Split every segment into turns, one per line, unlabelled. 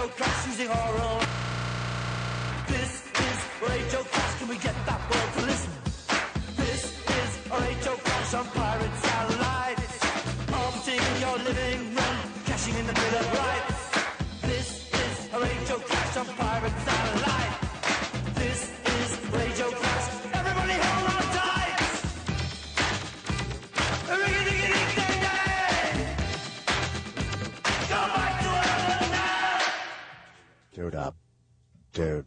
crazy horror. This is Radio Crash. Can we get that word to listen? This is Radio Crash on Pirate Satellite. Partying in your living room, cashing in the middle of lights. This is Radio Crash on Pirate Satellite. This is Radio Crash. Everybody hold on tight. Ring-a-ding-a-ding-ding-ding. Go back to another night.
Dude up. Dude.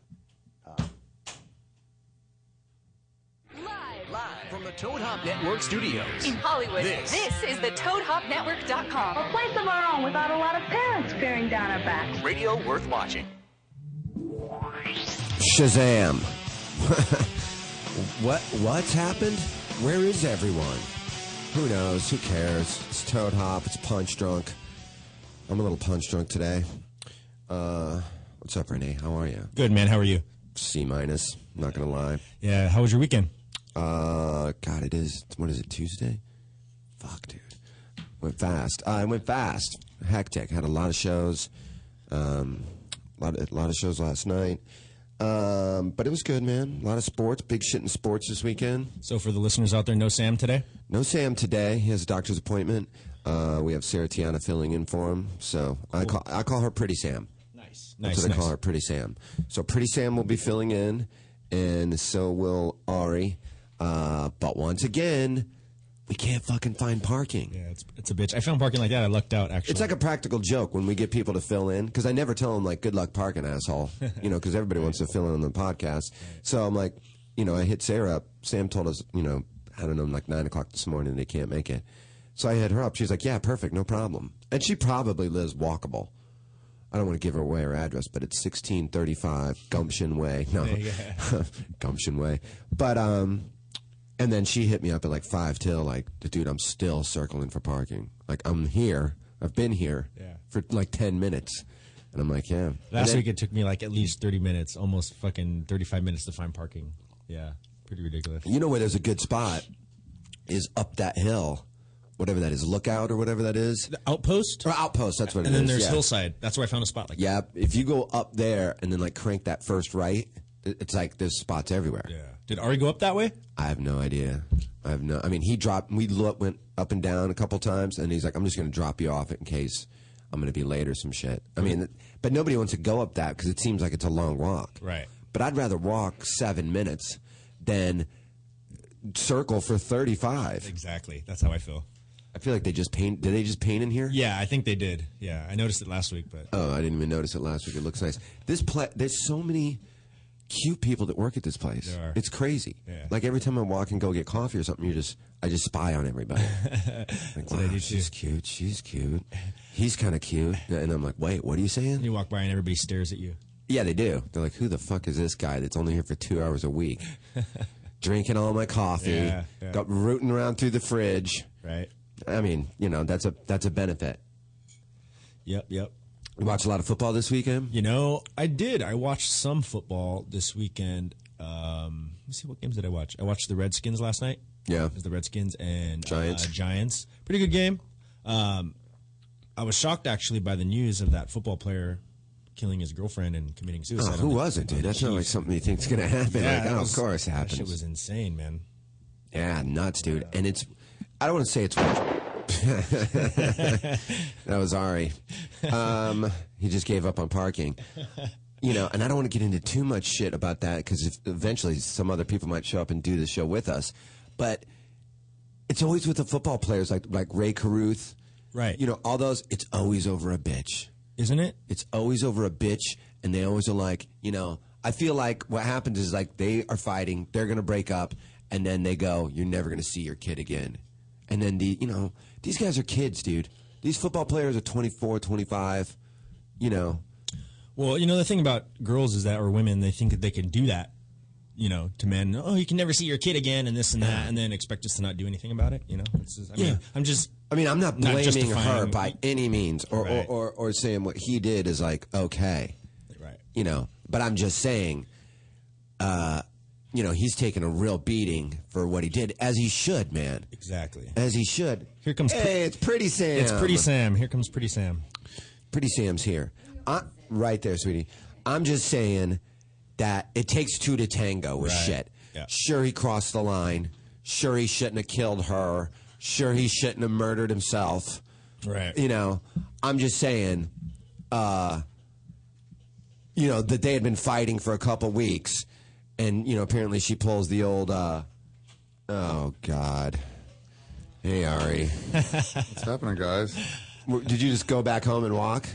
Live
Live from the Toad Hop Network studios.
in Hollywood,
This.
this, is the ToadHopNetwork.com.
a place of our own without a lot of parents bearing down our backs.
Radio worth watching.
Shazam. what what's happened? Where is everyone? Who knows? Who cares? It's Toad Hop. It's Punch Drunk. I'm a little punch drunk today. Uh, what's up, Renee? How are you?
Good man, how are you?
C minus. Not gonna lie.
Yeah, how was your weekend?
Uh, God, it is. What is it? Tuesday? Fuck, dude. Went fast. Uh, I went fast. Hectic. Had a lot of shows. Um, a lot, a lot of shows last night. Um, but it was good, man. A lot of sports. Big shit in sports this weekend.
So for the listeners out there, no Sam today.
No Sam today. He has a doctor's appointment. Uh, we have Sarah Tiana filling in for him. So I call I call her Pretty Sam.
Nice,
That's
nice,
what I
nice.
call her, Pretty Sam. So Pretty Sam will be filling in, and so will Ari. Uh, but once again, we can't fucking find parking.
Yeah, it's, it's a bitch. I found parking like that. I lucked out actually.
It's like a practical joke when we get people to fill in because I never tell them like "Good luck parking, asshole," you know, because everybody wants to fill in on the podcast. So I'm like, you know, I hit Sarah up. Sam told us, you know, I don't know, like nine o'clock this morning, they can't make it. So I hit her up. She's like, "Yeah, perfect, no problem." And she probably lives walkable. I don't want to give her away her address, but it's 1635 Gumption Way. No, Gumption Way. But um, and then she hit me up at like five till like, dude, I'm still circling for parking. Like I'm here. I've been here
Yeah.
for like ten minutes, and I'm like, yeah.
Last
And
week
then-
it took me like at least thirty minutes, almost fucking thirty-five minutes to find parking. Yeah, pretty ridiculous.
you know where there's a good spot is up that hill, whatever that is, lookout or whatever that is,
Outpost,
or outpost. That's what it is.
and then there's
yeah.
Hillside. That's where I found a spot like
Yeah, if you go up there and then like crank that first right, it- it's like there's spots everywhere.
that. Yeah. Did Ari go up that way?
I have no idea. I have no. I mean, he dropped. We look, went up and down a couple times, and he's like, "I'm just going to drop you off in case I'm going to be late or some shit." I mean, but nobody wants to go up that because it seems like it's a long walk.
Right.
But I'd rather walk seven minutes than circle for thirty-five.
Exactly. That's how I feel.
I feel like they just paint. Did they just paint in here?
Yeah, I think they did. Yeah, I noticed it last week, but
Oh, I didn't even notice it last week. It looks nice. This pla- there's so many cute people that work at this place.
There are.
It's crazy.
Yeah.
Like every time I walk and go get coffee or something, you just I just spy on everybody. like, wow,
I do
she's cute. She's cute. He's kind of cute. And I'm like, wait, what are you saying?
you walk by and everybody stares at you.
Yeah, they do. They're like, who the fuck is this guy that's only here for two hours a week, drinking all my coffee,
Yeah, yeah.
got rooting around through the fridge.
Right.
I mean, you know, that's a that's a benefit.
Yep. Yep.
You watch a lot of football this weekend.
You know, I did. I watched some football this weekend. Um, let me see what games did I watch. I watched the Redskins last night.
Yeah.
It was the Redskins and uh,
Giants.
Giants. Pretty good game. Um, I was shocked actually by the news of that football player killing his girlfriend and committing
Oh,
suicide.
who
on the-
was it, dude? That's not like something you think's gonna happen.
Yeah,
like,
that
oh,
was-
of course, it
That shit
happens.
was insane, man.
yeah, nuts, dude. And it's, I don't want to say it's. that was Ari. Um, he just gave up on parking. You know, and I don't want to get into too much shit about that because eventually some other people might show up and do the show with us. But it's always with the football players, like like Ray Caruth,
Right.
You know, all those. It's always over a bitch.
Isn't it?
it's always over a bitch and they always are like you know i feel like what happens is like they are fighting they're gonna break up and then they go you're never gonna see your kid again and then the you know these guys are kids dude these football players are 24 25 you know
Well, you know the thing about girls is that or women, they think that they can do that. You know, to men, oh, you can never see your kid again, and this and that, and then expect us to not do anything about it. You know, it's just, I mean,
Yeah.
I'm just
i mean i'm not
Not
blaming her
justifying-
by any means or,
Right.
or, or, or saying what he did is like okay
right.
you know. But I'm just saying, uh, you know, he's taken a real beating for what he did, as he should, man,
Exactly.
as he should.
Here comes
hey,
Pre-
it's pretty Sam.
It's Pretty Sam. Here comes Pretty Sam.
Pretty Sam's here, uh, right there, sweetie. I'm just saying that it takes two to tango with
Right.
shit.
Yeah.
Sure, he crossed the line. Sure, he shouldn't have killed her. Sure, he shouldn't have murdered himself.
Right.
You know, I'm just saying, uh, you know, that they had been fighting for a couple weeks. And, you know, apparently she pulls the old, uh, oh, God. Hey, Ari.
What's happening, guys?
W- Did you just go back home and walk?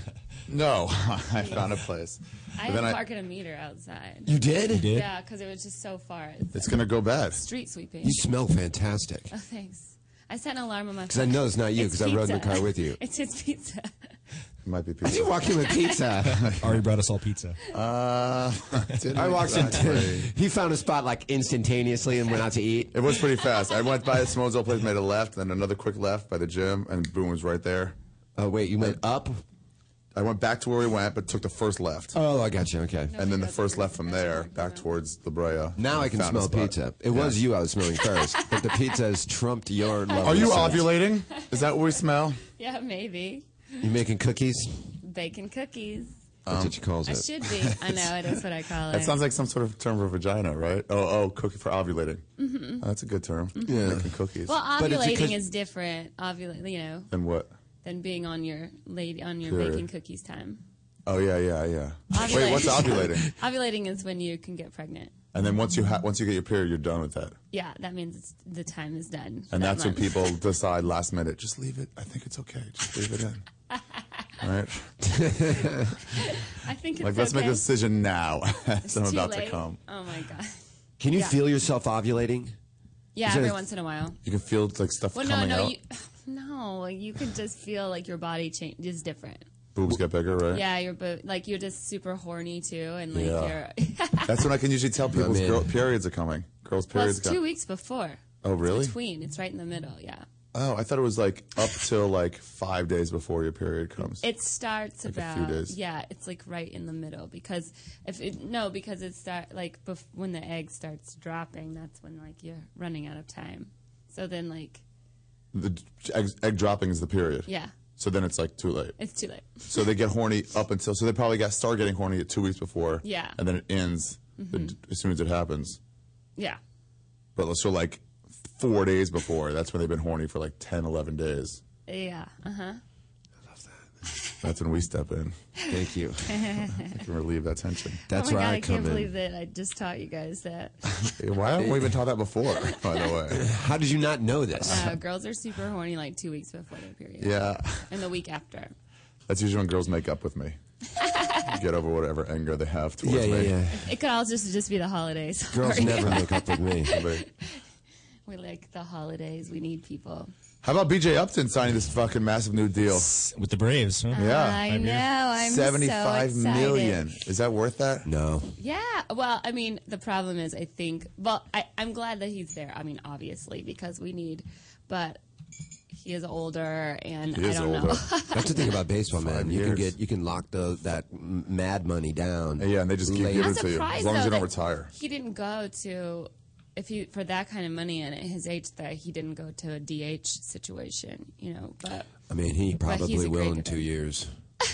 No, I found a place.
I
But
had
then
to
I-
park at a meter outside.
You did? You
did?
Yeah, because it was just so far. It's
It's gonna go bad.
street sweeping.
You smell fantastic.
Oh, thanks. I set an alarm on my.
Because I know it's not you, because I rode in the car with you.
it's his pizza.
It might be
I
pizza.
did walk in with pizza.
Ari brought us all pizza.
Uh, didn't
I walked in.
exactly.
He found a spot like instantaneously and went out to eat.
It was pretty fast. I went by a Smozo place, made a left, then another quick left by the gym, and boom was right there.
Oh wait, you went up?
I went back to where we went, but took the first left,
Oh, I got you. Okay.
and then the first left from there back towards La Brea.
Now I can
Found a
smell
spot.
pizza. It was you I was smelling first, but the pizza has trumped your. level
Are you
of sense.
ovulating? Is that what we smell?
yeah, maybe
You making cookies?
bacon cookies.
That's
Um,
what she calls
I
it.
should be. I know it is what I call it.
That sounds like some sort of term for vagina, right? Oh, oh, cookie for ovulating. Mm-hmm. that's a good term. Yeah, making cookies.
well,
But it's because-
ovulating is different. Ovulate, you know,
and what?
than being on your lady on your
Sure.
baking cookies time.
Oh yeah, yeah, yeah.
Ovulating.
Wait, what's ovulating?
Ovulating is when you can get pregnant.
and then once you ha- once you get your period, you're done with that.
Yeah, that means it's, the time is done. for
And
that
that's when
month.
people decide last minute, just leave it. I think it's okay. Just leave it in. All right.
I think it's
Like, let's
okay.
make a decision now. as
It's
I'm
too
about
late.
to come.
Oh my god.
Can you
Yeah.
feel yourself ovulating?
Yeah,
Is there
every
a-
once in a while.
You can feel like stuff
Well, no,
coming
no,
out.
you, no. You can just feel like your body change is different.
Boobs get bigger, right?
Yeah, you're bo- like you're just super horny too, and like
Yeah.
you're.
That's when I can usually tell people's
in.
girl, periods are coming. Girls'
well,
periods
it's two
come.
weeks before.
Oh, really?
It's between, it's right in the middle. Yeah,
Oh, I thought it was like up till like five days before your period comes.
it starts
Like a
about.
few days.
Yeah, it's like right in the middle because if it, no, because it start like bef- when the egg starts dropping, that's when like you're running out of time. So then like
the egg, egg dropping is the period.
yeah,
So then it's like too late.
it's too late.
So they get horny up until. So they probably got start getting horny at two weeks before.
Yeah. Mm-hmm.
And then it ends
Mm-hmm.
the, as soon as it happens.
Yeah,
But let's so like four days before, that's when they've been horny for like 10, 11 days.
yeah, uh huh.
That's when we step in.
Thank you.
We can relieve that tension.
That's
oh my
where
god,
I,
I,
come
can't
in.
believe that I just taught you guys that.
Why haven't we been taught that before, by the way?
How did you not know this?
Uh, girls are super horny like two weeks before their period.
Yeah.
And the week after.
That's usually when girls make up with me. Get over whatever anger they have towards
yeah, yeah,
me.
yeah.
It could all just just be the holidays.
Girls
Sorry.
never make up with me.
we like the holidays. We need people.
How about BJ Upton signing this fucking massive new deal?
With the Braves, huh?
Yeah.
I
Five years.
know. I'm
Seventy-five
so
million.
excited.
Is that worth that?
No.
Yeah. Well, I mean, the problem is, I think. Well, I, I'm glad that he's there. I mean, obviously, because we need. But he is older, and
He
I
is
don't
older.
know.
That's the thing about baseball, man.
Five
You can
years.
get you can lock the that m- mad money down.
Yeah, and they just keep
Late.
giving
I'm
it to you. As
surprised,
long as
though,
you don't
that
retire.
He didn't go to. If he for that kind of money and at his age, that he didn't go to a DH situation, you know. But
I mean, he
he's
probably
a
will
great
in two
guy.
years.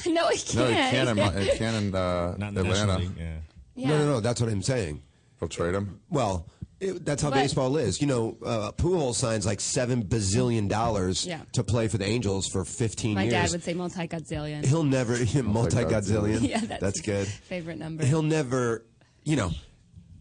no, he can't.
No, he can in, Mon- he can in uh,
Not in the National
Atlanta.
League. Yeah.
Yeah.
No, no, no. That's what I'm saying.
They'll trade him.
Well, it, that's how
But-
baseball is. You know, uh, Pujols signs like seven bazillion dollars
Yeah.
to play for the Angels for 15
My
years.
dad would say multi-godzillion.
He'll never multi godzillion.
Yeah, that's,
that's
his
good.
Favorite number.
He'll never. You know,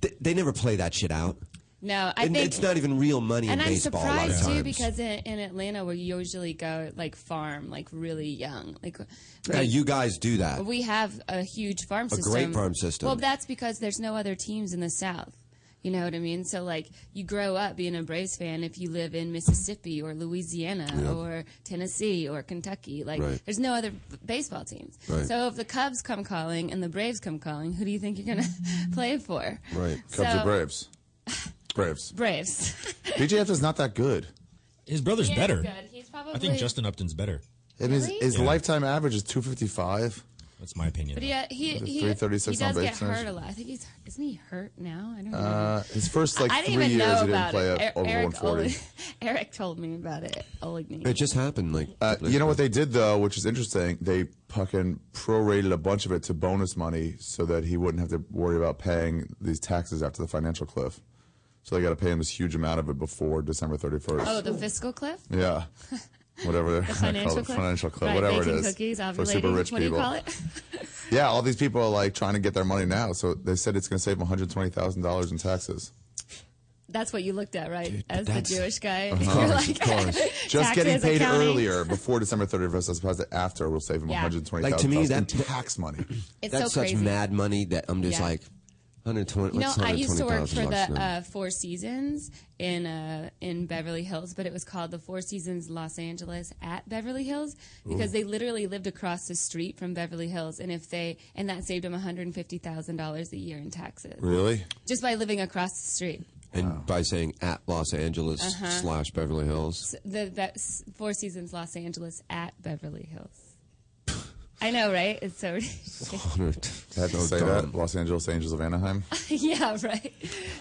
th- they never play that shit out.
no, Uh, I
and
think
it's not even real money
And
in
I'm
baseball. a lot of
surprised
times.
too because in, in Atlanta we usually go like farm, like really young, like.
Uh,
like-
you guys do that.
we have a huge farm system.
great farm system.
Well, that's because there's no other teams in the South. You know what I mean? So, like, you grow up being a Braves fan if you live in Mississippi or Louisiana or Tennessee or Kentucky. Like,
Right.
there's no other b- baseball teams.
Right.
So, if the Cubs come calling and the Braves come calling, who do you think you're going to play for?
Right.
Cubs
So-
or Braves? Braves.
Braves.
BJ Upton's not that good.
His brother's better.
He's good. He's probably.
I think Justin Upton's better.
And his,
Really?
his
Yeah.
lifetime average is 255.
That's my opinion.
But
though.
yeah, he
Like a
he, he
336 on
does get
Bates,
hurt
isn't
a
it?
lot. I think he's isn't he hurt now? I don't know.
Uh, his first like
I didn't
three
even
years,
know
he didn't
about
play
it.
up
Er-
over
Eric,
140.
Olig- Eric told me about it. Oligny.
It just happened. Like
Uh, you know what they did though, which is interesting. They fucking prorated a bunch of it to bonus money so that he wouldn't have to worry about paying these taxes after the financial cliff. So they got to pay him this huge amount of it before December 31st.
oh, the fiscal cliff.
Yeah. Whatever they're called,
Financial cliff.
financial cliff,
Right,
whatever it
baking
is.
Cookies,
for super
ovulating.
rich
what
people.
do you call it?
Yeah, all these people are like trying to get their money now. So they said it's going to save them $120,000 in taxes.
That's what you looked at, right?
but
As the
that's-
Jewish guy,
Uh-huh,
you're like,
Just getting
taxes,
paid
accounting.
earlier before December 31st, as opposed to after, will save them
Yeah.
$120,000
Like, to me,
in
that-
tax money.
It's
That's
so
such
crazy.
mad money that I'm just
Yeah.
like, 120.
You know,
what's
I used to work
120,000
for the
bucks now?
uh, Four Seasons in uh, in Beverly Hills, but it was called the Four Seasons Los Angeles at Beverly Hills because they literally lived across the street from Beverly Hills, and if they and that saved them one hundred and fifty thousand dollars a year in taxes
Really?
just by living across the street.
and
Oh.
by saying at Los Angeles
Uh-huh.
slash Beverly Hills.
The that, s- Four Seasons Los Angeles at Beverly Hills. I know, right? It's so
Had to say that. Los Angeles Angels of Anaheim.
yeah, right.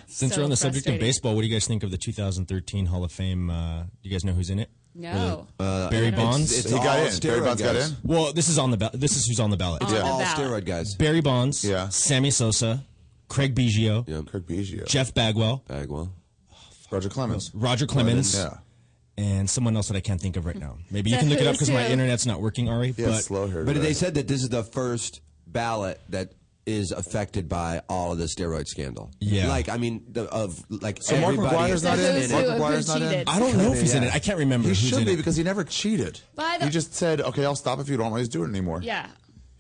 Since
So
we're on the subject of
frustrating.
baseball, what do you guys think of the 2013 Hall of Fame? Uh, do you guys know who's in it?
no, Uh,
Barry Bonds.
It's
He got
all
in. Barry
steroid
Bonds got
guys.
in.
well, this is on the ba- this is who's on the ballot. It's
On the
All
ballot.
steroid guys.
Barry Bonds,
Yeah.
Sammy Sosa, Craig Biggio,
Kirk Biggio.
Jeff Bagwell,
Bagwell.
Roger Clemens.
Roger Clemens,
uh, Yeah.
and someone else that I can't think of right now. Maybe you
So
can look it up
who's
because my
who?
internet's not working, Ari.
Yeah,
but
slow here.
But
today.
they said that this is the first ballot that is affected by all of the steroid scandal.
Yeah.
Like, I mean, the, of like
So Mark
everybody
McGuire's
at
not
that
in.
Who's
Mark
who and who
McGuire's not in.
cheated?
I don't know if he's in
Yeah.
it. I can't remember.
He
who's
should
in
be
it.
because he never cheated.
By the-
he just said, "Okay, I'll stop if you don't want me to do it anymore."
yeah.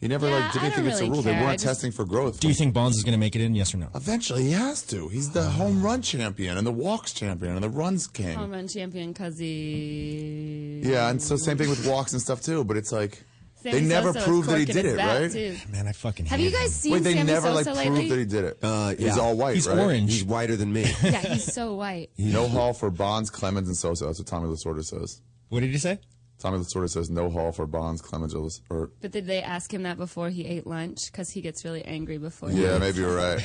He never
Yeah,
like did
I
anything
don't
against the
really
rule. They
care. I
weren't
just-
testing for growth.
do you think Bonds is going to make it in? Yes or no?
Eventually, he has to. He's the home run champion and the walks champion and the runs king.
Home run champion because he.
yeah, and so same thing with walks and stuff too. But it's like
Sammy
they never
Sosa was
proved that he
corking
did
his
it,
bat,
right?
too.
Man, I fucking
Have
hate
you guys
him.
seen
Wait, they
Sammy
never
Sosa
like
lately?
proved that he did it.
Uh,
He's
yeah.
all white,
He's
right?
orange.
He's whiter than me.
yeah, he's so white.
No haul for Bonds, Clemens, and Sosa. That's what Tommy Lasorda says.
What did he say?
Tommy Lasorda says no haul for Bonds, Clemens, or Las- or
But did they ask him that before he ate lunch? Because he gets really angry before. he
Yeah,
eats.
maybe you're right.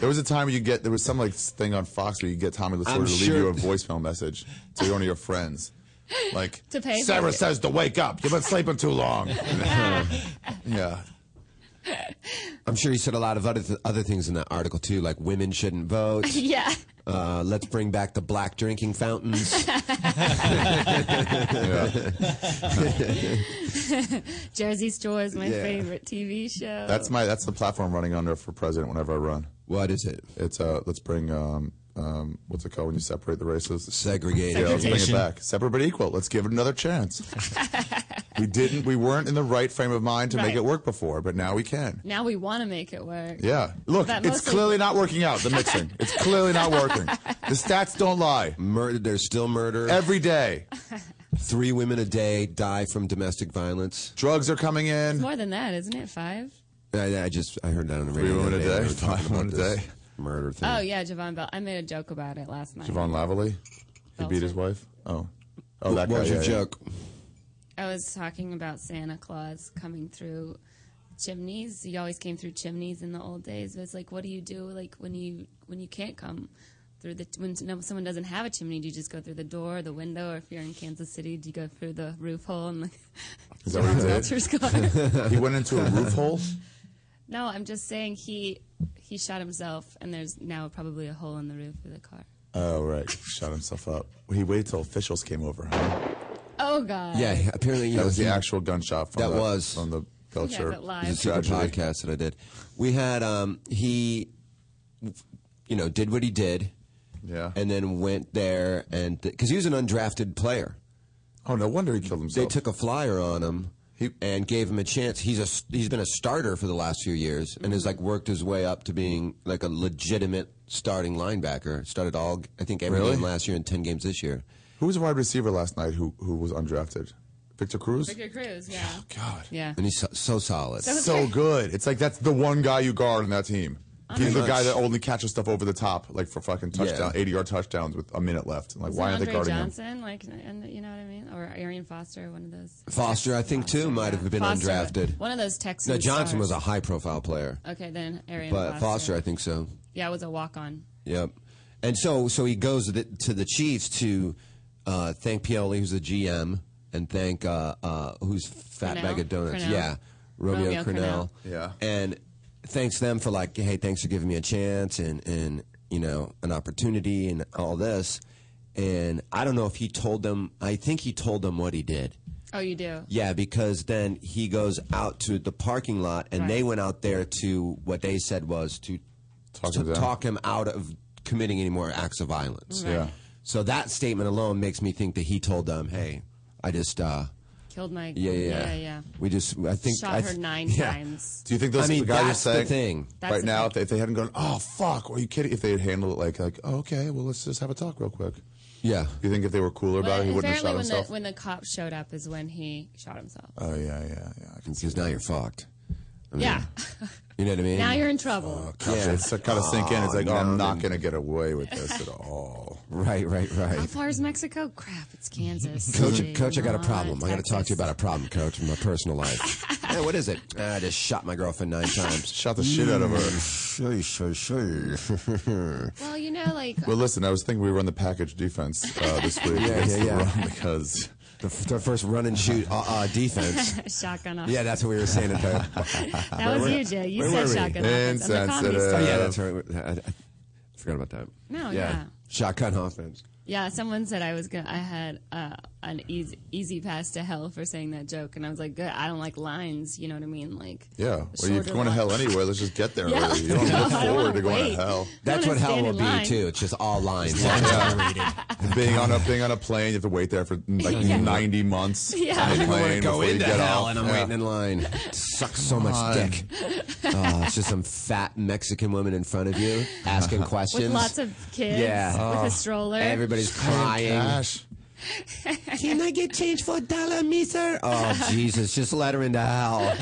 there was a time you get there was some like thing on Fox where you get Tommy Lasorda
I'm
to leave
sure-
you a voicemail message to one of your friends, like
To pay for
Sarah
it.
says to wake up. You've been sleeping too long. yeah,
I'm sure he said a lot of other, th- other things in that article, too, like women shouldn't vote.
Yeah.
Uh, let's bring back the black drinking fountains.
yeah.
Jersey Shore is my
Yeah.
favorite TV show.
That's my that's the platform I'm running under for president whenever I run.
what is it?
It's uh let's bring um um what's it called when you separate the races.
Segregated.
Yeah, let's bring it
Segregation.
back. Separate but equal. Let's give it another chance. we didn't. We weren't in the right frame of mind to make
Right.
it work before, but now we can.
now we want to make it work.
Yeah. Look,
But
it's
mostly-
clearly not working out, the mixing. it's clearly not working. The stats don't lie.
Murder, there's still murder.
Every day,
Three women a day die from domestic violence.
drugs are coming in.
More than that, isn't it? Five.
I, I just I heard that on the
Three
radio. the
women
other
a day,
We were talking
five women
about
a
this
day.
Murder thing.
Oh yeah, Javon Bell. I made a joke about it last night.
Javon Lavallee, he beat his wife. Oh. Oh, that
What was
guy,
your
yeah, yeah.
joke?
I was talking about Santa Claus coming through chimneys. He always came through chimneys in the old days. But it's like, what do you do like when you when you can't come through the when no, someone doesn't have a chimney? Do you just go through the door, the window, or if you're in Kansas City, do you go through the roof hole and like
Is that what he did?
vultures gone?
He went into a roof hole.
no, I'm just saying he he shot himself, and there's now probably a hole in the roof of the car.
Oh, right. Shot himself up. He waited till officials came over. Huh?
Oh God!
Yeah, apparently you
That
know,
was the
he-
actual gunshot from
That
the,
was.
from the Belcher.
but live.
It was a secret
Tragedy.
podcast that I did. We had um, he, you know, did what he did,
Yeah.
and then went there and because he was an undrafted player,
oh, no wonder he killed
they
himself.
took a flyer on him
He-
and gave him a chance. He's a s- he's been a starter for the last few years and has like worked his way up to being like a legitimate starting linebacker. Started all I think every
Really?
game last year and ten games this year.
Who was a wide receiver last night who, who was undrafted? Victor Cruz?
Victor Cruz. Yeah.
God.
Yeah.
And he's so, so solid.
so good. It's like that's the one guy you guard on that team. He's the
much.
guy that only catches stuff over the top, like for fucking touchdown,
Yeah.
80 yard touchdowns with a minute left. Like,
Was
why
it
aren't they
Andre
guarding him?
Johnson? Like, and you know what I mean? Or Arian Foster, one of those.
Foster, I think, too, might have been
Foster,
undrafted.
One of those Texans.
No, Johnson was a
stars.
high profile player,
Okay, then Arian
but Foster, I think so.
Yeah, it was a walk on.
Yep. And so, so he goes to the, to the Chiefs to uh, thank Pioli, who's the GM, and thank uh, uh, who's Fat
Cornell?
Bag of Donuts,
Cornell?
yeah, Romeo,
Romeo
Cornell.
Cornell. Yeah.
and thanks them for like, hey, thanks for giving me a chance and and you know an opportunity and all this. And I don't know if he told them. I think he told them what he did.
Oh, you do?
Yeah, because then he goes out to the parking lot, and
Right.
they went out there to what they said was to
Talk
to
him down.
talk him out of committing any more acts of violence.
Right.
Yeah.
So that statement alone makes me think that he told them, "Hey, I just uh,
Killed my.
yeah, yeah, yeah,
yeah.
we just I think
Shot
I
her
th-
nine
yeah.
times.
Do you think those
I mean,
the guys
that's
are
the
saying
thing.
That's
right
the
now
thing.
if they, if they hadn't gone, oh fuck, are you kidding? If they had handled it like like, oh, okay, well let's just have a talk real quick.
Yeah,
Do you think if they were cooler about
But
it, he wouldn't have
apparently,
shot
when the,
himself?
when the cop showed up, is when he shot himself.
oh yeah, yeah, yeah. I can see.
because now you're fucked. I mean,
yeah.
you know what I mean.
now you're in trouble.
yeah.
It's kind of sink in. It's like, oh,
no,
I'm not
then-
going to get away with this at all.
right, right,
How
right.
far is Mexico? Crap, it's Kansas. City.
Coach, coach, I got a
Come on,
problem. I got to talk to you
Texas.
about a problem, coach, in my personal life. "Eh, what is it? "Ah, I just shot my girlfriend nine times. Mm.
Shot the shit out of her.
Sure, sure, sure.
Well, you know, like
Well, listen, I was thinking we run the package defense uh, this week against
yeah,
the
yeah.
run because
The, f- the first run and shoot uh, uh, defense.
shotgun off.
Yeah, that's what we were saying at the.
that was you, Jay. You
where
said
were we?
shotgun offense. on the comedy
Insensitive.
Oh
store.
yeah, that's right. I, I forgot about that.
No, yeah.
Shotgun offense.
Yeah, someone said I was gonna. I had uh, an easy easy pass to hell for saying that joke, and I was like, "Good, I don't like lines." You know what I mean? Like,
yeah, well, you're
shorter
going to
line.
hell anyway. Let's just get there.
Yeah,
already. You don't
no,
look
I don't
forward
wanna
to going to
wait.
hell.
I
That's what
don't wanna
hell
stand
will
in
be
line.
too. It's just all lines.
Being on a being on a plane, you have to wait there for like 90 months.
Yeah.
on
I
a
didn't
plane before you get off.
and I'm
Yeah.
waiting in line. Sucks so much dick. Oh, it's just some fat Mexican woman in front of you asking questions.
with lots of kids,
Yeah.
with a stroller.
Everybody's crying.
Gosh.
Can I get change for a dollar, me sir? Oh Jesus! Just let her into hell.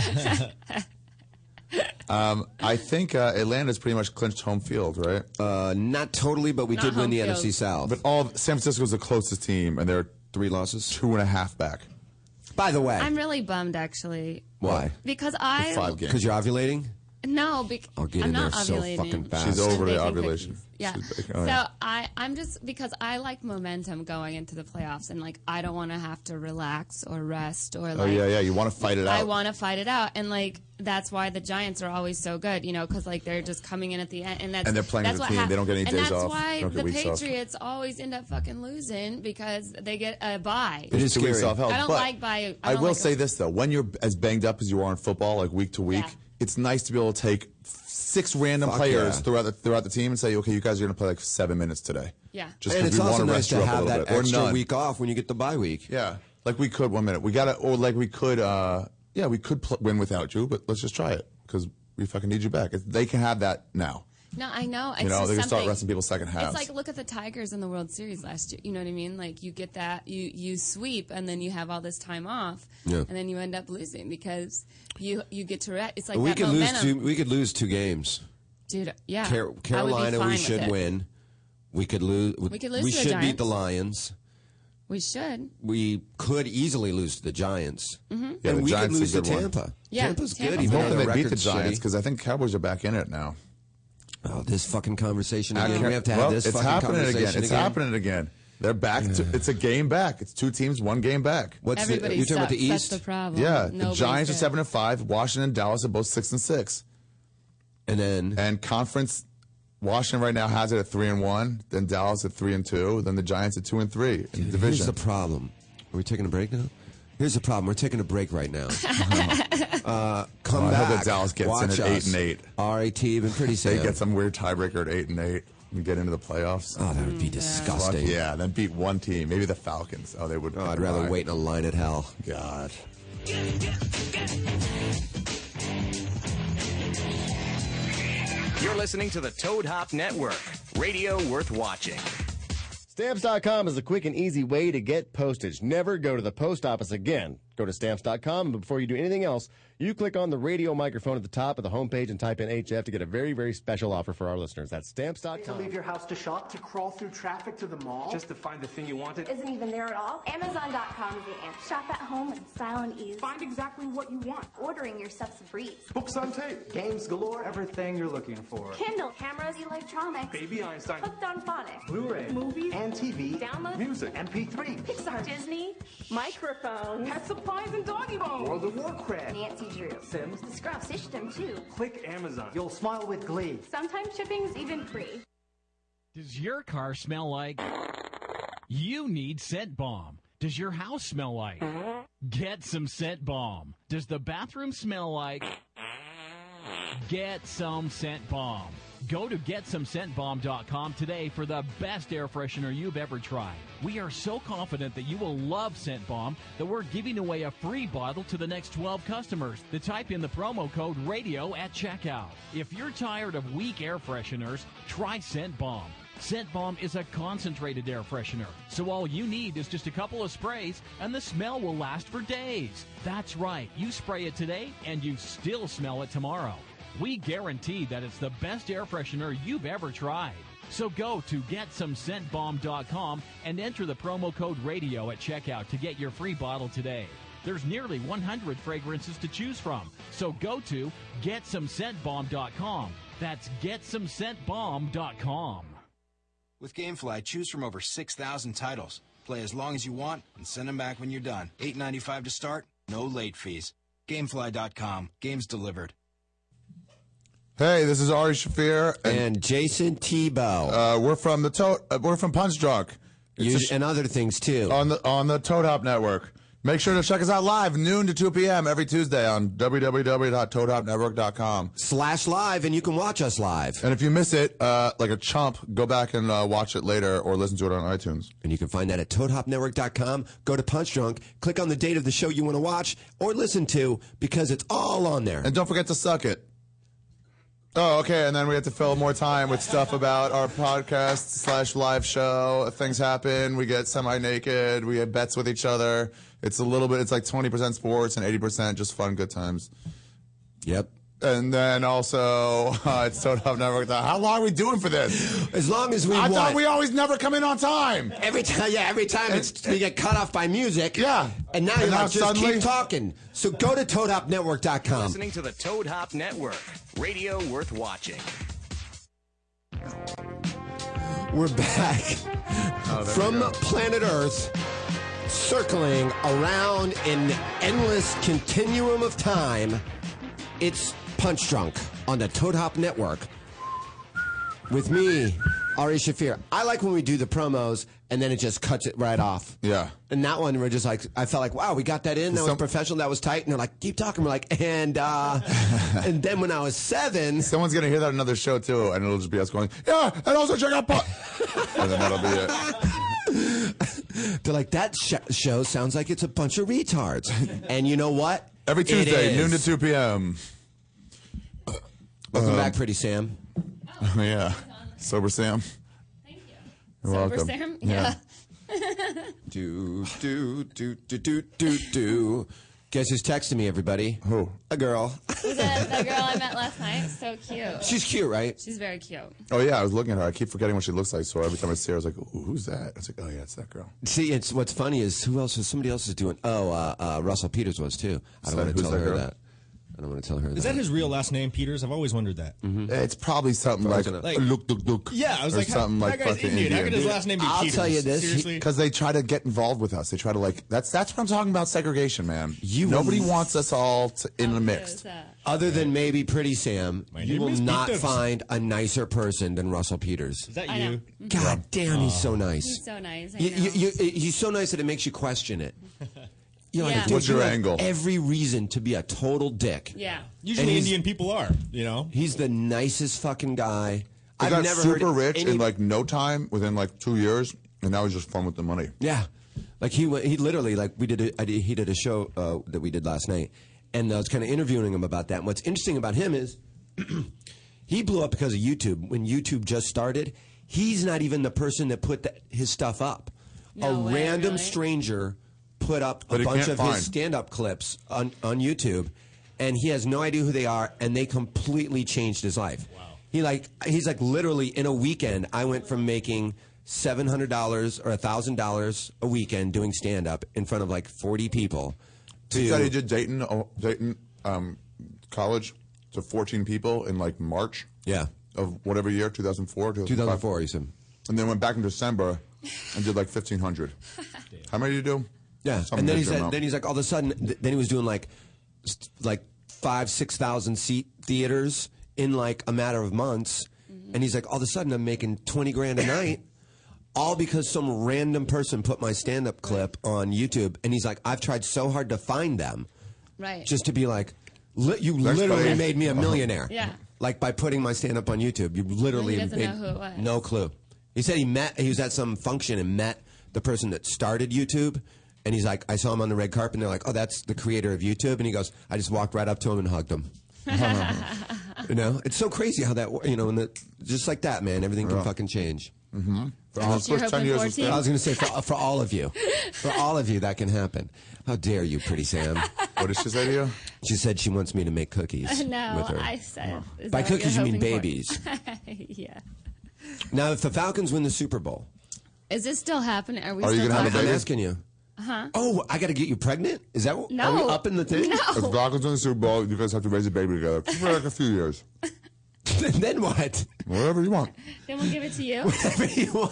I think uh, Atlanta's pretty much clinched home field, right?
Uh, not totally, but we
Not
did win
home
the
field.
NFC South.
but all of, San Francisco's the closest team, and they're
three losses.
two and a half back.
By the way,
I'm really bummed actually
why?
because I
Five games.
Because you're ovulating.
No, because
I'll get
I'm
in
not
there so
ovulating.
fucking fast.
She's over the
Baking
ovulation.
cookies. Yeah.
She's baking- oh, yeah.
So I, I'm just because I like momentum going into the playoffs, and like I don't want to have to relax or rest or like
Oh yeah, yeah. You want to fight it out?
I want to fight it out, and like that's why the Giants are always so good, you know, because like they're just coming in at the end, and that's
And they're playing
that's
as a
what
team. They don't get any
and
days
that's
off. They
why
don't get
the
weeks off.
Patriots always end up fucking losing because they get a bye.
It is
two weeks
scary.
off hell.
I don't
but
like by- I
I
don't
will
like-
say this though: when you're as banged up as you are in football, like week to week,
Yeah.
it's nice to be able to take six random
Fuck
players
yeah.
throughout the throughout the team and say, okay, you guys are going to play like seven minutes today.
Yeah.
just
and
because
it's
we want
also
to
nice
rest
to
you up a
have
little
that
bit, or
extra
none.
week off when you get the bye week.
Yeah, like we could one minute we got to, or like we could, uh yeah, we could pl- win without you, but let's just try it because we fucking need you back. It's, they can have that now.
No, I know. Oh, It's
You know,
just
they can start
something-
resting people second halves.
It's like look at the Tigers in the World Series last year. You know what I mean? Like you get that you you sweep and then you have all this time off,
Yeah.
and then you end up losing because you you get to re- it's like
we
that
could lose
momentum,
two. We could lose two games.
dude. Yeah, I
Car-
would be
Carolina,
fine
we
with
should
it.
win. We could lose.
We could lose
We
to the
should beat
Giants.
the Lions.
We should.
We could easily lose to the Giants, mm-hmm.
Yeah,
and
the
we
Giants
could lose
is a
to
good one.
Tampa.
Yeah,
Tampa's good.
Tampa.
I'm
even though
hoping
their
they beat the
record's
Giants
shitty.
because I think Cowboys are back in it now.
Oh, this fucking conversation again.
Okay.
We have to have
Well,
this
It's
fucking
happening
conversation
again. It's happening again. They're back. To, it's a game back. It's two teams, one game back.
What's the,
Everybody
you're talking about the
sucks.
East,
That's the problem.
Yeah, the
Nobody's
Giants are
good.
seven and five. Washington, and Dallas are both six and six.
and then
And conference, Washington right now has it at three and one. Then Dallas at three and two. Then the Giants at two and three in the
here's
division.
the problem. Are we taking a break now? Here's the problem. We're taking a break right now. Uh, come
Oh, I
back.
hope that Dallas gets in
Watch
at
us.
eight and eight.
RAT, even pretty
they
safe.
get some weird tiebreaker at eight and eight and get into the playoffs.
Oh, that would be
Fuck
disgusting.
yeah, then beat one team, maybe the Falcons. Oh, they would.
Oh, I'd rather
Bye.
wait in a line at hell.
God.
You're listening to the Toad Hop Network, radio worth watching.
Stamps.com is a quick and easy way to get postage. Never go to the post office again. Go to stamps.com, but before you do anything else, you click on the radio microphone at the top of the homepage and type in HF to get a very, very special offer for our listeners. That's
To
stamps.com.
leave your house to shop, to crawl through traffic to the mall.
Just to find the thing you wanted.
Isn't even there at all. Amazon.com is the answer. Shop at home with style and ease.
Find exactly what you want.
Ordering your stuff's a breeze.
Books on tape, games galore, everything you're looking for.
Kindle, cameras, electronics.
Baby Einstein.
Hooked on phonics.
Blu-ray, movies, and TV,
Download.
music, MP3,
Pixar, Disney, microphones,
Pet supplies and doggy bones, World of Warcraft,
Nancy Drew,
Sims.
the Scrub System too.
Click Amazon. You'll smile with glee.
Sometimes shipping's even free.
Does your car smell like? You need scent bomb. Does your house smell like? Get some scent bomb. Does the bathroom smell like? Get some scent bomb. Go to getsomescentbomb.com today for the best air freshener you've ever tried. We are so confident that you will love Scent Bomb that we're giving away a free bottle to the next 12 customers that type in the promo code radio at checkout. If you're tired of weak air fresheners, try Scent Bomb. Scent Bomb is a concentrated air freshener, so all you need is just a couple of sprays and the smell will last for days. That's right, you spray it today and you still smell it tomorrow. We guarantee that it's the best air freshener you've ever tried. So go to getsomescentbomb.com and enter the promo code radio at checkout to get your free bottle today. There's nearly 100 fragrances to choose from. So go to getsomescentbomb.com. That's getsomescentbomb.com.
With GameFly, choose from over 6,000 titles. Play as long as you want and send them back when you're done. $8.95 to start, no late fees. GameFly.com. Games delivered.
Hey, this is Ari Shafir and,
Jason Tebow.
Uh, we're from the Toad. Uh, we're from Punch Drunk. It's a
You- and other things too.
on the on the Toad Hop Network. Make sure to check us out live noon to 2 p.m. every Tuesday on www.toadhopnetwork.com.
Slash live, and you can watch us live.
And if you miss it, uh, like a chump, go back and uh, watch it later or listen to it on iTunes.
And you can find that at toadhopnetwork.com. Go to Punch Drunk, click on the date of the show you want to watch or listen to because it's all on there.
And don't forget to suck it. Oh, okay. And then we have to fill more time with stuff about our podcast slash live show. Things happen. We get semi naked. We have bets with each other. It's a little bit, it's like 20% sports and 80% just fun, good times.
Yep.
And then also, uh, it's Toad Hop Network. How long are we doing for this?
As long as we
I thought
want.
we always never come in on time.
Every time, yeah, every time it's, we get cut off by music.
Yeah.
And now
And
you're
now
like, just
suddenly-
keep talking. So go to toadhopnetwork.com.
Listening to the Toad Hop Network, radio worth watching.
We're back
Oh,
from planet Earth, circling around in endless continuum of time. It's Punch Drunk on the Toad Hop Network with me, Ari Shafir. I like when we do the promos and then it just cuts it right off.
Yeah.
And that one, we're just like, I felt like, wow, we got that in. That was
Some-
professional. That was tight. And they're like, keep talking. We're like, and uh, and then when I was seven,
Someone's going to hear that on another show too, and it'll just be us going, yeah, and also check out Pop. and then that'll be it.
They're like, that sh- show sounds like it's a bunch of retards. and you know what?
Every
It
Tuesday,
is.
noon to 2 p.m.
Welcome back, Pretty Sam.
Um, yeah. Sober Sam. You're
Sober
welcome.
Sam? Yeah.
Do, do, do, do, do, do, do. Guess who's texting me, everybody?
Who?
A girl.
Was that the girl I met last night? So cute.
She's cute, right?
She's very cute.
Oh, yeah. I was looking at her. I keep forgetting what she looks like. So every time I see her, I was like, Ooh, who's that? It's like, oh, yeah, it's that girl.
See, it's what's funny is who else is somebody else is doing? Oh, uh, uh, Russell Peters was too. I
So
don't want
who's
to tell
that
her
girl?
that. I don't want to tell her Mm-hmm.
Is that his real last name, Peters? I've always wondered that.
It's probably something like,
gonna-
Like-
look, look, look.
Yeah, I was
or
like, how,
something like
that guy's
fucking
Indian. How could his
Indian.
last name be
I'll
Peters?
tell you this, he-
Seriously?
Because they try to get involved with us. They try to like that's that's what I'm talking about segregation, man.
You
Nobody
will-
wants us all to, in the
It was,
mix.
uh,
Other than maybe Pretty Sam, you
name
will
is
not
Peters.
find a nicer person than Russell Peters.
Is that
I know.
you?
God damn, he's so nice.
He's so nice. I
You,
know.
you, you, he's so nice that it makes you question it. You're like,
Yeah.
dude,
What's
you
your
have
angle?
Every reason to be a total dick.
yeah.
And
Usually
he's-
Indian people are, you know?
He's the nicest fucking guy.
He
I've
got
never
super
heard
rich
any-
in like no time, within like two years, and now he's just fun with the money.
Yeah, like he wa- he literally like we did, a, I did he did a show uh, that we did last night, and I was kind of interviewing him about that. And what's interesting about him is he blew up because of YouTube. When YouTube just started, he's not even the person that put that, his stuff up.
No
a
way,
random
really?
stranger put up
That
a
he
bunch
can't
of
find.
his stand-up clips on on YouTube, and he has no idea who they are, and they completely changed his life. Wow. He like he's like literally in a weekend. I went from making. Seven hundred dollars or thousand dollars a weekend doing stand up in front of like forty people. To
He said he did Dayton, oh, Dayton um, College to 14 people in like March.
Yeah.
Of whatever year, 2004,
2004, he said.
And then went back in December and did like 1,500. How many did you do?
Yeah,
Some
and then he
major
said,
amount.
then he's like, all of a sudden, th- then he was doing like, st- like five, six thousand seat theaters in like a matter of months,
Mm-hmm.
and he's like, all of a sudden, I'm making twenty grand a night, all because some random person put my stand up clip on YouTube, and he's like, I've tried so hard to find them,
Right.
just to be like, li- you
That's
literally
funny.
made me a millionaire.
Yeah.
Like by putting my stand up on YouTube, you literally
Well, he doesn't
made-
know who it was.
no clue. He said he met he was at some function and met the person that started YouTube and he's like I saw him on the red carpet and they're like oh that's the creator of YouTube and he goes I just walked right up to him and hugged him. you know, it's so crazy how that wor- you know and the, just like that man everything can
Yeah.
fucking change.
Mhm.
For
That's
all-
your first 10 years of hoping stand-up.
I was going to say for, for all of you, for all of you that can happen. How dare you, pretty Sam?
What did she say to you?
She said she wants me to make cookies.
no,
with her.
I said. is
By
that what
cookies,
you're
you mean
hoping for?
babies.
yeah.
Now, if the Falcons win the Super Bowl,
Is this still happening? Are we
are
still
you going to
talking?
have a baby? I'm asking you.
Huh?
Oh, I got to get you pregnant? Is that what? Are
No.
we up in the thing?
No.
If the Falcons win the Super Bowl, you guys have to raise a baby together for like a few years.
then what?
Whatever you want.
Then we'll give it to you.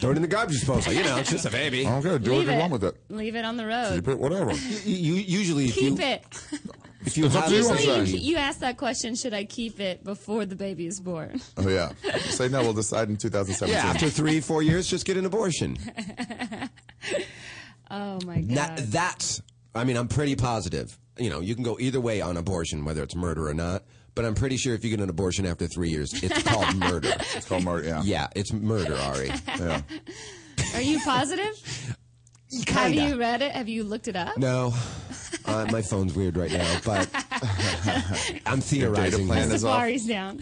Throw it in the garbage disposal. You know, it's just a baby.
I don't care. Do
Leave
what you
it.
want with it.
Leave it on the
Keep
road.
it, whatever.
You, usually,
Keep it.
if you
It's up
have
to you,
this
I'm
baby-
saying.
You, you asked that question. Should I keep it before the baby is born?
Oh yeah. Say no. We'll decide in 2017.
yeah, after three, four years, just get an abortion.
Oh my god.
That, that's, I mean, I'm pretty positive. You know, you can go either way on abortion, whether it's murder or not. But I'm pretty sure if you get an abortion after three years, it's called murder. It's
called murder. Yeah.
Yeah, it's murder, Ari.
Yeah.
Are you positive? Have
Kinda.
you read it? Have you looked it up?
No, uh, my phone's weird right now, but I'm theorizing.
The
here.
Safari's down.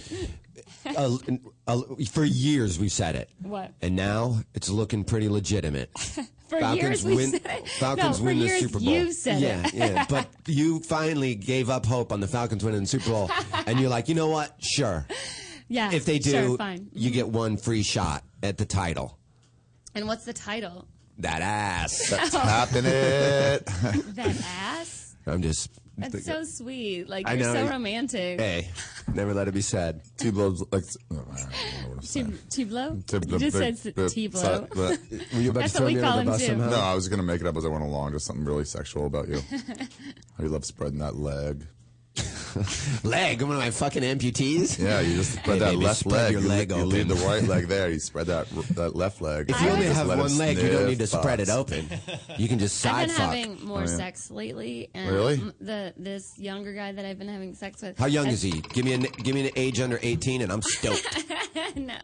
A- a- for years we've said it,
What?
and now it's looking pretty legitimate.
For years we
win.
said it.
Falcons
no, for
win the
years
Super Bowl.
You said
yeah,
it.
yeah. But you finally gave up hope on the Falcons winning the Super Bowl, and you're like, you know what? Sure.
yeah.
If they do,
sure, fine. Mm-hmm.
you get one free shot at the title.
And what's the title?
That ass.
That's
it.
That ass.
I'm just.
That's so sweet. Like
I
you're
know.
so romantic.
Hey, never let it be said.
Two blows like.
Tib- Tiblo?
Tib-
You just
big-
said
big-
Tiblo.
but-
Were you about
That's
to throw
what we
me under
call
the
him
bus
too.
somehow?
No, I was gonna make it up as I went along. Just something really sexual about you. How you love spreading that leg.
leg. One of my fucking amputees.
Yeah, you just spread
Hey,
that
baby,
left
spread
leg.
Your
you
leg
leave, you
open.
leave the right leg there. You spread that that left leg.
If you
and
only
just
have
let him
one leg, you don't
sniff
need to spread it
butts.
open. You can just
I've
side
been
fuck.
having more
Oh, yeah.
sex lately, and
Really?
m- the this younger guy that I've been having sex with.
How young
has-
is he? Give me an give me an age under eighteen, and I'm stoked.
no,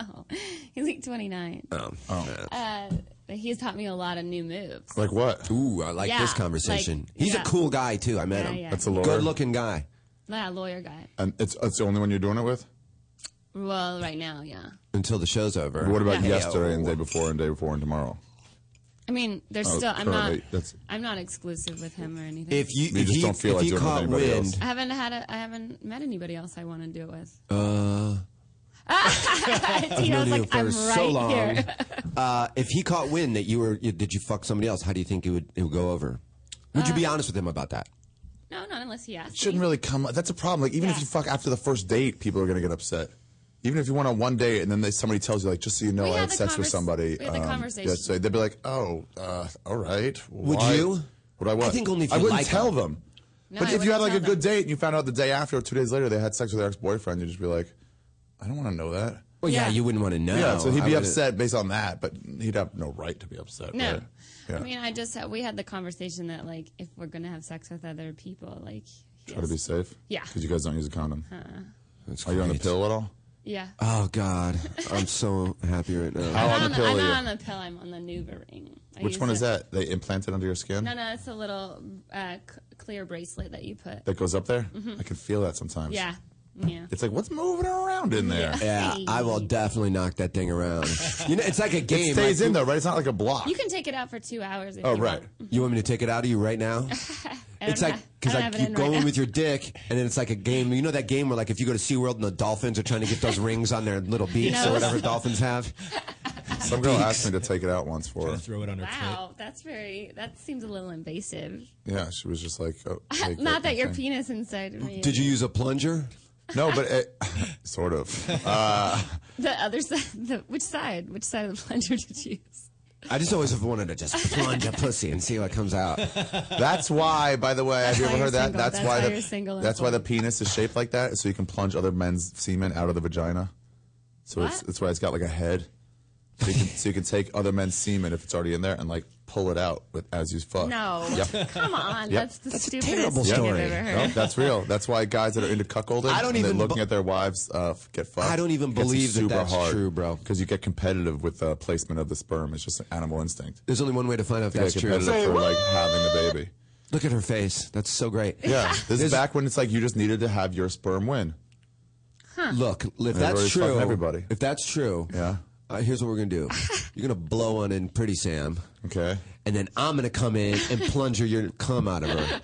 he's like 29.
Oh.
Um,
Uh, but he's taught me a lot of new moves.
Like what?
Ooh, I like
Yeah,
this conversation.
like-
He's
yeah.
a cool guy too. I met
Yeah,
him.
yeah. That's
a lawyer?
Good looking guy.
Yeah, lawyer guy.
And it's it's the only one you're doing it with.
Well, right now, yeah.
Until the show's over.
What about
Yeah.
yesterday and the day before and day before and tomorrow?
I mean, there's
Oh,
still. I'm not.
currently, that's-
I'm not exclusive with him or anything.
If you,
You
if
just
he,
don't feel
if
like
he
doing it with
caught
anybody else.
wind,
I haven't had. A, I haven't met anybody else I want to do it with.
uh, I've
Tito's
known you
like,
for
I'm
so
right
long.
here.
uh, if he caught wind that you were, you, did you fuck somebody else? How do you think it would it would go over? Would you be honest with him about that?
No, not unless he asks.
Uh, shouldn't really come. That's a problem. Like even if you fuck after the first date, people are gonna get upset. Even if you went on one date and then they, somebody tells you like, just so you know,
We
I
had
had
the
sex with
convers-
somebody.
we had the conversation.
yeah, so they'd be like, oh, uh, all right.
Would
why-
you?
Would I what?
I think only if
I
you
wouldn't
like
tell
them.
them.
No,
but
I
if you had
wouldn't
like
tell
a good date and you found out the day after or two days later they had sex with their ex-boyfriend, you'd just be like, I don't want to know that.
Well, yeah,
Yeah.
you wouldn't want to know.
yeah, so he'd
I
be
wouldn't-
upset based on that, but he'd have no right to be upset.
No.
right? Yeah.
I mean, I just had, we had the conversation that like if we're gonna have sex with other people, like he
Try to
has-
be safe.
Yeah.
Because you guys don't use a condom.
Uh,
That's
Are you on the
great.
pill at all?
yeah.
Oh God, I'm so happy right now.
How on
I'm
the
not
pill
I'm
are you?
not on the pill. I'm on the Nuva ring. I
Which
use
one is
the-
that? They implant it under your skin?
No, no, it's a little uh, c- clear bracelet that you put.
That goes up there? I can feel that sometimes.
Mm-hmm. Yeah, Yeah.
It's like what's moving around in there?
Yeah, I will definitely knock that thing around. You know, it's like a game.
It stays
like-
in though, right? It's not like a block.
You can take it out for two hours. If
Oh,
you
right.
Want.
You want me to take it out of you right now?
I don't
It's like
ha-
because
don't
I
have it
keep
in right
going
now.
with your dick, and then it's like a game. You know that game where like if you go to SeaWorld and the dolphins are trying to get those rings on their little beaks
No.
or whatever dolphins have.
Some girl asked me to take it out once for her.
Throw it on her.
Wow, that's very. That seems a little invasive.
Yeah, she was just like, oh, take
Not
it,
that your Oh,
thing.
penis inside of me.
you use a plunger?
No, but it, sort of. Uh,
The other side. The, which side? Which side of the plunger did you use?
I just always have wanted to just plunge a pussy and see what comes out.
That's why, by the way, have you
why
ever
you're
heard that?
single.
That's,
That's
why
why
the
you're single and
that's why the
full.
penis is shaped like that, so you can plunge other men's semen out of the vagina. So it's,
What?
that's why it's got like a head. So you, can, so you can take other men's semen if it's already in there and like pull it out with, as you fuck.
No.
Yep.
Come on.
Yep.
That's the stupidest thing I've ever
No,
heard.
that's real. That's why guys that are into cuckolding
I don't
and they're
even
looking
bu-
at their wives uh, f- get fucked.
I don't even
gets
believe that
super
that's
hard
true, bro.
Because you get competitive with the placement of the sperm. It's just an animal instinct.
There's only one way to find out if
To
that's
get
true.
competitive for like having the baby.
Look at her face. That's so great.
Yeah, this
There's-
is back when it's like you just needed to have your sperm win.
Look, if
Everybody's
that's true,
fucking everybody.
If that's true, yeah. here's what we're gonna do. You're gonna blow on in Pretty Sam.
Okay.
And then I'm gonna come in and plunger your cum out of her.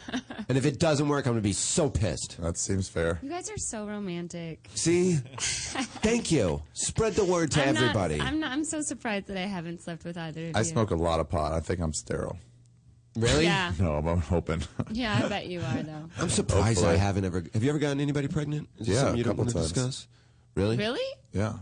And if it doesn't work, I'm gonna be so pissed.
That seems fair.
You guys are so romantic.
See? Thank you. Spread the word to
I'm not-
everybody.
I'm not. I'm so surprised that I haven't slept with either of
I
you.
smoke a lot of pot. I think I'm sterile.
Really?
Yeah.
No, I'm, I'm hoping.
Yeah, I bet you are though.
I'm surprised
Hopefully.
I haven't ever. Have you ever gotten anybody pregnant? Is this
Yeah,
something
a
you don't
couple
want to
times.
discuss? Really?
Really?
Yeah.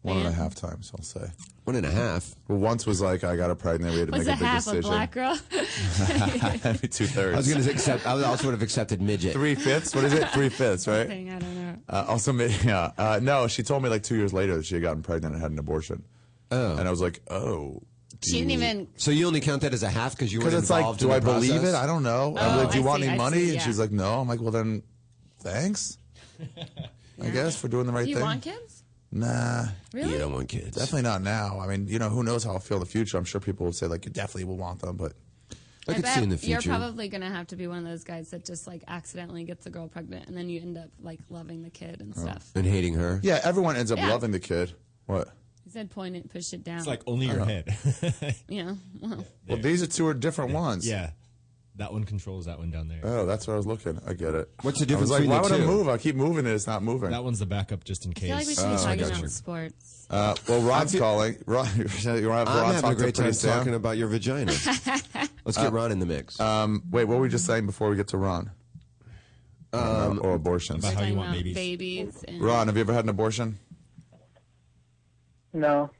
One and a
Man.
half times, I'll say.
One and a half.
Well, once was like I got her pregnant. We had to
Was a
make a big
half a
decision.
black girl?
Maybe two thirds.
I was gonna accept. I also would have accepted midget.
Three fifths. What is it? Three fifths, right?
Thing, I don't know.
Uh, also, mid- yeah. Uh, no, she told me like two years later that she had gotten pregnant and had an abortion. Oh. And I was like, oh.
She didn't even.
So you only count that as a half because you were
Because
involved
it's like, do
in the
I believe
process?
it? I don't know. I'm
Oh,
like, do you
I
want
see,
any
I
money?
see,
And
yeah.
she's like, no. I'm like, well then, thanks. I guess for doing the right
Do you
thing.
want kids?
Nah,
Really?
You don't want kids.
definitely not now. I mean, you know, who knows how I'll feel in the future? I'm sure people will say like, you definitely will want them, but
I could
bet
see in the
You're
future.
probably gonna have to be one of those guys that just like accidentally gets a girl pregnant, and then you end up like loving the kid and stuff.
Oh. and hating her.
yeah, everyone ends up
Yeah.
loving the kid. What?
He said, point it, push it down.
It's like only your head.
yeah. Well,
Well, these are two different ones.
yeah. That one controls that one down there.
Oh, that's what I was looking. I get it.
What's the
I
difference
was like,
between
why
the
would I
two?
move? I keep moving it. It's not moving. Oh,
That one's the backup just in
I
case.
feel like we should
Ah,
be talking about sports.
Uh, well, Ron's calling. Ron, Ron,
I'm
Ron
having a
talked to
great time
Pretty Sam.
talking about your vagina. Let's get Ron in the mix.
Um, wait, what were we just saying before we get to Ron? Um, or abortions.
About how you
Talking
want
about
babies.
babies and
Ron, have you ever had an abortion?
No.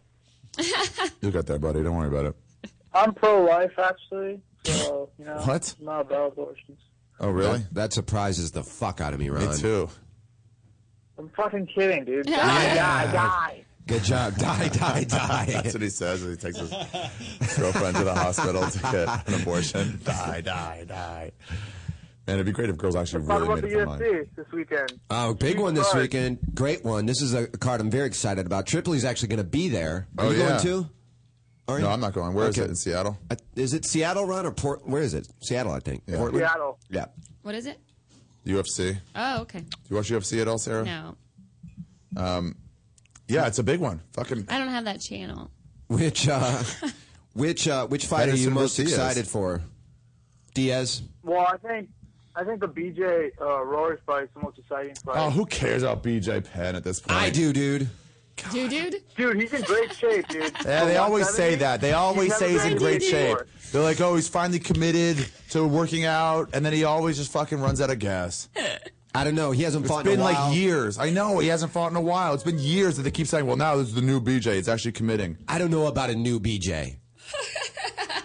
You got that, buddy. Don't worry about it.
I'm pro life, actually. So, you know.
What?
I'm not about abortions.
Oh, really?
That, that surprises the fuck out of me, Ron.
Me too.
I'm fucking kidding, dude. Die, die, die.
Good
Uh,
job. Die, die, die.
That's what he says when he takes his girlfriend to the hospital to get an abortion. Die, die, die. Man, it'd be great if girls actually
What
really
about
made
the
up their mind.
UFC this weekend?
Oh, big one this weekend. Great one. This is a card I'm very excited about. Tripoli's actually going to be there. Are
Oh,
you
yeah.
going too? Are
No,
you?
I'm not going. Where is
Okay.
it? In Seattle?
I- Is it Seattle, Ron, or Port? Where is it? Seattle, I think.
Yeah.
Portland?
Seattle.
Yeah.
what is it?
UFC. Do
Oh, okay.
you watch UFC at all, Sarah? Um,
No,
Yeah, it's a big one. Fucking.
I don't have that channel.
Which, uh, which, uh, which fight are you
Henderson
most
versus Diaz.
excited for? Diaz?
Well, I think I think the BJ uh, Royce fight is the most exciting fight.
Oh, who cares about BJ Penn at this point?
I do, dude.
Dude, dude.
Dude, he's in great shape, dude.
Yeah, they always say that. They always
never
say he's in
been
great
to
shape.
New
They're like, oh, he's finally committed to working out, and then he always just fucking runs out of gas.
I don't know. He hasn't
It's
fought
been
in a while.
like years. I know he hasn't fought in a while. It's been years that they keep saying, well, now this is the new BJ. It's actually committing.
I don't know about a new BJ.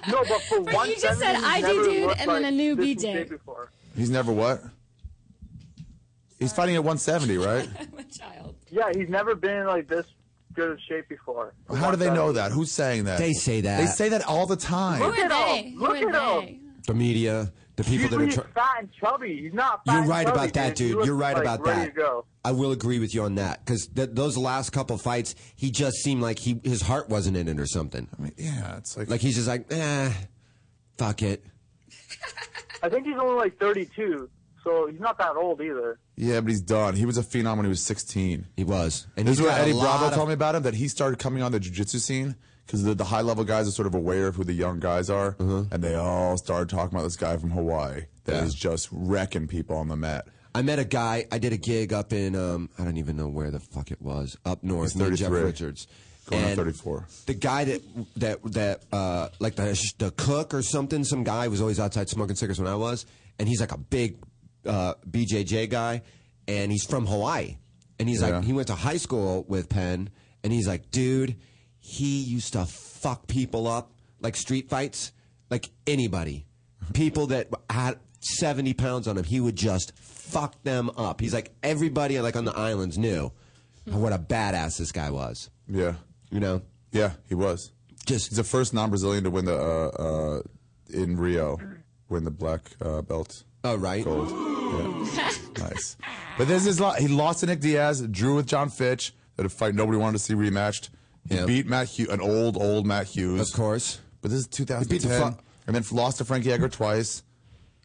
No, but for one
you just said I do, dude, and then a new BJ.
Before.
He's never what? He's fighting at 170, right?
I'm a child.
Yeah, he's never been in like this good of shape before.
How do they know that? Who's saying that?
They say that.
They say that all the
Who
time.
are
at
they?
him.
Who
Look
are
at
they?
The media, the people that
Usually
are.
he's
Tr-
fat and chubby. He's not. Fat
You're
and
right
chubby,
about that,
He
dude.
looks,
You're right
like,
about
ready
that.
To go.
I will agree with you on that because th- those last couple fights, he just seemed like he his heart wasn't in it or something.
I mean, yeah, it's like,
Like he's just like, eh, fuck it.
I think he's only like 32, so he's not that old either.
Yeah, but he's done. He was a phenom when he was 16.
He was. And
And
he's
this is what
got a
Eddie Bravo
lot of-
told me about him that he started coming on the jiu-jitsu scene because the, the high-level guys are sort of aware of who the young guys are,
Uh-huh.
and they all started talking about this guy from Hawaii that is just wrecking people on the mat.
I met a guy. I did a gig up in um, I don't even know where the fuck it was up north.
He's
near Jeff
33.
Richards.
Going on
And
34.
The guy that that that uh, like the sh- the cook or something. Some guy was always outside smoking cigarettes when I was, and he's like a big uh, BJJ guy, and he's from Hawaii, and he's
Yeah.
like he went to high school with Penn, and he's like, dude, he used to fuck people up like street fights, like anybody, people that had. 70 pounds on him, he would just fuck them up. He's like, everybody like on the islands knew what a badass this guy was.
Yeah.
You know?
Yeah, he was.
Just
He's the first non-Brazilian to win the uh, uh, in Rio, win the black uh, belt.
Oh right.
Gold. Yeah. nice. But this is lo- he lost to Nick Diaz, drew with John Fitch, that a fight nobody wanted to see rematched. He
Yeah.
beat Matt Hughes, an old old Matt Hughes, of
course.
But this is
He beat the
2010,
fu-
and then lost to Frankie Edgar twice.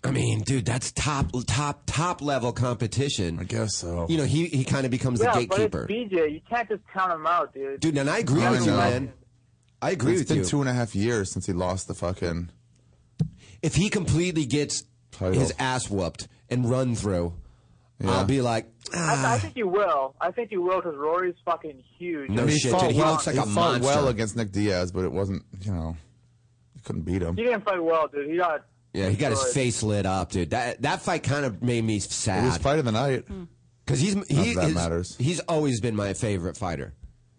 I mean, dude, that's top, top, top level competition. I
guess so.
You know, he he kind of becomes
yeah,
the gatekeeper.
but it's BJ. You can't just count him out, dude.
Dude, and I agree
I
with you,
know.
man. I agree
it's
with
been
you.
two and a half years since he lost the fucking.
If he completely gets
Title.
his ass whooped and run through, I'll be like,
I,
Ah.
I think you will. I think you will because Rory's fucking huge.
I mean, he fought well- he fought well
You
against Nick Diaz, but it wasn't. You know, he couldn't beat him.
didn't fight well, dude. He got.
yeah, he got his
destroyed.
face lit up, dude. That that fight kind of made me sad.
It was fight of the night.
Hmm.
Because he's
Not
he,
that
his-
matters.
He's always been my favorite fighter.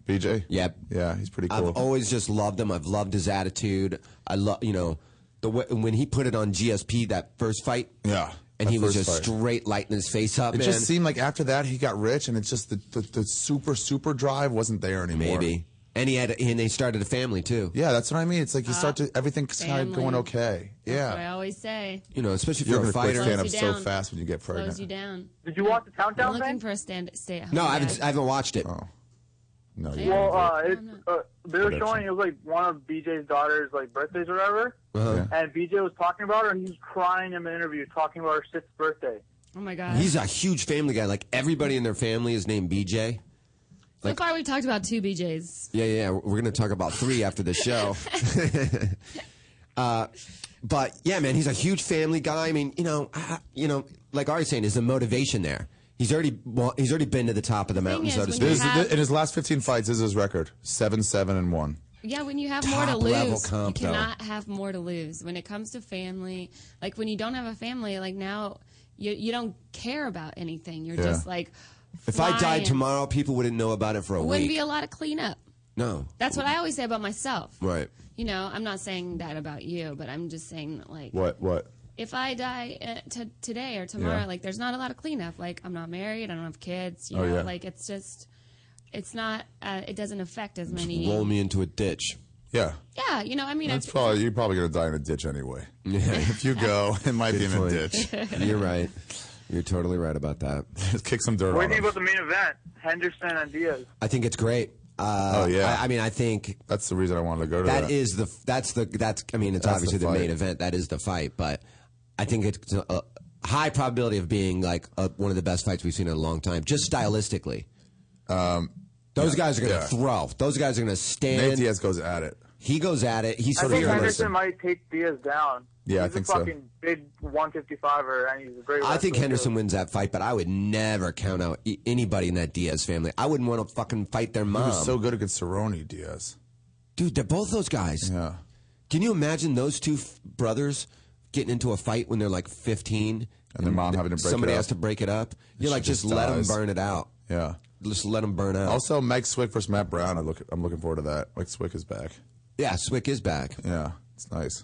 BJ.
Yep.
Yeah, he's pretty cool.
I've always just loved him. I've loved his attitude. I love you know the way, when he put it on GSP that first fight.
Yeah,
and
that
he was
first
just
fight.
straight lighting his face up.
It
man.
just seemed like after that he got rich, and it's just the, the, the super super drive wasn't there anymore.
maybe. And he had and they started a family too.
Yeah, that's what I mean. It's like you start to everything started
Uh, family.
going okay.
That's what
Yeah,
I always say.
you know, especially if
You're
you're, a
gonna quit
fighter.
stand
Slows
up
you
so
down.
fast when you get pregnant.
Slows you down.
Did you watch the countdown
I'm looking
thing?
for a stand, stay at home.
No, I
dad.
haven't. I haven't watched it.
Oh. No,
you
Well, uh, it's, uh, they were
Production.
showing it was like one of BJ's daughter's like birthdays or whatever,
Uh-huh.
and BJ was talking about her, and he was crying in an interview talking about her sixth birthday.
Oh my god.
He's a huge family guy. Like everybody in their family is named BJ.
so far we've talked about two BJs.
Yeah, yeah. We're gonna talk about three after the show. uh, but yeah, man, he's a huge family guy. I mean, you know, I, you know, like Ari's saying, is the motivation there? He's already wa- he's already been to the top of the mountain,
is,
so to
when
speak.
you
This is-
have-
in his last 15 fights, this is his record: seven, seven, and one.
Yeah, when you have more to
Top level
lose,
comp,
you
though.
cannot have more to lose. When it comes to family, like when you don't have a family, like now you you don't care about anything. You're
Yeah.
just like
If I
flying.
died tomorrow, people wouldn't know about it for a
wouldn't
week.
be a lot of cleanup.
no,
That's what I always say about myself.
right?
You know, I'm not saying that about you, but I'm just saying that, like
What? What?
if I die uh, t- today or tomorrow,
Yeah.
like there's not a lot of cleanup. Like I'm not married, I don't have kids. You
Oh,
know,
yeah.
like it's just, it's not, uh, it doesn't affect as
Just
many.
roll me into a ditch.
Yeah,
Yeah, you know, I mean,
that's
I've-
probably you're probably gonna die in a ditch anyway.
Yeah.
if you go, it might be in
Good
a ditch.
point. You're right. You're totally right about that.
Kick some dirt
What do you
on
think
him.
about the main event? Henderson and Diaz.
I think it's great. Uh,
Oh yeah.
I, I mean, I think
that's the reason I wanted to go to that.
that is the that's the that's. I mean, it's
That's
obviously
the
the, main
fight.
event. That is the fight, but I think it's a, a high probability of being like a, one of the best fights we've seen in a long time, just stylistically.
Um,
Those
yeah,
guys are going to
yeah.
throw. Those guys are going to stand.
Nate Diaz goes at it.
He goes at it. He's
I think
fearless.
Henderson might take Diaz down.
Yeah, I
he's
think
a
so.
fucking big 155er, and he's a great.
I think
wrestler,
Henderson
too.
wins that fight, but I would never count out e- anybody in that Diaz family. I wouldn't want to fucking fight their
He
mom.
was so good against Cerrone, Diaz.
Dude, they're both those guys.
Yeah.
Can you imagine those two f- brothers getting into a fight when they're like 15?
And their mom having to break
Somebody
it up?
has to break it up. You're
She
like, just,
just
let 'em let
dies.
them burn it out.
Yeah.
Just let them burn out.
Also, Mike Swick versus Matt Brown. I look, I'm looking forward to that. Mike Swick is back.
yeah, Swick is back.
Yeah, it's nice.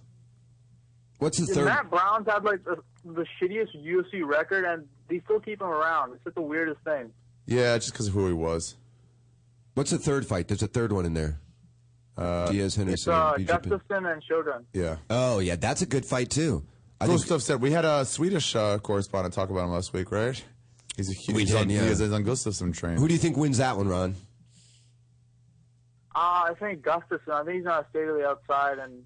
What's the
Dude,
third?
Matt Brown's had like the, the shittiest UFC record, and they still keep him around. It's just the weirdest thing.
Yeah, just because of who he was.
What's the third fight? There's a third one in there.
Uh,
Diaz
It's
Henderson.
uh,
and BJP.
Gustafsson and Shogun.
Yeah.
Oh yeah, that's a good fight too. I
Cool
think
stuff said. We had a Swedish uh, correspondent talk about him last week, right? He's a huge.
We
he's
did,
on,
yeah.
he's on Gustafsson train.
Who do you think wins that one, Ron?
Uh, I think Gustafsson. I think he's gonna stay to the outside and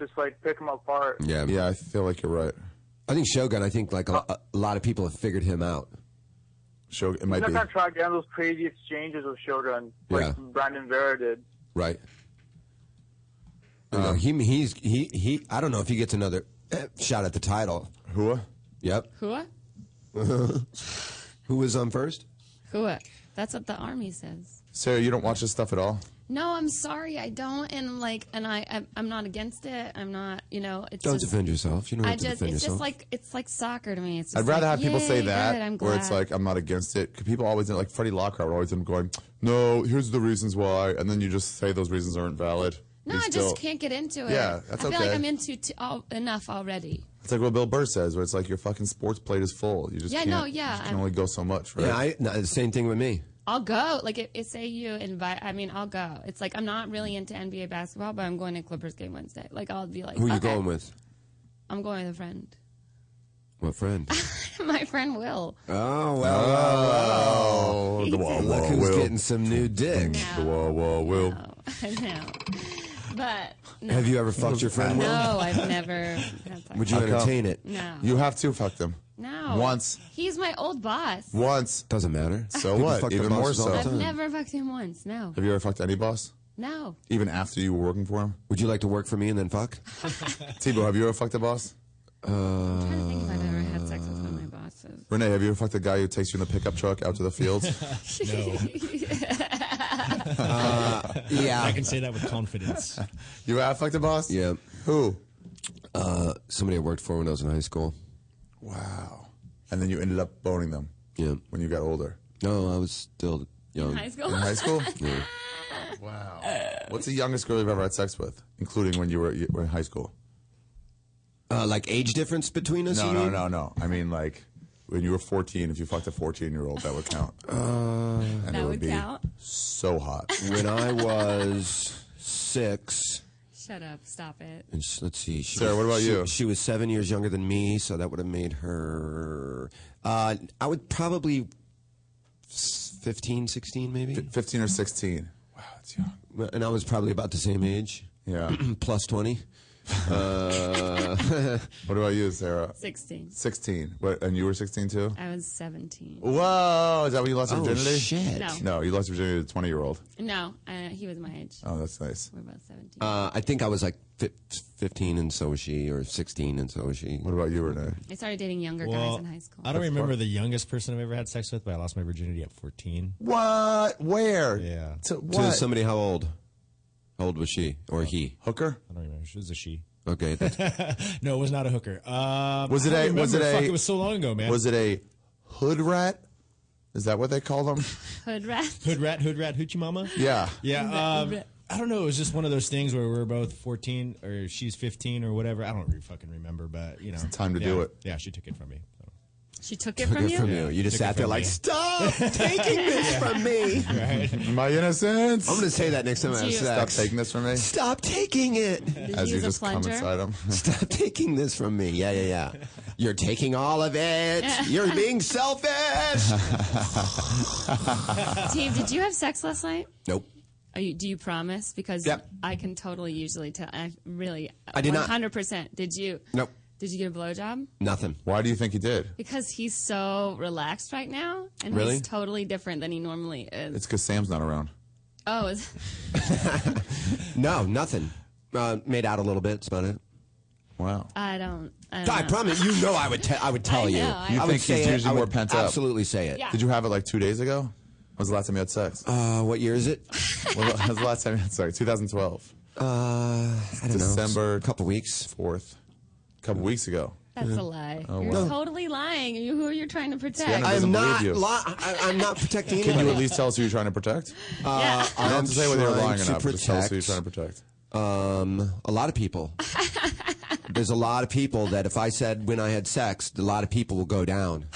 just like pick him apart.
Yeah.
Yeah, I feel like you're right.
I think Shogun. I think like a, a lot of people have figured him out.
Show it
He's
might
not
be
gonna track down those crazy exchanges with Shogun
Yeah.
like Brandon Vera did.
Right.
Um,
no, he he's he he. I don't know if he gets another eh, shot at the title.
Whoa.
Yep.
Hua?
Who was on first?
Hua. uh, That's what the army says.
Sarah, you don't watch this stuff at all.
No, I'm sorry, I don't. And like, and I, I'm, I'm not against it. I'm not, you know. It's
Don't
just-
defend yourself. You don't
I
have to
just,
defend
it's
yourself.
just like it's like soccer to me. It's just
I'd rather
like,
have people say
yay, good, I'm
that,
glad.
where it's like I'm not against it. 'Cause People always like Freddie Lockhart would always end up going, "No, here's the reasons why," and then you just say those reasons aren't valid.
no,
You
I
still-
just can't get into it.
Yeah, that's
I feel like
okay.
I'm into t- all, enough already.
It's like what Bill Burr says, where it's like your fucking sports plate is full. You just
Yeah,
can't,
no, yeah,
you can
I'm-
only go so much, right?
Yeah, I, no, same thing with me.
I'll go. Like, if, if say you invite, I mean, I'll go. It's like I'm not really into NBA basketball, but I'm going to Clippers game Wednesday. Like, I'll be like,
Who you
okay,
going with?
I'm going with a friend.
What friend?
My friend Will.
Oh well.
well, well.
The
whoa,
Look
whoa,
who's
Will.
getting some new dick.
Whoa, whoa, Will.
no, but no.
Have you ever fucked your friend? Will?
No, Oh, I've never. had sex.
Would you entertain it?
No.
You have to fuck them.
No.
Once.
He's my old boss.
Once.
Doesn't matter.
So
People fuck
what?
their
Even more
bosses all
so.
the
I've never fucked him once. No.
Have you ever fucked any boss?
No.
Oh. Even after you were working for him?
Would you like to work for me and then fuck? Uh,
Tebow, have you ever fucked a boss?
I think I've ever had sex with one of my bosses.
Renee, have you ever fucked the guy who takes you in the pickup truck out to the fields?
yeah.
I can say that with confidence.
you have fucked a boss?
Yeah.
Who?
Uh, somebody I worked for when I was in high school.
Wow. And then you ended up boning them.
Yeah.
When you got older.
No, I was still young.
high school?
In high school?
Yeah.
Wow. What's the youngest girl you've ever had sex with, including when you were, you were in high school?
Uh, like age difference between us?
No,
you
no,
mean?
no, no. I mean, like, when you were 14, if you fucked a 14 year old, that would count.
Uh,
And it
That
would,
would
be
count.
so hot.
when I was six,
Shut up. Stop it.
and sh- let's see, she
Sarah,
was,
what about
she-
you?
She was seven years younger than me, so that would have made her. Uh, I would probably s- 15, 16 maybe,
15 or 16. Wow, that's young.
and I was probably about the same age,
Yeah.
plus twenty. Uh,
What about you, Sarah?
16.
16. What, and you were 16 too?
I was 17.
Whoa, is that when you lost your
Oh,
virginity?
shit.
No.
No, you lost your virginity to a 20 year old.
No, uh, he was my age.
Oh, that's nice.
We're both 17.
uh, I think I was like fif- fifteen, and so was she, or sixteen, and so was she.
What about you, Renee?
I started dating younger guys
Well,
in high school.
I don't remember the youngest person I've ever had sex with, but I lost my virginity at 14.
What? Where?
Yeah.
To
To
what?
somebody, how old? How old was she or he?
Hooker?
I don't remember. She was a she.
Okay, that's-
No, it was not a hooker. Um,
Was it
I don't
a- was
remember.
it
Fuck,
a-
It was so long ago, man.
Was it a hood rat? Is that what they call them?
Hood rat.
hood rat, hood rat, hoochie mama?
yeah.
Yeah. Um, I don't know. It was just one of those things where we are both 14 or she's 15 or whatever. I don't really fucking remember, but you know, it's
time to do it.
Yeah, she took it from me. so.
She took it from you?
from you. You just
Took
sat
it
there
from
like,
me.
stop taking this from me.
My innocence.
I'm gonna say that next time I have
you-
Stop
sex.
taking this from me.
Stop taking it.
Did
As
you
you
use
just
a plunger?
come inside them.
Stop taking this from me. Yeah, yeah, yeah. You're taking all of it. You're being selfish.
Steve, did you have sex last night?
Nope.
Are you, do you promise? Because
Yep.
I can totally usually tell. I really.
I did not.
100%. Did you?
Nope.
Did you get a blowjob?
Nothing.
Why do you think he did?
Because he's so relaxed right now, and
Really?
he's totally different than he normally is.
It's because Sam's not around.
oh, is,
No, nothing. Uh, made out a little bit. That's about it.
Wow.
I don't. I, don't
I
know.
promise. You know, I would. Te- I would tell
I
you.
know, I- You
I would
think
say
he's
it.
usually
I
more
would
pent up?
absolutely say it.
Yeah.
Did you have it like two days ago? When was the last time you had sex?
Uh, what year is it?
when was the last time you had sex? 2012.
Uh, I don't
December.
know. A couple weeks.
4th. A couple weeks ago.
That's a lie. You're
wow.
totally lying. You, who are you trying to protect?
Sienna-
I
doesn't
am not.
believe you.
Li- I, I'm not protecting
Can you at
anybody.
least tell us who you're trying to protect?
yeah.
I don't
uh, I'm
have to say whether you're
trying
lying or
to
not. but Just tell us who you're
protect-
trying to protect.
Um, a lot of people. There's a lot of people that if I said when I had sex, a lot of people will go down.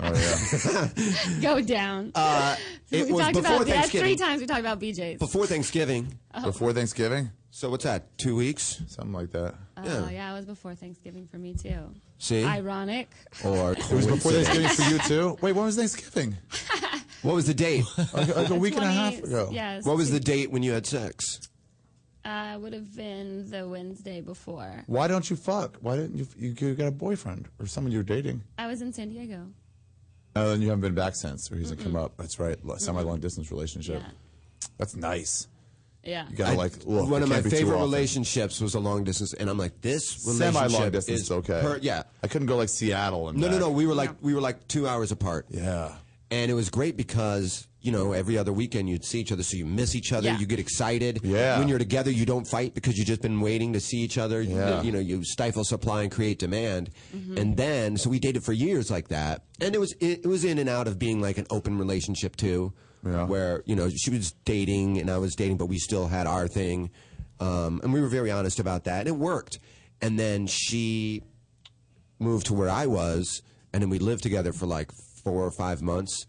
Oh, yeah.
Go down.
Uh, It
we
was
talked
before
about that's three
Thanksgiving.
times we talked about BJ's.
Before Thanksgiving.
Uh-huh. Before Thanksgiving?
So what's that? Two weeks?
Something like that.
Oh yeah, it was before Thanksgiving for me too.
See?
Ironic.
Or
It was before Thanksgiving for you, too? Oh, Wait, when was Thanksgiving?
What was the date?
Like, like a week and a half
20s,
ago.
Yes.
What was the date when you had sex?
Uh, would have been the Wednesday before.
Why don't you fuck? Why didn't you? You, you got a boyfriend or someone you're dating.
I was in San Diego.
Oh, and you haven't been back since, or he's gonna come up. That's right, semi long distance relationship. That's nice.
Yeah.
You gotta like look.
one
it
of my
can't be too
favorite
often.
relationships was a long distance, and I'm like, this
Semi
relationship
long distance
is
is okay.
per- yeah,
I couldn't go like Seattle and
no, no,
back.
no. We were like we were like two hours apart.
Yeah.
And it was great because you know every other weekend you'd see each other, so you miss each other.
Yeah.
You get excited.
Yeah.
When you're together, you don't fight because you've just been waiting to see each other. You-
Yeah.
You, know, you stifle supply and create demand.
Mhm.
And then, so we dated for years like that, and it was it, it was in and out of being like an open relationship too, where you know she was dating and I was dating, but we still had our thing, um, and we were very honest about that, and it worked. And then she moved to where I was, and then we lived together for like four or five months,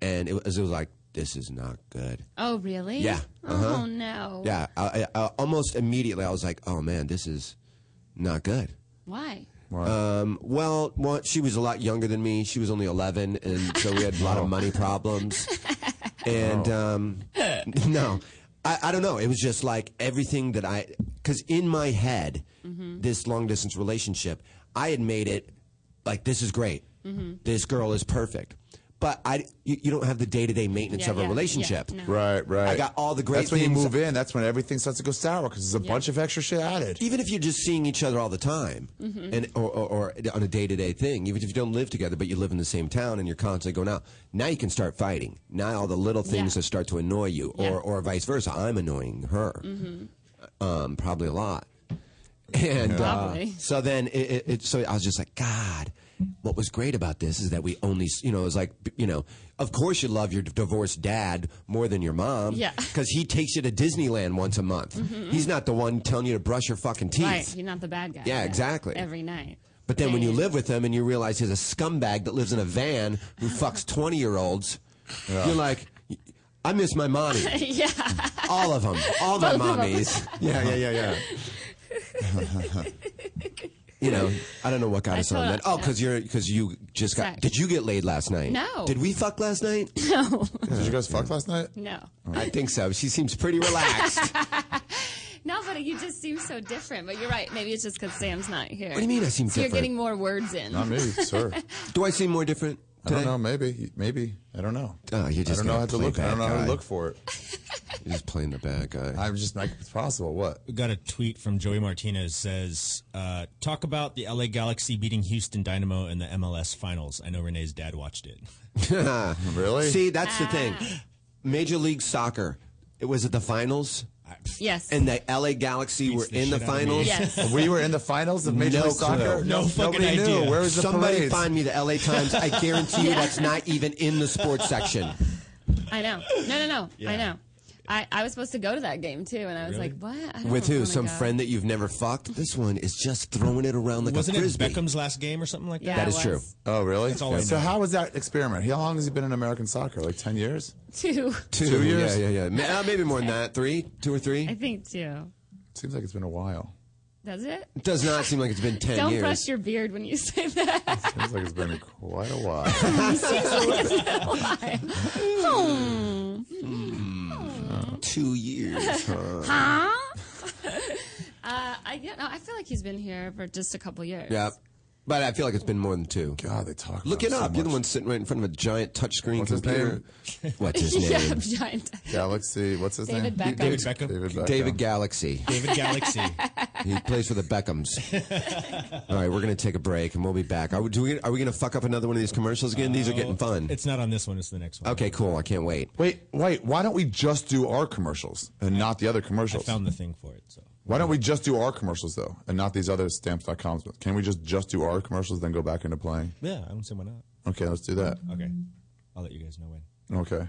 and it was, it was like this is not good.
Oh, really?
Yeah. Uh-huh.
Oh no.
Yeah, I, I, I, almost immediately I was like, oh man, this is not good.
Why?
Um, well, well, she was a lot younger than me. She was only eleven, and so we had a lot
Oh.
of money problems. And um, no, I, I don't know. It was just like everything that I, because in my head,
Mm-hmm.
this long distance relationship, I had made it like this is great.
Mm-hmm.
Mm-hmm.
Mhm.
This girl is perfect. But I, you, you don't have the day to day maintenance
Yeah,
of a
yeah, yeah,
relationship.
no. Right, right.
I got all the great.
That's when you
things.
move in. That's when everything starts to go sour because there's a bunch of extra shit added.
Even if you're just seeing each other all the time,
Mm-hmm.
Mhm.
and or, or, or on a day to day thing, even if you don't live together, but you live in the same town and you're constantly going out, now you can start fighting. Now all the little things
Yeah.
that start to annoy you,
Yeah.
or or vice versa. I'm annoying her,
Mm-hmm.
um, probably a lot, and uh,
Probably.
so then it, it, it so I was just like, God, what was great about this is that we only s- you know it was like you know of course you love your d- divorced dad more than your mom,
Yeah.
because he takes you to Disneyland once a month.
Mhm.
He's not the one telling you to brush your fucking teeth.
Right. You're not the bad guy.
Yeah, exactly.
Every night.
But then when you live with him and you realize he's a scumbag that lives in a van who fucks 20 year olds, you're like, I miss my mommy.
yeah.
All of them. Um, All my
Both of 'em.
mommies. Yeah, yeah, yeah, yeah. you know, I don't know what got
I
us on
totally-
that. Oh, because you're because you just got.
Sorry.
Did you get laid last night?
No.
Did we fuck last night?
No.
Did you guys fuck last
night?
No.
I think so. She seems pretty relaxed.
No, but you just seem so different. But you're right. Maybe it's just because Sam's not here.
What do you mean I seem
so You're
different?
getting more words in.
Not me, sir.
Do I seem more different?
I don't know. Maybe, maybe. I don't know.
Oh, you're just
I don't know
gonna
how to
play
look. I don't know
bad
how
guy.
to look for it.
You're just playing the bad guy.
I'm just like it's possible. What?
We got a tweet from Joey Martinez says, uh, "Talk about the LA Galaxy beating Houston Dynamo in the MLS Finals. I know Renee's dad watched it.
really? See, that's the thing.
Ah.
Major League Soccer. It was at the finals.
Yes.
And the LA Galaxy were
the
in the
shit out of me.
finals.
Yes. We were in the finals of Major
no
League Soccer?
clue.
No No fucking nobody knew. idea. Where was the
Somebody
parades?
find me the LA Times. I guarantee you
Yeah.
that's not even in the sports section.
I know. No, no, no.
Yeah.
I know. I, I was supposed to go to that game too, and I was
Really?
like, "What?" I don't Oh
With who?
wanna
Some
go.
friend that you've never fucked? This one is just throwing it around like
Wasn't
a
it
frisbee.
Beckham's last game or something like that?
Yeah, That it is was. true.
Oh, really?
That's all I
so
know.
how was that experiment? How long has he been in American soccer? Like ten years?
Two.
Two, years?
Yeah, yeah, yeah. Ma- uh, Maybe more than that. Three? Two or three?
I think two.
Seems like it's been a while.
Does it?
It does not seem like it's been 10
Don't
years.
brush your beard when you say that.
Seems like it's been quite a
Uh,
while.
Seems like it's been a while. Hmm.
Two years, huh?
Huh? uh, I don't know. I feel like he's been here for just a couple years.
Yeah. But I feel like it's been more than two. God, they talk. Look it
about it so
up. You're the one sitting right in front of a giant touchscreen
What's his
computer. What's his name?
yeah, giant.
Galaxy. What's his
David
name?
Beckham. David
Beckham. David Beckham.
David Galaxy.
David Galaxy.
he plays for the Beckhams. All right, we're gonna take a break and we'll be back. Are we, do we, are we gonna fuck up another one of these commercials again? These are getting fun.
It's not on this one. It's the next one.
Okay, cool. Oh, I can't wait.
Wait, wait. Why don't we just do our commercials and not the other commercials?
Found the thing for it. So.
Why don't we just do our commercials though, and not these other stamps.coms? Can we just just do our commercials, then go back into playing?
Yeah, I don't see why not.
Okay, let's do that.
Okay, I'll let you guys know when.
Okay.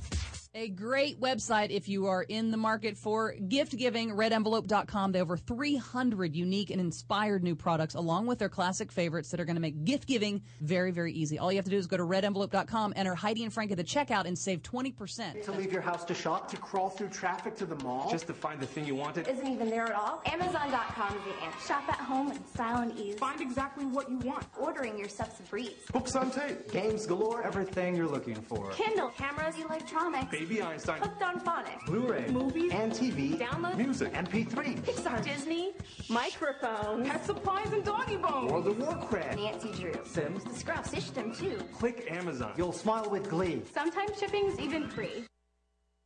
a great website if you are in the market for gift giving redenvelope.com they have over 300 unique and inspired new products along with their classic favorites that are going to make gift giving very very easy all you have to do is go to redenvelope.com enter heidi and frank at the checkout and save 20%
To leave your house to shop, to crawl through traffic to the mall. Just to find the thing you wanted.
Isn't even there at all. Amazon.com is the answer. Shop at home in style and ease. Find exactly what you want. Ordering your stuff's a breeze.
Books on tape. Games galore. Everything you're looking for.
Kindle, cameras, electronics.
Baby Einstein.
Hooked on phonics.
Blu-ray. Movies. And TV.
Download.
Music. MP3.
Pixar. Disney. Microphones. Pet supplies and doggy bones.
World of Warcraft.
Nancy Drew.
Sims.
The Scruff System too.
Click Amazon. You'll smile with glee.
Sometimes shipping's even free.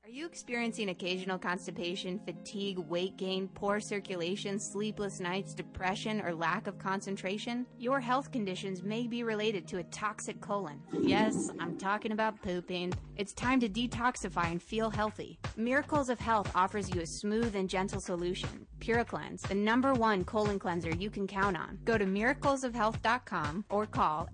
Are you experiencing occasional constipation, fatigue, weight gain, poor circulation, sleepless nights, depression, or lack of concentration? Your health conditions may be related to a toxic colon. Yes, I'm talking about pooping. It's time to detoxify and feel healthy. Miracles of Health offers you a smooth and gentle solution. PuraCleanse, the number one colon cleanser you can count on. Go to miraclesofhealth.com or call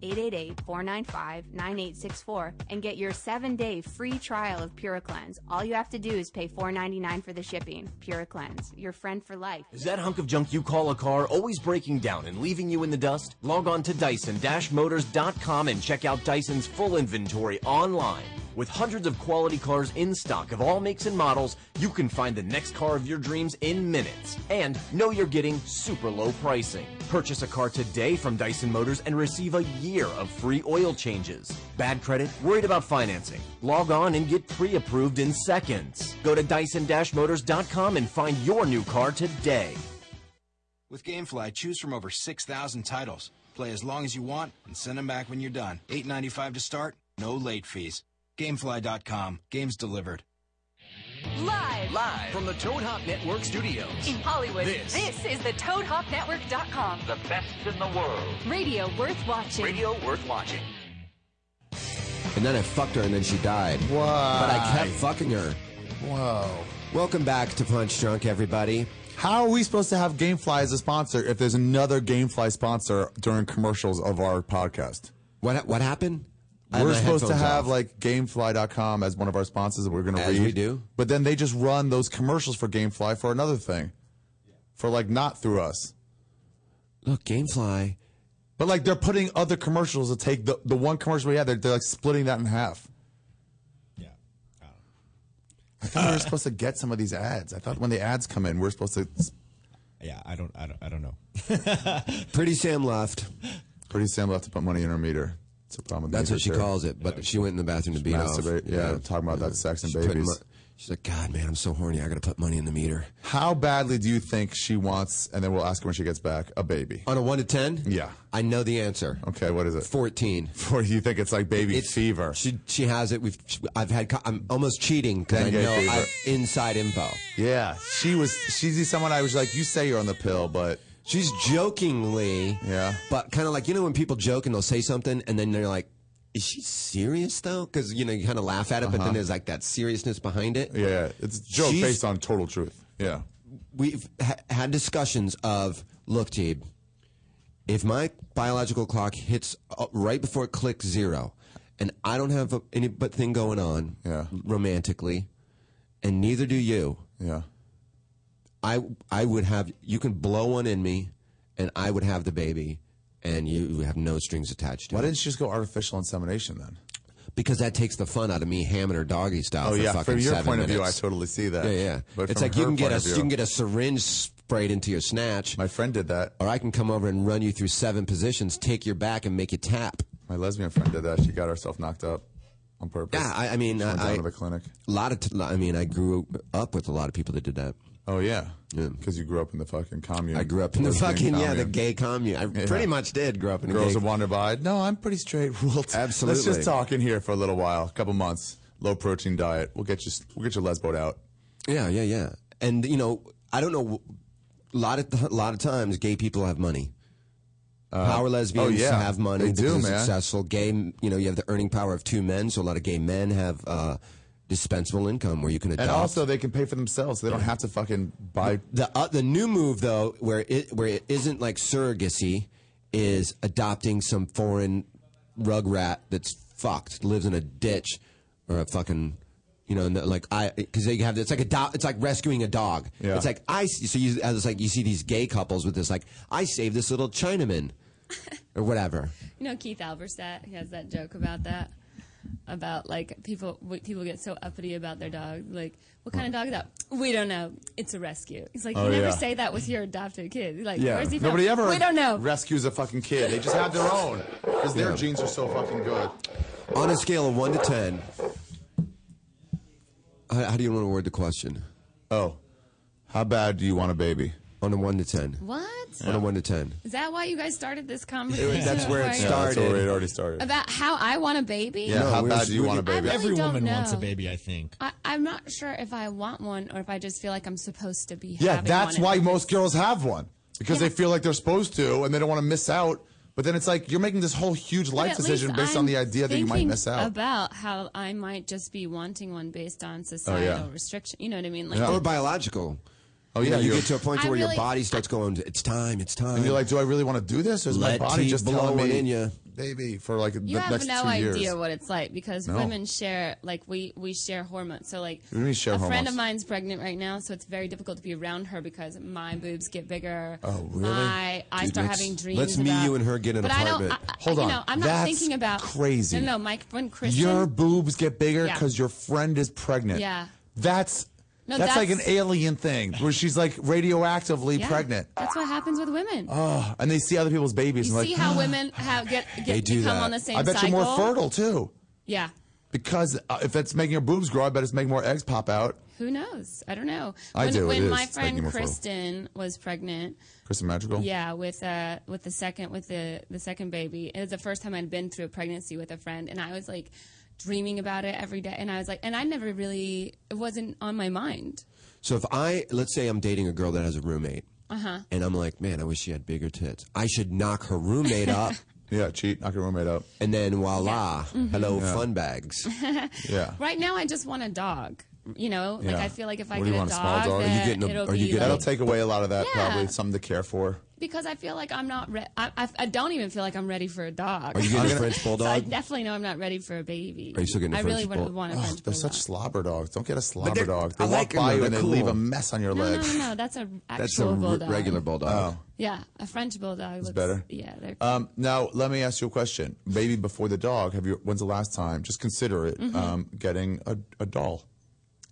888-495-9864 and get your 7-day free trial of PuraCleanse. All you have to do is pay $4.99 for the shipping. PuraCleanse, your friend for life.
Is that hunk of junk you call a car always breaking down and leaving you in the dust? Log on to Dyson-Motors.com and check out Dyson's full inventory online. With hundreds of quality cars in stock of all makes and models, you can find the next car of your dreams in minutes. And know you're getting super low pricing. Purchase a car today from Dyson Motors and receive a year of free oil changes. Bad credit? Worried about financing? Log on and get pre-approved in seconds. Go to Dyson-Motors.com and find your new car today.
With GameFly, choose from over 6,000 titles.
Play as long as you want and send them back when you're done. $8.95 to start, no late fees. Gamefly.com. Games delivered.
Live.
Live from the Toad Hop Network studios.
In Hollywood.
This.
is the ToadHopNetwork.com.
The best in the world.
Radio worth watching.
Radio worth watching.
And then I fucked her and then she died. Whoa. But I kept fucking her.
Whoa.
Welcome back to Punch Drunk, everybody.
How are we supposed to have GameFly as a sponsor if there's another GameFly sponsor during commercials of our podcast?
What what happened? I had
We're
my
supposed to
headphones
have
off.
like GameFly.com as one of our sponsors that we're going to
As
read.
we do.
But then they just run those commercials for GameFly for another thing, for like not through us.
Look, GameFly.
But like they're putting other commercials to take the, the one commercial we had. They're, they're like splitting that in half. Yeah. I thought we were supposed to get some of these ads. I thought when the ads come in, we're supposed to.
Yeah, I don't, I don't, I don't know.
Pretty Sam left.
Pretty Sam left to put money in her meter. It's a problem. With
That's
me
what
for
she
sure.
calls it. But she went in the bathroom to beat off.
Masturbate, yeah, talking about that sex and
She put
babies.
mo- she's like, God, man, I'm so horny. I got to put money in the meter.
How badly do you think she wants? And then we'll ask her when she gets back. A baby
on a one to ten.
Yeah,
I know the answer.
Okay, what is it?
Fourteen.
Four. You think it's like baby fever?
She she has it. We've she- I've had. co- I'm almost cheating because
Then
I
you get
know
fever.
I have inside info.
Yeah, she was. She's someone I was like, you say you're on the pill, but
she's jokingly.
Yeah,
but kind of like you know when people joke and they'll say something and then they're like, "Is she serious though?" Because you know you kind of laugh at it, but
Uh-huh.
then there's like that seriousness behind it.
Yeah, it's a joke
She's-
based on total truth. Yeah.
we've ha- had discussions of look, Teeb, if my biological clock hits uh, right before it clicks zero, and I don't have a, any but thing going on romantically, and neither do you.
Yeah.
I I would have you can blow one in me, and I would have the baby, and you have no strings attached to
Why
it.
didn't she just go artificial insemination then?
because that takes the fun out of me hamming her doggy style.
Oh,
for
yeah,
fucking
from your
seven
point of view,
minutes.
I totally see that.
Yeah, yeah.
But
it's
from
like you
her
can get
point
a
of view-
you can get a syringe sprayed into your snatch.
My friend did that,
or I can come over and run you through seven positions, take your back, and make you tap.
My lesbian friend did that. She got herself knocked up on purpose.
Yeah, I, I mean,
She went
I,
down to the clinic.
A lot of, t- I mean, I grew up with a lot of people that did that.
Oh yeah, because you grew up in the fucking commune.
I grew up in the
Lesbian
fucking yeah, the
commune.
gay commune. I
Yeah.
pretty much did grow up in a
Girls
gay.
would wander by. No, I'm pretty straight. We'll t-
Absolutely.
Let's just talk in here for a little while, a couple months. Low protein diet. We'll get you. We'll get your lesbo out.
Yeah, yeah, yeah. Uh, And you know, I don't know. A lot of a lot of times, gay people have money. Uh, power lesbians
oh, yeah.
have money.
They do,
because they're
man.
Successful gay. You know, you have the earning power of two men. So a lot of gay men have uh, dispensable income where you can adopt.
And also, they can pay for themselves. They don't have to fucking buy.
the uh, the new move though, where it where it isn't like surrogacy, is adopting some foreign rug rat that's fucked, lives in a ditch or a fucking You know, and the- like I, because they have it's like a dog. It's like rescuing a dog.
Yeah.
It's like I. So you, it's like you see these gay couples with this, like I saved this little Chinaman, or whatever.
You know Keith Alberstadt he has that joke about that, about like people wh- people get so uppity about their dog. Like, what kind of dog is that? We don't know. It's a rescue. He's like,
Oh,
you never
yeah.
say that with your adopted kid. You're Like,
yeah.
where's he from?
Nobody ever
We don't know.
rescues a fucking kid. They just have their own because their
Yeah.
genes are so fucking good.
On a scale of one to ten, how, how do you want to word the question?
Oh, how bad do you want a baby?
On a one to ten.
What?
On a one to ten.
Is that why you guys started this conversation?
that's where it
Right.
started.
where it already started.
About how I want a baby.
Yeah, how bad do you want a baby?
I really
Every
don't
woman
know.
wants a baby, I think.
I, I'm not sure if I want one or if I just feel like I'm supposed to be.
Yeah,
having
that's
one.
why most girls have one because
Yeah.
they feel like they're supposed to and they don't want to miss out. But then it's like you're making this whole huge
But
life
at least
decision based
I'm
on the idea that you might
thinking
miss out.
About how I might just be wanting one based on societal restriction. You know what I mean? Like,
Or biological.
Oh,
You
yeah,
know, you
you're-
get to a point to
I
where
really-
your body starts going. It's time. It's time.
And you're like, do I really want to do this? Or is
Let
my body
tea
just
blow
telling me,
within ya.
baby, for like
you
the
have
next
no
two
idea
years?
what it's like because
No.
women share like we we share hormones. So like
What do you mean share
a friend
hormones?
of mine's pregnant right now, so it's very difficult to be around her because my boobs get bigger.
Oh, really?
I I
Dude,
start
let's-
having dreams.
let's me,
about-
you, and her get an
but I
apartment.
don't, I- I,
Hold on.
You know, I'm not
That's
thinking about
crazy.
No, no, Mike. When Christian,
Your boobs get bigger
Yeah.
because your friend is pregnant.
Yeah.
That's
No,
that's, like an
that's-
alien thing where she's like radioactively
Yeah,
pregnant.
That's what happens with women.
Oh, and they see other people's babies.
You
and
see
like, "Ah."
how women have get, get
they do
become
that.
on the same
I bet
cycle.
you're more fertile too,
Yeah.
because uh, if it's making your boobs grow, I bet it's making more eggs pop out.
Who knows? I don't know.
I
When,
do, it
when
is.
my
It's making
friend
more fertile.
Kristen was pregnant,
Kristen Magical.
yeah, with uh with the second with the the second baby, it was the first time I'd been through a pregnancy with a friend, and I was like dreaming about it every day, and I was like, and I never really it wasn't on my mind.
So if I let's say I'm dating a girl that has a roommate,
Uh huh.
and I'm like, man, I wish she had bigger tits. I should knock her roommate up.
yeah, cheat, knock her roommate up,
and then voila,
Yeah. Mhm.
hello,
Yeah.
fun bags.
yeah.
Right now, I just want a dog. You know, like
Yeah.
I feel like if I
What
get
do you
a
want,
dog,
a small dog?
that it'll be like,
that'll take away a lot of that.
Yeah.
Probably something to care for.
because I feel like I'm not. Re- I, I, I don't even feel like I'm ready for a dog.
Are you getting a French
So I
bulldog?
definitely know I'm not ready for a baby.
Are you still getting a
I really
French
would
bull-
want a
Ugh,
French
They're
bulldog.
such slobber dogs. Don't get a slobber
they're-
dog. They
I
walk
like 'em,
by
though.
you and they
They're
leave a
cool.
mess on your
No,
leg.
no, no, no. That's a actual
That's a re-
bulldog.
regular bulldog.
Oh,
Yeah, a French bulldog.
it's
looks-
better.
Yeah, they're.
Um, now let me ask you a question. Baby before the dog. Have you? When's the last time? Just consider it.
Mhm.
Um, getting a, a doll.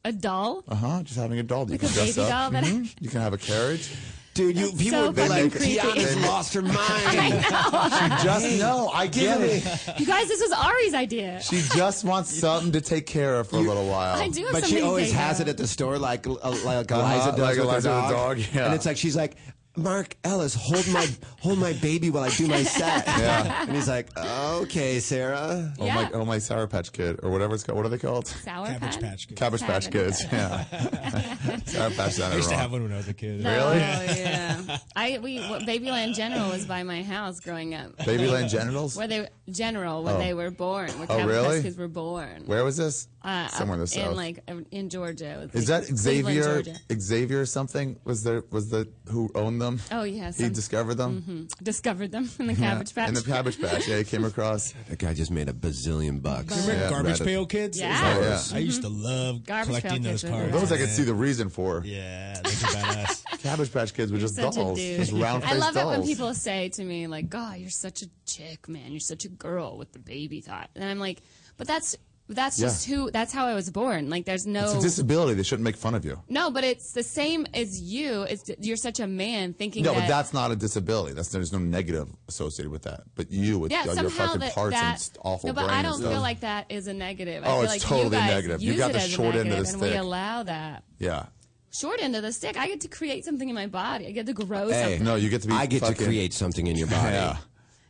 a doll.
Uh huh. Just having a doll. that
Like
you
a
can dress
baby
up.
doll that I-
Mhm. You can have a carriage.
Dude, you
people so would be fucking like, creepy. "Tiana's
lost her mind."
I
She just no. I get it.
You guys, this was Ari's idea.
She just wants something to take care of for a little while.
I do have
but she
something to
always
take
has
care
it at the store, like uh, like
Uh-huh,
Eliza does
like
with
Eliza
her
with
dog.
the dog, yeah.
And it's like she's like, Mark Ellis, hold my hold my baby while I do my set.
Yeah.
And he's like, okay, Sarah.
Oh my, oh my Sour Patch Kid or whatever it's called. What are they called?
Sour Patch? Patch
Kids.
Cabbage Patch Kids. Yeah. Sour Patch sounded
I used to
wrong.
have one when I was a kid.
No, Really?
yeah. I we what, Babyland General was by my house growing up.
Babyland Genitals?
Where they General when
Oh.
they were born, where
Oh,
Cabot
really?
Huskies were born.
Where was this?
Uh,
Somewhere in the south.
In like uh, in Georgia. It was,
Is
like,
that
Cleveland,
Xavier?
Georgia.
Xavier something? Was there? Was the who owned them?
Oh yeah.
He discovered them.
hmm Discovered them in the
Yeah,
cabbage patch.
In the Cabbage Patch. Yeah, he came across.
That guy just made a bazillion bucks.
Remember
Yeah,
garbage
Reddit.
pail kids?
Yeah.
Of
Oh, yeah.
course. I used to love
Garbage Pail
collecting those
Kids were
cards.
Those I could
man.
see the reason for.
Yeah, those are badass.
Cabbage Patch Kids were just
Such a
dolls,
dude.
just round
I
faced
love
dolls.
it when people say to me like, "God, you're such a chick, man. You're such a girl with the baby thought." And I'm like, "But that's that's
Yeah.
just who. That's how I was born. Like, there's no
It's a disability. They shouldn't make fun of you.
No, but it's the same as you. It's you're such a man thinking
No,
that.
but that's not a disability. That's there's no negative associated with that. But you with
yeah,
your- your
somehow
fucking
that,
parts
that
and st- awful
no, but
brain
I
and
don't
stuff.
feel like that is a negative. I
Oh,
feel
it's
like you
totally
guys
negative. You
use
got
it
the
as a
short end of
negative,
the
and we
stick.
allow that
Yeah.
short end of the stick. I get to create something in my body. I get to grow something.
no, you get to be.
I get to
fucking-
create something in your body.
Yeah.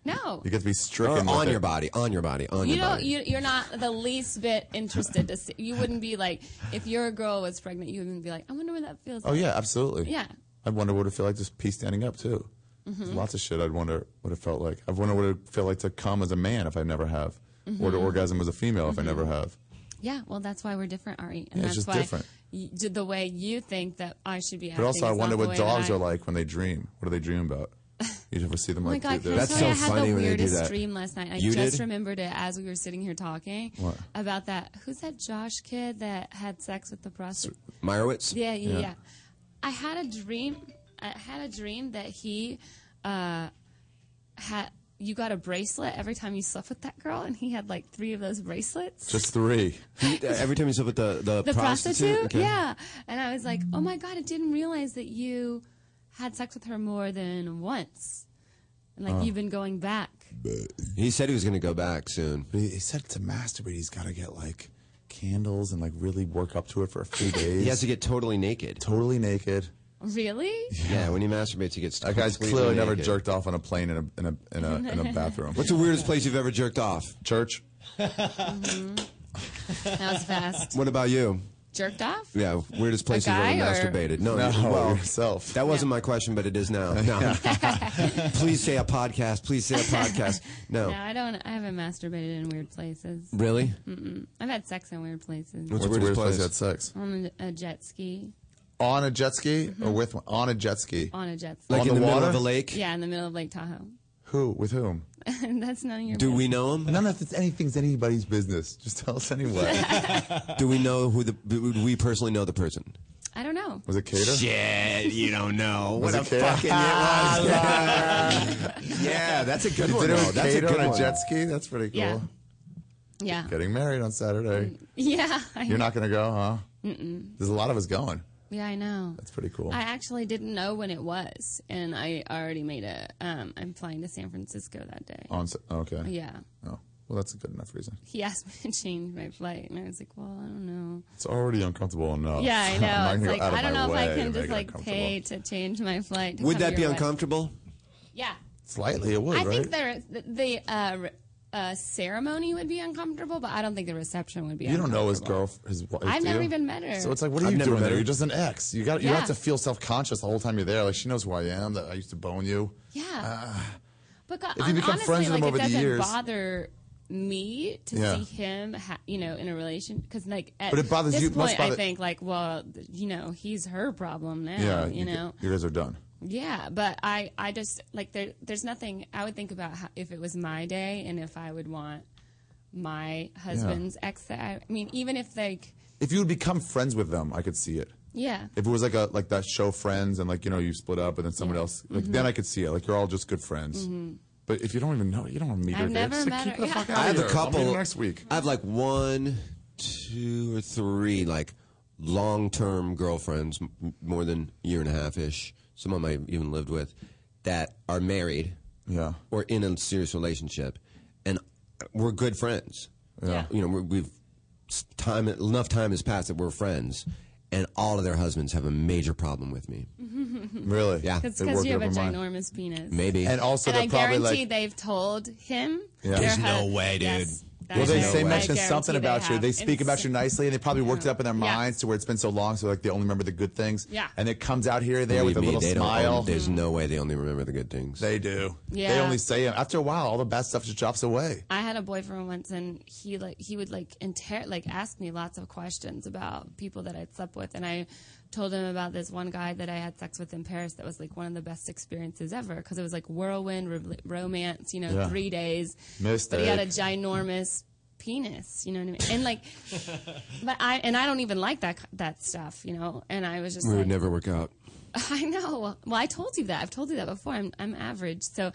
No,
You get to be stricken
Or on
with it.
your body, on your body, on
you
your
don't.
body.
You, you're not the least bit interested to see. You wouldn't be like if your girl was pregnant. You wouldn't be like, I wonder what that feels.
Oh
like.
yeah, absolutely.
Yeah.
I wonder what it feel like to pee standing up too. There's
Mhm.
Lots of shit. I'd wonder what it felt like. I wonder what it felt like to come as a man if I never have, or to
Mhm.
orgasm as a female if I
Mhm.
never have.
Yeah. Well, that's why we're different, Ari,
Yeah,
and that's
it's just
why
different.
You, d- the way you think that I should be.
But also, I wonder what dogs are
like.
like when they dream. What do they dream about? You never see them
Oh my
like
God!
they're-
Can I
that's
tell you, I
so
had
funny
the
when they do
weirdest
that.
dream last night. I
You
just
did?
remembered it as we were sitting here talking
What?
about that. Who's that Josh kid that had sex with the prostitute?
Meyerowitz?
Yeah, yeah, yeah. I had a dream. I had a dream that he uh, had. You got a bracelet every time you slept with that girl, and he had like three of those bracelets.
Just three. uh, Every time you slept with the the,
the prostitute,
okay.
yeah. And I was like, oh my god, I didn't realize that you had sex with her more than once, and like
Oh.
you've been going back.
He said he was going to go back soon.
But he, he said to masturbate, he's got to get like candles and like really work up to it for a few days.
He has to get totally naked.
Totally naked.
Really?
Yeah, when he masturbates, he gets.
That guy's
completely
clearly never
naked.
jerked off on a plane in a in a in a, in a bathroom.
What's the weirdest place you've ever jerked off?
Church.
Mm-hmm. That was fast.
What about you?
Jerked off?
Yeah, weirdest place you've
guy
ever
or-
masturbated. No,
No,
well,
yourself.
That wasn't my question, but it is now. No. please say a podcast. Please say a podcast. No.
No, I don't. I haven't masturbated in weird places.
Really?
Mm-mm. I've had sex in weird places.
What's the weirdest place you had sex?
On a jet ski.
On a jet ski or with one? on a jet ski?
Mm-hmm. On a jet ski.
Like in the,
middle
water?
of a lake?
Yeah, in the middle of Lake Tahoe.
Who? With whom?
That's none of your. business.
know him?
None of it's anything's anybody's business. Just tell us anyway.
Do we know who the? Do we personally know the person?
I don't know.
Was it Cater?
Shit, you don't know.
Was
What
it
a
Cater?
fucking it was. yeah, that's a good
You
one.
did it
though.
with
that's a
Cater
good
on a
one.
jet ski. That's pretty cool.
Yeah. Yeah.
Getting married on Saturday.
Yeah. I
You're not gonna go, huh?
Mm-mm.
There's a lot of us going.
Yeah, I know.
That's pretty cool.
I actually didn't know when it was, and I already made a. Um, I'm flying to San Francisco that day.
On Sa- okay.
Yeah.
Oh well, that's a good enough reason.
He asked me to change my flight, and I was like, "Well, I don't know."
It's already uncomfortable enough.
yeah, I
I'm not gonna
know. It's
go
like
Oh. out of
I don't
my
know if I
way to
can
make
just
it
like
uncomfortable.
pay to change my flight. to
Would
come
that be
your way.
uncomfortable?
Yeah,
Slightly, it would,
I
right?
think there, the, the uh, re- uh, ceremony would be uncomfortable, but I don't think the reception would be.
you don't know his
uncomfortable.
girl, his wife.
I've
do
never
you?
even met her.
So it's like, what are
I've
you
never
doing
met
there?
her.
You're just an ex. You got. You
Yeah.
don't have to feel self conscious the whole time you're there. Like she knows who I am. That I used to bone you.
Yeah. but
Uh, if you become
honestly,
friends with
like,
him over
it
the
doesn't
years-
bother me to
Yeah.
see him, ha- you know, in a relation because like at
But it bothers
this
you- must
point, I
bother-
think like, well, th- you know, he's her problem now. you know.
You guys are done.
Yeah, but I, I just like there. There's nothing I would think about how, if it was my day and if I would want my husband's ex. That I, I mean, even if like,
If you would become friends with them, I could see it.
yeah,
If it was like a like that show Friends and like you know you split up and then someone else like
Mhm.
then I could see it like you're all just good friends.
Mhm.
But if you don't even know, you don't want to meet her.
I've
dude.
never
Just, like,
met
keep
her.
the fuck
Yeah.
out
I
of
have a
here. I'll meet you
couple.
next week.
I have like one, two, or three like long-term girlfriends, m- more than a year and a half ish. Some of them I even lived with that are married,
yeah,
or in a serious relationship, and we're good friends.
Yeah.
you know we're, we've s- time enough time has passed that we're friends, and all of their husbands have a major problem with me. Mm-hmm.
Mm-hmm.
Really?
Yeah,
it's because you have a ginormous penis.
Maybe. And also
and
they're
I
probably,
guarantee
like-
they've told him.
Yeah.
their
There's
hu-
no way, dude.
Yes, that
Well, they,
is
they
their-
mention
I
something
guarantee
about you.
have.
They speak
And
about you nicely, and they probably worked it up in their
Yeah.
minds to where it's been so long, so like they only remember the good things.
Yeah.
And it comes out here and there with
Believe
a
me,
little
they don't
smile.
own- there's
Mm-hmm.
no way they only remember the good things.
They do.
Yeah.
They only say it. After a while, all the bad stuff just drops away.
I had a boyfriend once, and he like he would like inter- like ask me lots of questions about people that I'd slept with, and I told him about this one guy that I had sex with in Paris that was like one of the best experiences ever because it was like whirlwind re- romance, you know,
Yeah.
three days. But he had a ginormous penis, you know what I mean? And like, but I and I don't even like that that stuff, you know. And I was just
we
like,
would never work out.
I know. Well, I told you that. I've told you that before. I'm I'm average, so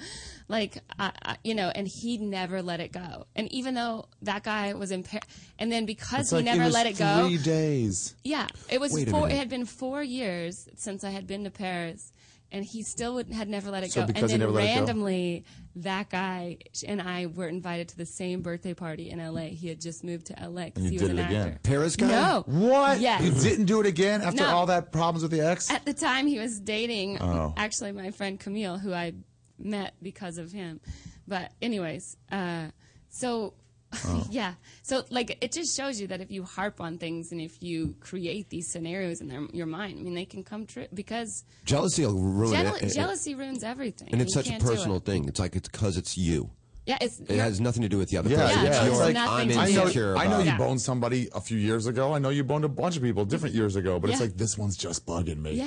like I, I, you know. And he never let it go. And even though that guy was impaired, and then because
It's
he
like,
never
it was
let it go,
Three days.
yeah, it was
Wait a
four. It
minute.
had been four years since I had been to Paris, and he still would, had never let it
So
go.
because he
and then
never let it go?
randomly, that guy and I were invited to the same birthday party in L.A. He had just moved to L.A. because
And
he
you
was
did it
an actor.
again. Paris
guy? No.
What?
Yes.
You didn't do it again after
No.
all that problems with the ex?
At the time, he was dating
Oh.
actually my friend Camille, who I met because of him. But anyways, uh, so
Oh.
yeah, so like it just shows you that if you harp on things and if you create these scenarios in their, your mind, I mean, they can come true because
Jealousy will ruin
jeal-
it. It- it-
jealousy ruins everything,
And it's
You
such a
can't do it.
personal thing. It's like it's because it's you.
Yeah, it's
It has nothing to do with the other
Yeah,
person.
yeah.
It's
It's
your,
like,
I'm
I know,
insecure.
I know
about
you
it.
boned somebody a few years ago. I know you boned a bunch of people different years ago, but it's
Yeah.
like this one's just bugging me.
Yeah,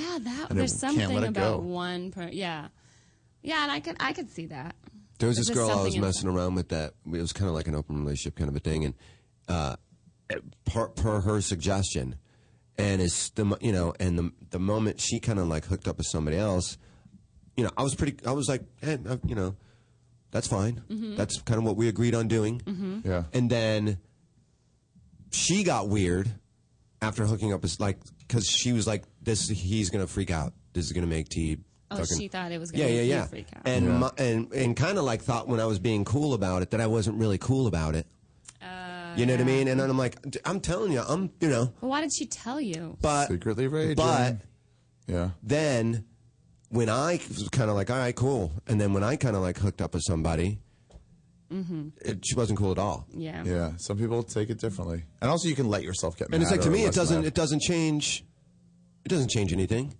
And
that
it
there's
can't let
something
it
about
go.
one per yeah. Yeah, and I could I could see that.
There was this
There's
girl I
something
was
in-
messing around with that it was kind of like an open relationship kind of a thing, and uh, per, per her suggestion, and it's the mo- you know, and the the moment she kind of like hooked up with somebody else, you know, I was pretty, I was like, hey, I, you know, that's fine,
Mm-hmm.
Mhm.
that's kind of what we agreed on doing,
Mhm.
yeah,
and then she got weird after hooking up, is like because she was like, this he's gonna freak out, this is gonna make T.
Oh,
fucking-
she thought it was gonna
yeah,
make
yeah,
you
yeah.
freak out.
And
Yeah.
My, and and kind of like thought when I was being cool about it that I wasn't really cool about it.
Oh,
you know what I mean? And then I'm like, "D- I'm telling you, I'm you know,
Well, why did she tell you?
but
secretly raging.
But
yeah,
then when I was kind of like, all right, cool, and then when I kind of like hooked up with somebody,
Mm-hmm.
it, she wasn't cool at all.
Yeah.
yeah. Some people take it differently, and also you can let yourself get.
And it's
mad
like to
or
me, it
less
doesn't
mad.
it doesn't change, it doesn't change anything,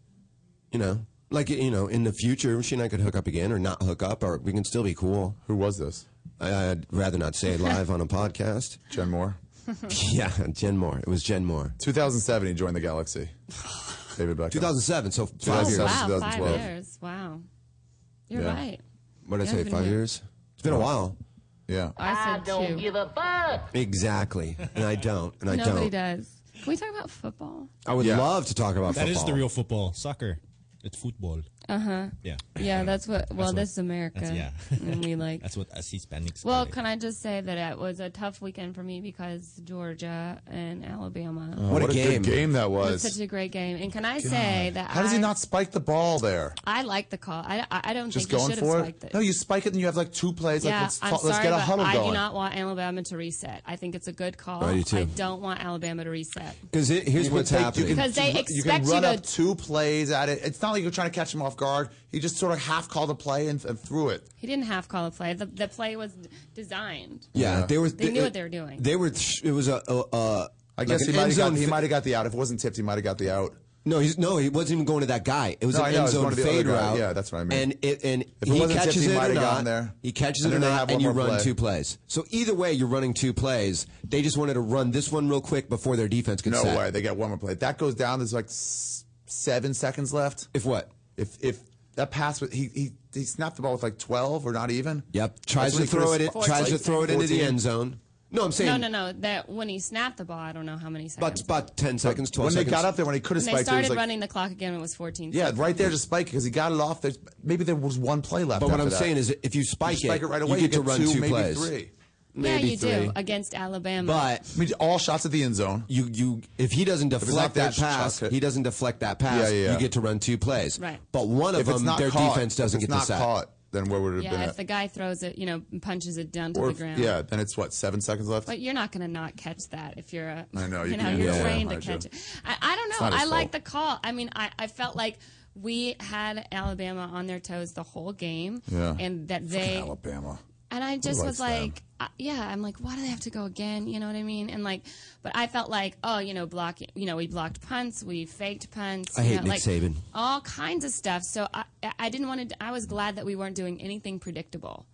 you know. Like you know, in the future, she and I could hook up again, or not hook up, or we can still be cool.
Who was this?
I, I'd rather not say live on a podcast.
Jen Moore.
yeah, Jen Moore. It was Jen Moore.
2007, he joined the Galaxy. David Beckham.
2007, so five years.
oh, wow,
2012.
five years. Wow. You're
Yeah.
right.
What did I
Yeah,
say?
been
Five
here.
years. It's been a while.
Yeah.
I, said don't give a fuck.
Exactly. And I don't. And I don't.
Nobody does. Can we talk about football?
I would love to talk about
That
football.
is the real football. Soccer. It's football.
Uh huh.
Yeah.
Yeah, that's what. Well,
That's what-
this is America.
that's- yeah.
and we like.
That's what us Hispanics.
Well, can I just say that it was a tough weekend for me because Georgia and Alabama.
Oh, what, a, good game that
It
was.
such a great game. And can I
God.
say that
How does he
I-
not spike the ball there?
I like the call. I, I I don't
Just
think you
going
should have
for
spiked
it?
it.
No, you spike it and you have like two plays.
yeah,
like, let's,
I'm
fo-
sorry,
let's get a huddle
but I
going.
do not want Alabama to reset. I think it's a good call.
I do too.
not want Alabama to reset.
Because here's
You can
what's
take-
happening.
You can,
Because they
you can
expect you
run
to-
up two plays at it. It's not like you're trying to catch him off guard. He just sort of half called a play and, and threw it.
He didn't half call a play. The, the play was d- designed.
Yeah, they were.
They knew what they were doing.
They were. It was a. a, a
I guess
like
he
an
might
end
have got,
zone
he
fa-
might have got the out. If it wasn't tipped, he might have got the out.
No, he's no. He wasn't even going to that guy. It was
No,
an
I know,
end
it's
zone
one of the other
fade
guy.
route.
Yeah, that's what I mean.
And it, and
If it
he
wasn't tipped,
catches
he
it
might
or
have
not.
gotten there.
He catches
And
it or
then they
not,
have
and
one
you
more
run
play.
two plays. So either way, you're running two plays. They just wanted to run this one real quick before their defense could
No
set.
way. They got one more play. That goes down. There's like s- seven seconds left.
If what?
If if that pass was he he, he snapped the ball with like twelve or not even.
Yep. Tries to throw it. in- Tries to throw it into the end zone. No, I'm saying
no, no, no. That when he snapped the ball, I don't know how many seconds.
But about ten seconds, twelve
when
seconds.
they got up there, when he could have
When they
spiked it, it
started
was like,
running the clock again. It was 14.
yeah,
seconds.
right there to spike it because he got it off. There's, maybe there was one play left.
But what
after
I'm
that.
saying is, if you spike
spike
it,
it right
you
away,
get to run two
maybe
plays.
Three.
Yeah, you do against Alabama.
But
I mean, all shots at the end zone.
You you if he doesn't
If it's
deflect
not there,
that
just
pass,
chuck it.
he doesn't deflect that pass.
Yeah, yeah, yeah.
You get to run two plays.
Right.
But one of
If it's
them,
not
their
caught-
defense
if
doesn't
it's
get
not
to set.
caught, then where would it have
yeah,
been
if the guy throws it, you know, punches it down to
Or
the
if-
ground.
Yeah, then it's what seven seconds left.
But you're not going to not catch that if you're a.
I know,
you,
you
know,
can't
you're
do that.
trained to
I do.
catch it. I, I don't
It's
know.
not
I
his fault.
like the call. I mean, I, I felt like we had Alabama on their toes the whole game.
Yeah.
And that they.
Alabama.
And I just
likes
was like, I, yeah, I'm like, why do they have to go again? You know what I mean? And like, but I felt like, oh, you know, block, you know, we blocked punts, we faked punts.
I
you
hate
know,
Nick
like,
Saban.
All kinds of stuff. So I, I didn't want to. I was glad that we weren't doing anything predictable,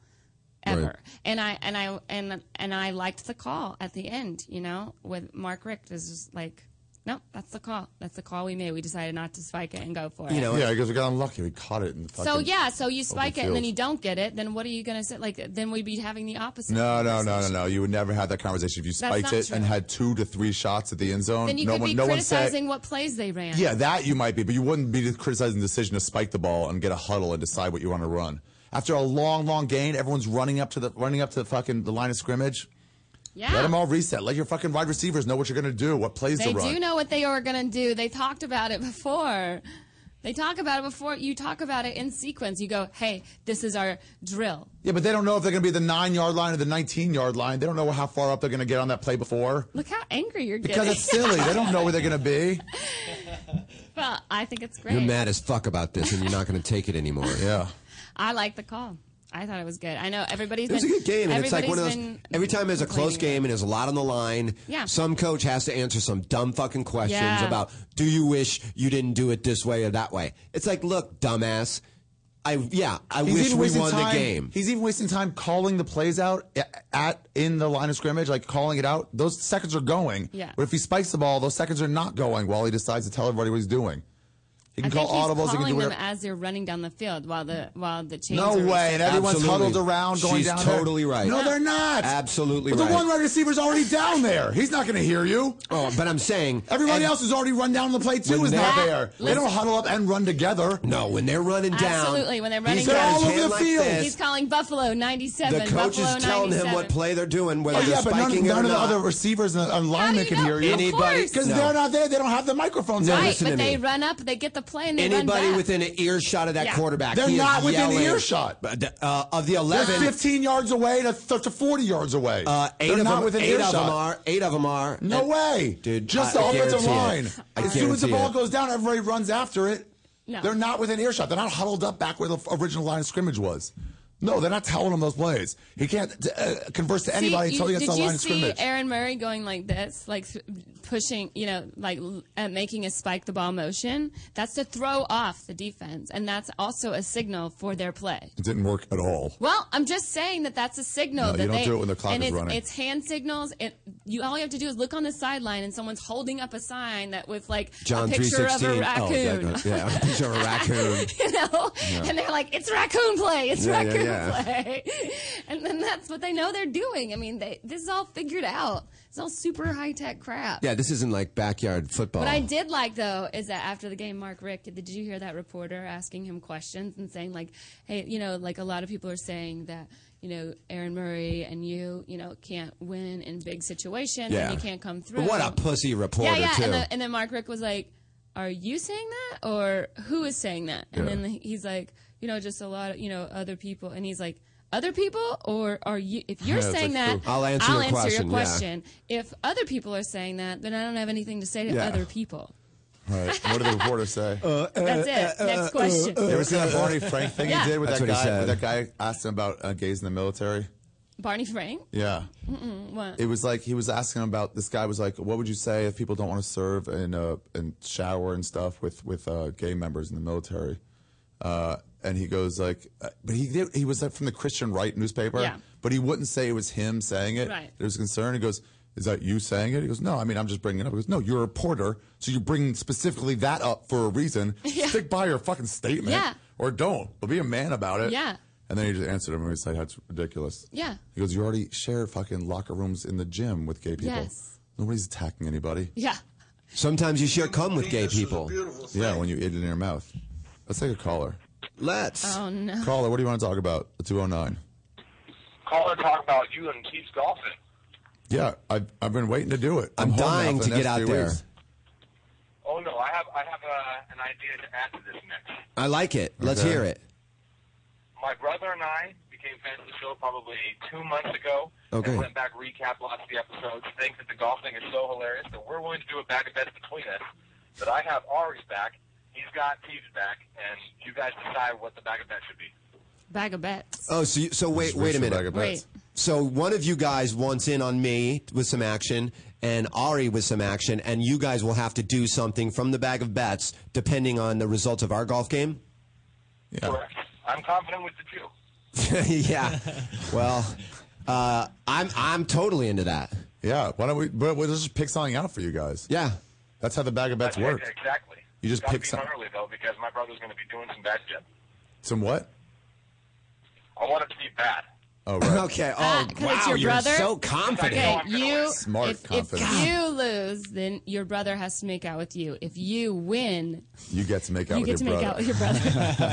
ever.
Right.
And I and I and and I liked the call at the end. You know, with Mark Richt is just like, no, that's the call. That's the call we made. We decided not to spike it and go for it.
You know, yeah, because we got unlucky. We caught it in the
So
fucking
yeah, so you spike
open
it and then
field.
you don't get it. Then what are you gonna say? Like then we'd be having the opposite.
No, no, no, no,
conversation.
no. You would never have that conversation if you
That's
spiked
not
it and
true.
had two to three shots at the end zone.
Then you
no
could
one,
be
no one said.
criticizing what plays they ran.
Yeah, that you might be, but you wouldn't be criticizing the decision to spike the ball and get a huddle and decide what you want to run. After a long, long gain, everyone's running up to the running up to the fucking the line of scrimmage.
Yeah.
Let them all reset. Let your fucking wide receivers know what you're going to do, what plays
They
to run.
do know what they are going to do. They talked about it before. They talk about it before. You talk about it in sequence. You go, hey, this is our drill.
Yeah, but they don't know if they're going to be the nine yard line or the 19 yard line. They don't know how far up they're going to get on that play before.
Look how angry you're
Because
getting.
it's silly. They don't know where they're going to be.
well, I think it's great.
You're mad as fuck about this, and you're not going to take it anymore.
yeah.
I like the call. I thought it was good. I know everybody's
It was a
been,
good game, and it's like one of
everybody's
those.
been-
Every time there's a close game and there's a lot on the line,
Yeah.
some coach has to answer some dumb fucking questions
Yeah.
about, "Do you wish you didn't do it this way or that way?" It's like, look, dumbass, I yeah, I
He's
wish
even
we
wasting
won the
time-
game.
He's even wasting time calling the plays out a- at in the line of scrimmage, like calling it out. Those seconds are going.
Yeah.
But if he spikes the ball, those seconds are not going while he decides to tell everybody what he's doing.
You
I
can call
think he's
audibles. You
calling
can do
them
whatever.
as they're running down the field while the while the chains.
No
are
way, and everyone's
Absolutely.
huddled around going
She's
down there.
totally right.
No, they're not.
Absolutely
But the
right.
one wide receiver's already down there. He's not going to hear you.
Oh, but I'm saying
everybody
and-
else who's already run down to the plate too
When
is not
they're-
there. They
Listen.
don't huddle up and run together.
No, when they're running down,
Absolutely, when they're
he's
running
got
down,
his hand like this.
he's calling Buffalo ninety-seven.
the coach
Buffalo
is telling
97.
him what play they're doing, whether
Oh,
they're
yeah, but none,
spiking it
none
or
of the
not.
other receivers and and linemen can hear you.
Anybody- Of course.
because
No.
they're not there. They don't have the microphones.
No,
on.
right,
listen
but
to me.
they run up, they get the play, and they run
Anybody
back.
within an earshot of that
Yeah.
quarterback,
They're
he is
not within
yelling.
earshot.
But the- uh, of the
They're
eleven,
15 yards away to, th- to 40 yards away.
Uh, eight
They're
of
not
them,
within
eight
earshot.
of them are. Eight of them are.
No
And-
way,
dude.
Just
I-
the
I
offensive
guarantee
line.
it. I
As soon as the
guarantee
ball
it.
goes down, everybody runs after it.
No.
They're not within earshot. They're not huddled up back where the original line of scrimmage was. No, they're not telling him those plays. He can't uh, converse to anybody
see,
until he gets
you, did
to the
you
line of
see
scrimmage.
Aaron Murray going like this, like th- pushing, you know, like l- uh, making a spike the ball motion? That's to throw off the defense, and that's also a signal for their play.
It didn't work at all.
Well, I'm just saying that that's a signal.
No,
that
you don't
they,
do it when the clock
and
is
it's,
running.
It's hand signals. And you all you have to do is look on the sideline, and someone's holding up a sign that with like
John
a
three
picture of
sixteen. Oh,
Oh,
a raccoon.
yeah, a picture of a raccoon.
you know,
Yeah.
and they're like, "It's raccoon play. It's
Yeah, yeah, yeah.
raccoon play," and then that's what they know they're doing. I mean, they, this is all figured out. It's all super high tech crap.
Yeah, this isn't like backyard football.
What I did like though is that after the game, Mark Rick, did you hear that reporter asking him questions and saying like, "Hey, you know, like a lot of people are saying that you know Aaron Murray and you, you know, can't win in big situations
Yeah.
and you can't come through."
But what a pussy reporter
yeah, yeah.
too.
And, the, and then Mark Rick was like, "Are you saying that, or who is saying that?" And
Yeah.
then he's like, "You know, just a lot of you know other people," and he's like. Other people, or are you? If you're
Yeah, it's
saying
like,
that,
who? I'll answer your question, yeah.
question. If other people are saying that, then I don't have anything to say to
Yeah.
other people.
All right. What did the reporter say?
That's
Uh,
it. Next question.
Uh, you ever seen that Barney Frank thing
Yeah.
he did with
That's
that
what he
guy?
said.
With that guy asked him about uh, gays in the military.
Barney Frank?
Yeah.
Mm-mm, what?
It was like he was asking him about this guy was like, what would you say if people don't want to serve and uh, and shower and stuff with with uh, gay members in the military? Uh, and he goes like, uh, but he did, he was like from the Christian Right newspaper,
Yeah.
but he wouldn't say it was him saying it.
Right.
There was concern. He goes, is that you saying it? He goes, no, I mean I'm just bringing it up. He goes, no, you're a reporter, so you bring specifically that up for a reason.
Yeah.
Stick by your fucking statement,
Yeah.
or don't, but be a man about it.
Yeah.
And then he just answered him and he's like, that's ridiculous.
Yeah.
He goes, You already share fucking locker rooms in the gym with gay people.
Yes.
Nobody's attacking anybody.
Yeah.
Sometimes you share cum with gay people.
Yeah, when you eat it in your mouth. Let's take a caller.
Let's.
Oh, no.
Caller, what do you want to talk about? The 209.
Caller talk about you and Keith's golfing.
Yeah, I've, I've been waiting to do it.
I'm
home now
dying
for the
to get
next
out
few
there.
weeks.
Oh no, I have I have uh, an idea to add to this mix.
I like it. Let's
Okay.
hear it.
My brother and I became fans of the show probably two months ago.
Oh,
Okay.
And went back recap lots of the episodes. Think that the golf thing is so hilarious that we're willing to do a back and bet between us. But I have Ari's back. He's got Steve's back, and you guys decide what the back and bet should be.
Bag of bets.
Oh, so you, so wait
Just
wait a
reaching back
minute.
at bats.
So one of you guys wants in on me with some action, and Ari with some action, and you guys will have to do something from the bag of bets depending on the results of our golf game.
Correct. I'm confident with the Jew.
yeah. Well, uh, I'm I'm totally into that.
Yeah, why don't we, but we'll just pick something out for you guys.
Yeah.
That's how the bag of bets
That's-
work.
Exactly.
You just
Gotta
pick
be
some-
early though, because my brother's going to be doing some bad shit.
Some what?
I want it to be bad.
Oh, right.
okay. Oh,
Because Ah, it's your brother. Okay, you,
Smart
if,
confidence.
If you lose, then your brother has to make out with you. If you win,
You get to make out
you
with
get to
your
make out
brother.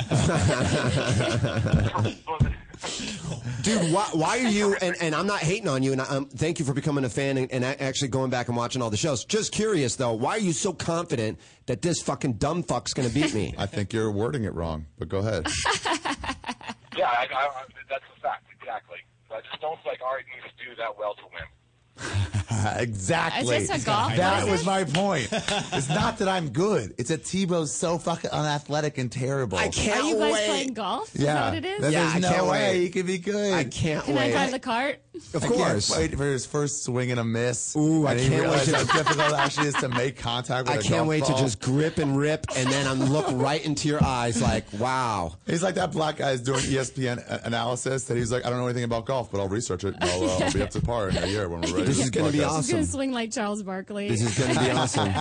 with your brother.
Dude, why, why are you? And, and I'm not hating on you. And I, um, thank you for becoming a fan and, and a- actually going back and watching all the shows. Just curious though, why are you so confident that this fucking dumb fuck's gonna beat me?
I think you're wording it wrong, but go ahead.
Yeah, I, I, I, that's a fact. Exactly. So I just don't feel like Ari needs to do that well to win.
exactly.
Is this a golf
that
lesson?
was my point. It's not that I'm good. It's that Tebow's so fucking unathletic and terrible. I
Are you guys playing golf? Is
Yeah.
that what it is?
That-
Yeah,
there's
I
no
can't
way
wait.
he could be good.
I can't
Can I
wait.
drive the cart?
Of
I
course.
Can't wait for his first swing and a miss.
Ooh, I
and he
can't wait
realized
to-
how difficult it actually is to make contact with
I
a
can't
golf
wait
ball.
to just grip and rip, and then I'm look right into your eyes like, wow.
He's like that black guy's doing E ESPN a- analysis that he's like, I don't know anything about golf, but I'll research it. And I'll, uh, I'll be up to par in a year when we're ready.
This is gonna be
podcast."
awesome.
He's gonna swing like Charles Barkley.
This is going to be awesome.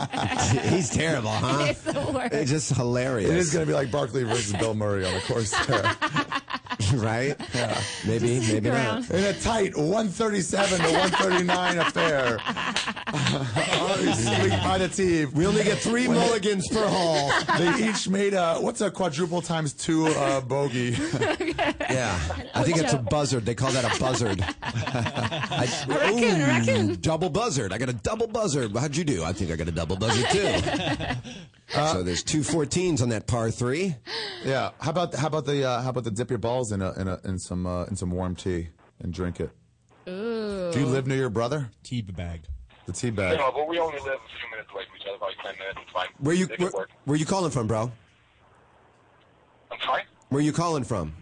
He's terrible, huh?
It's the worst.
It's just hilarious.
It is going to be like Barkley versus Bill Murray on the course there.
right? Yeah. Maybe, maybe not.
In a tight 137 to 139 affair. Obviously, by the team.
We only get three mulligans per hole.
They each made a, what's a quadruple times two uh, bogey?
Yeah. I think it's a buzzard. They call that a buzzard. I,
A raccoon, a
Ooh,
raccoon.
Double buzzard. I got a double buzzard. How'd you do? I think I got a double buzzard too. so there's two 14s on that par three.
Yeah. How about how about the uh, how about the dip your balls in a, in, a, in some uh, in some warm tea and drink it?
Ooh.
Do you live near your brother?
Tea bag.
The tea bag.
No, but we only live a few minutes away from each other, probably 10 minutes. It's fine.
Where you
It could
where,
work.
where you calling from, bro?
I'm sorry?
Where you calling from?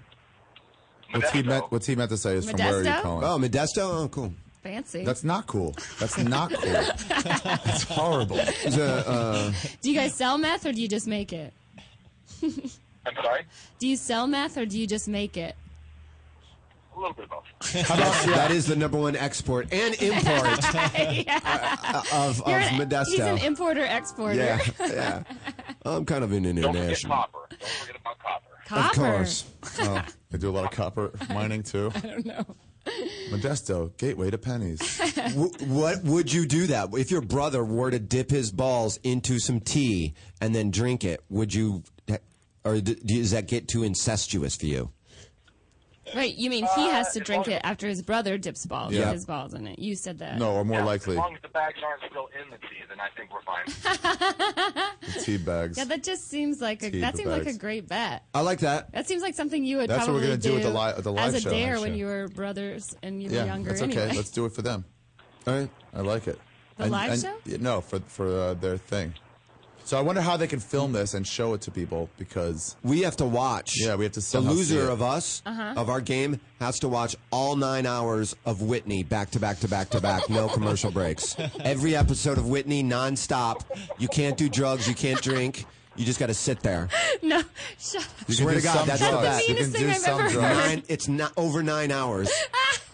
What he meant what he meant to say is from where are you
Modesto?
calling?
Oh, Modesto. Oh, cool.
Fancy.
That's not cool. That's not cool. That's horrible. uh,
do you guys sell meth or do you just make it?
I'm sorry?
Do you sell meth or do you just make it?
A little bit of both.
That is the number one export and import uh, of, of
You're an-
Modesto.
He's an importer exporter.
yeah, yeah. I'm kind of an international.
copper. Don't forget about copper.
Copper.
Of course.
Oh, they do a lot of copper mining too.
I don't know.
Modesto, gateway to pennies.
W- what would you do that if your brother were to dip his balls into some tea and then drink it? Would you, or d- does that get too incestuous for you?
Right, you mean he has to drink it after his brother dips balls
Yeah.
his balls in it. You said that.
No, or more
Yeah,
likely
As long as the bags aren't still in the tea, then I think we're fine.
the tea bags.
Yeah, that just seems like a,
Tea
that
for
seems like a
bags.
great bet.
I like that.
That seems like something you would
That's what we're
probably
gonna do with the li- the live
as a
show,
dare when
actually.
you were brothers and you were
yeah,
younger.
that's okay.
anyway.
Let's do it for them. All right, I like it.
The live show?
yeah, No, for for uh, their thing. So I wonder how they can film this and show it to people because
we have to watch.
Yeah, we have to.
The
somehow see
loser
it.
of us,
Uh-huh.
of our game, has to watch all nine hours of Whitney back to back to back to back, no commercial breaks. Every episode of Whitney nonstop. You can't do drugs, you can't drink. You just got to sit there.
no, shut up.
You Swear to God, that's the
drugs.
best.
You can That's the do meanest thing some I've ever drugs. heard.
Nine, it's not over nine hours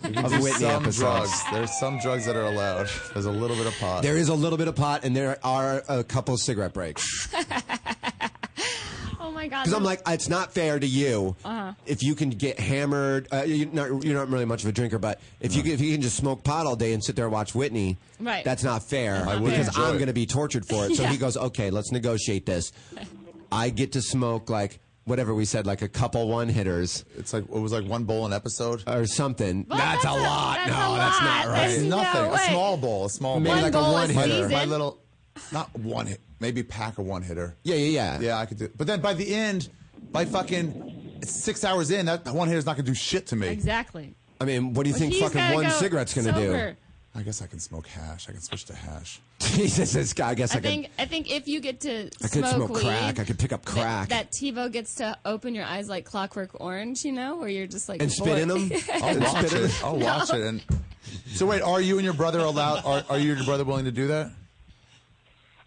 There's
of Whitney
some
episodes.
drugs. There's some drugs that are allowed. There's a little bit of pot.
There is a little bit of pot, and there are a couple cigarette breaks.
Oh my God.
Because I'm like, it's not fair to you
Uh-huh.
if you can get hammered. Uh, you're not you're not really much of a drinker, but if you can- if you can just smoke pot all day and sit there and watch Whitney,
Right.
That's not fair
I would
because
enjoy
I'm
it.
going to be tortured for it. So
Yeah.
he goes, okay, let's negotiate this. I get to smoke like whatever we said, like a couple one hitters.
It's like it was like one bowl an episode
or something.
Well,
that's,
that's
a
a-
lot.
that's
no,
a
that's not
lot.
right.
There's no Nothing. A way. small bowl, a small Maybe bowl. like a
one
my,
hitter.
my little, not one hit, maybe pack of one hitter.
Yeah, yeah, yeah.
Yeah, I could do. But then by the end, by fucking six hours in, that one hitter's not gonna do shit to me.
exactly.
I mean, what do you
Well,
think?
he's
Fucking
gotta
one
go
cigarette's going to do?
sober.
I guess I can smoke hash. I can switch to hash.
Jesus, this guy. I guess I,
I think I think if you get to
could. I could
smoke,
smoke,
weed,
crack. I could pick up crack.
that TiVo gets to open your eyes like Clockwork Orange, you know, where you're just like
And spit in
bored.
'em?
I'll
And
watch
spit in-
it. I'll
No.
watch it. And so wait, are you and your brother allowed? Are, are you and your brother willing to do that?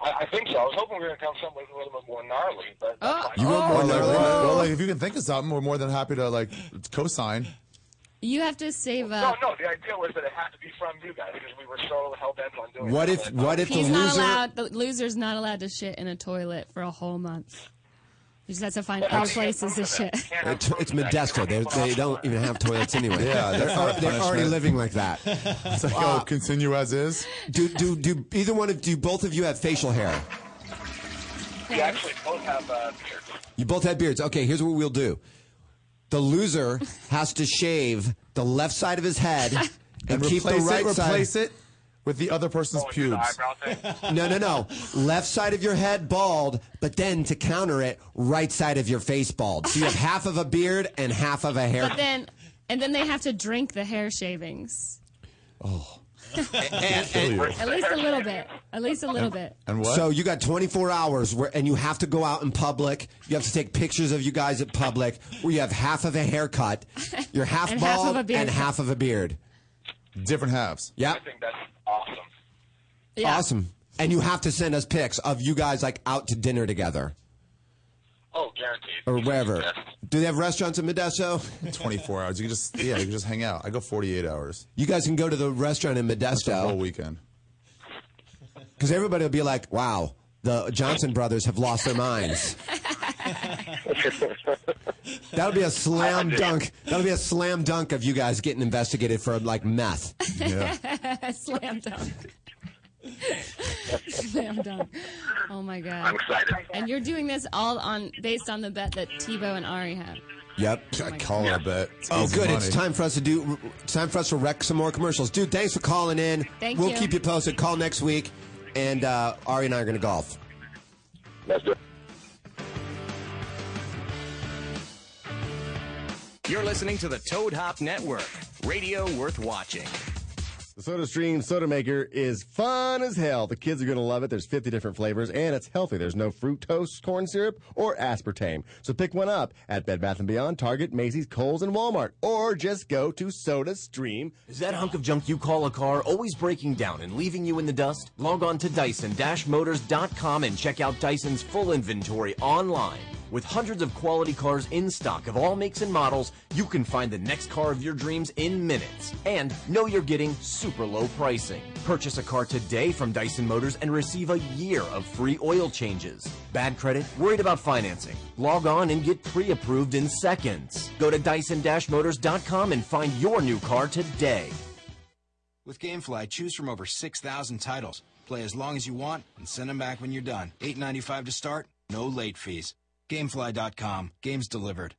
I, I think so. I was hoping we were going to come something a little bit more gnarly, but that's
Oh,
fine.
You want more than well, like, if you can think of something, we're more than happy to like co-sign.
You have to save
No,
up.
no. The idea was that it had to be from you guys because we were so hell bent on doing.
What
it,
if-
but-
what if the
He's not
loser-
allowed. The loser's not allowed to shit in a toilet for a whole month. He just has to find other places to shit.
It's, it's Modesto. They're, they don't even have toilets anyway.
Yeah, that's
they're,
not a
al- they're already
punishment.
living like that.
It's like, oh, continue as is.
Do do do either one of do both of you have facial hair?
We actually both have uh, beards.
You both have beards. Okay, here's what we'll do. The loser has to shave the left side of his head and,
And
keep the
replace it-
right side.
replace it with the other person's pubes.
No, no, no. Left side of your head bald, but then to counter it, right side of your face bald. So you have half of a beard and half of a hair.
But then, and then they have to drink the hair shavings.
and,
At least a little bit. At least a little bit.
what?
So you got 24 hours where, and you have to go out in public. You have to take pictures of you guys at public where you have half of a haircut, you're half
And half
bald,
of a beard.
and half of a beard.
Different halves.
Yeah.
I think that's awesome.
Awesome. And you have to send us pics of you guys like out to dinner together
Oh, guaranteed.
or wherever. Do they have restaurants in Modesto?
24 hours. You can just yeah, you can just hang out. I go 48 hours.
You guys can go to the restaurant in
That's a whole
Modesto
weekend.
because everybody will be like, "Wow, the Johnson brothers have lost their minds." That'll be a slam dunk. That'll be a slam dunk of you guys getting investigated for like meth.
Slam dunk. Slam dunk. Oh my god.
I'm excited.
And you're doing this all on based on the bet that Tebow and Ari have.
Yep.
I call it a bet. It's
Oh,
easy
good.
money.
It's time for us to do. It's time for us to wreck some more commercials, dude. Thanks for calling in.
Thank
we'll
you.
keep you posted. Call next week, and uh, Ari and I are going to golf.
Let's do it.
You're listening to the Toad Hop Network, radio worth watching.
The SodaStream Soda Maker is fun as hell. The kids are going to love it. There's 50 different flavors, and it's healthy. There's no fructose, corn syrup, or aspartame. So pick one up at Bed Bath & Beyond, Target, Macy's, Kohl's, and Walmart. Or just go to SodaStream.
Is that hunk of junk you call a car always breaking down and leaving you in the dust? Log on to Dyson-Motors.com and check out Dyson's full inventory online. With hundreds of quality cars in stock of all makes and models, you can find the next car of your dreams in minutes. And know you're getting super low pricing. Purchase a car today from Dyson Motors and receive a year of free oil changes. Bad credit? Worried about financing? Log on and get pre-approved in seconds. Go to Dyson-Motors.com and find your new car today.
With GameFly, choose from over 6,000 titles. Play as long as you want and send them back when you're done. $8.95 to start, no late fees. Gamefly.com, games delivered.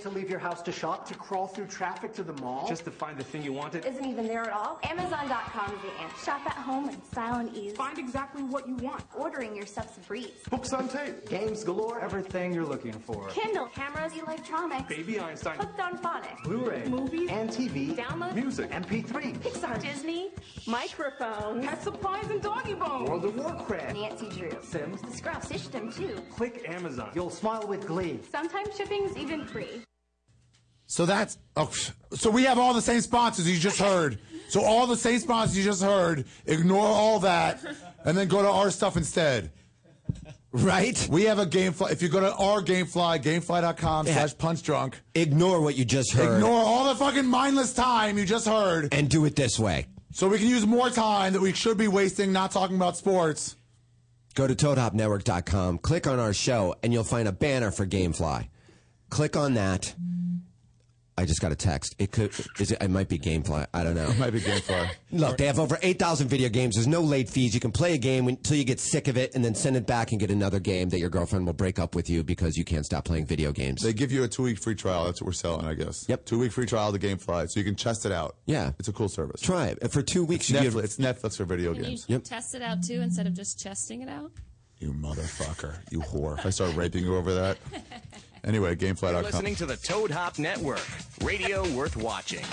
To leave your house to shop, to crawl through traffic to the mall, just to find the thing you wanted.
Isn't even there at all. Amazon.com is the answer. Shop at home in style and ease. Find exactly what you want. Ordering your stuff's a breeze.
Books on tape, games galore, everything you're looking for.
Kindle, cameras, electronics.
Baby Einstein.
Hooked on phonics.
Blu-ray,
Movies.
and TV,
Download.
music, MP3,
Pixar. Disney. Microphones. Pet supplies and doggy bones.
World of Warcraft.
Nancy Drew.
Sims.
The Scruff System too.
Click Amazon. You'll smile with glee.
Sometimes shipping's even free.
So that's oh, psh. so we have all the same sponsors you just heard. So all the same sponsors you just heard. Ignore all that, and then go to our stuff instead.
Right?
We have a GameFly. If you go to our GameFly, GameFly.com slash punch drunk.
Ignore what you just heard.
Ignore all the fucking mindless time you just heard.
And do it this way.
So we can use more time that we should be wasting not talking about sports.
Go to ToadHopNetwork.com, click on our show, and you'll find a banner for GameFly. Click on that. I just got a text. It could is it? It might be GameFly. I don't know. It
might be GameFly.
Look, they have over eight thousand video games. There's no late fees. You can play a game until you get sick of it, and then send it back and get another game that your girlfriend will break up with you because you can't stop playing video games.
They give you a two week free trial. That's what we're selling, I guess. Yep. Two week free trial to GameFly, so you can test it out.
Yeah.
It's a cool service.
Try it for two weeks.
It's,
you
Netflix,
get-
it's Netflix for video
Can you
games.
test it out too instead of just chesting it out?
You motherfucker. You whore. If I start raping you over that. Anyway,
You're
GameFly.com.
listening to the Toad Hop Network, radio worth watching.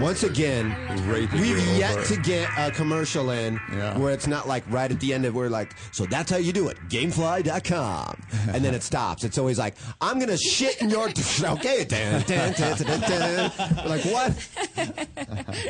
Once again,
Raping
we've
you
yet
over.
to get a commercial in where it's not like right at the end of we're like, so that's how you do it, gamefly.com. And then it stops. It's always like, I'm going to shit in your. okay. Dun, dun, dun, dun, dun, dun. We're like, what?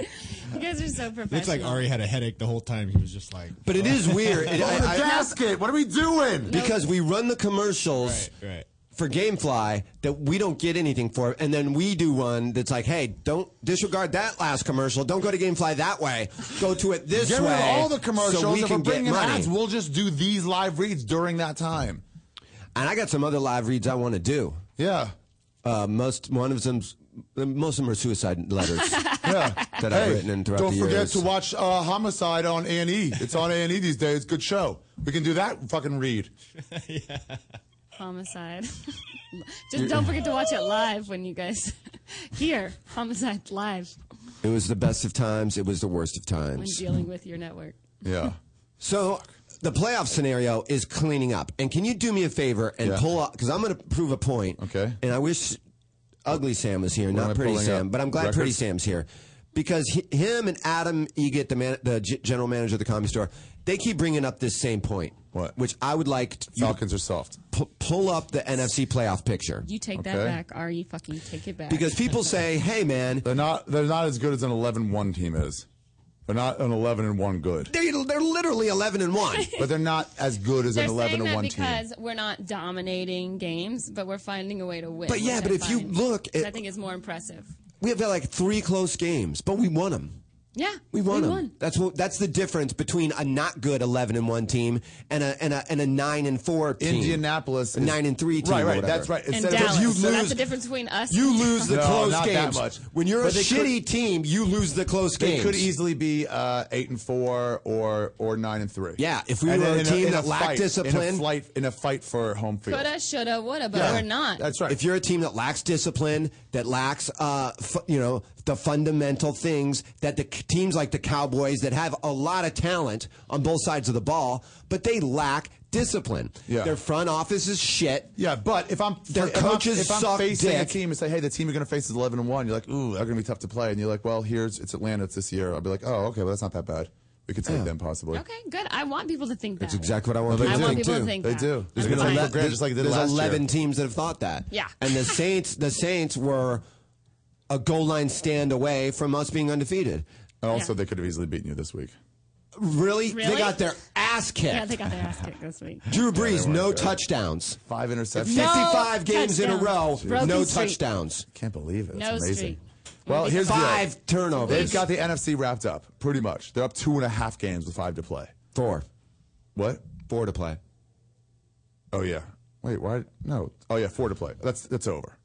You guys are so professional.
Looks like Ari had a headache the whole time. He was just like.
But it is weird. It,
Blow the gasket. What are we doing?
Because we run the commercials.
Right.
For GameFly, that we don't get anything for, and then we do one that's like, "Hey, don't disregard that last commercial. Don't go to GameFly that way. Go to it this
Get
way."
rid of all the commercials.
so we
if
can
we're bringing
get
in
money.
ads, we'll just do these live reads during that time.
And I got some other live reads I want to do.
Yeah.
Uh, most one of them's most of them are suicide letters
Yeah.
that I've
Hey,
written in throughout
don't
the
forget
years.
to watch uh, Homicide on A and E. It's on A and E these days. Good show. We can do that fucking read.
homicide. just don't forget to watch it live when you guys here. Homicide live
it was the best of times. It was the worst of
when
times.
dealing with your network.
Yeah.
So the playoff scenario is cleaning up. And can you do me a favor and
Yeah.
pull up? Because I'm going to prove a point. Okay. And I wish Ugly Sam was here,
am I
not Pretty
pulling
Sam.
up?
But I'm glad Pretty
Records?
Sam's here because hi him and Adam Egit, the man, the g- general manager of the comedy store, they keep bringing up this same point.
What?
Which I would like. To,
Falcons are soft.
pull up the NFC playoff picture.
You take that back, or you fucking take it back.
Because people say, "Hey, man,
they're not they're not as good as an 11-1 team is. They're not an 11 and one good.
They, they're literally 11 and one,
but they're not as good as
They're
an 11
saying
and
that
one team.
because we're not dominating games, but we're finding a way to win.
But yeah,
which
but
I
if you
find-
look
which
at-
I think is more impressive.
we have had like three close games, but we won them.
Yeah,
We won them. That's what. That's the difference between a not good eleven and one team and a and a and a nine and four team.
Indianapolis,
a
is-
nine and three team.
Right,
or
right,
whatever.
that's right.
And
Instead of-
Dallas,
you
so that's
lose,
the difference between us.
you
and
lose the
No,
close
not that
games.
much.
When you're
But
a
they could-
shitty team, you lose the close
They
games.
could easily be uh, eight and four or or nine and three.
Yeah, if we
And
were a
then in
team
in
that lacked
fight- in
discipline-
a fight in a fight for home field.
Coulda, shoulda, woulda, but
Yeah.
we're not.
If you're a team that lacks discipline, that lacks, uh, f- you know, the fundamental things that the c- teams like the Cowboys that have a lot of talent on both sides of the ball, but they lack discipline.
Yeah.
Their front office is shit.
Yeah, but if I'm
their
if I'm-
coaches
if I'm
suck
facing a
dick.
team and say, hey, the team you're going to face is 11 and one, you're like, ooh, they're going to be tough to play, and you're like, well, here's it's Atlanta, it's this year. I'll be like, oh, okay, well that's not that bad. We could take them possibly.
Okay, good. I want people to think that.
That's exactly what I want.
No, they
people
I
to
want
think
people
too.
to think
They
that.
do.
I'm
They're oh, gonna
fine.
take it for granted just like they did
there's
last year.
11 teams that have thought that.
Yeah.
And the Saints, the Saints were a goal line stand away from us being undefeated.
And Oh, also, they could have easily beaten you this week.
Really? They
Really?
got their ass kicked.
Yeah, they got their ass kicked this week.
Drew Brees,
they weren't
no
good.
touchdowns.
Five interceptions.
55 games in a row,
touchdowns. Broken
no
streak.
touchdowns.
Can't believe it. It's
No
amazing.
streak.
Well, here's the deal.
Five turnovers.
They've got the NFC wrapped up, pretty much. They're up two and a half games with five to play.
Four.
What?
Four to play.
Oh yeah. Wait, why? No. Oh yeah, four to play. That's that's over.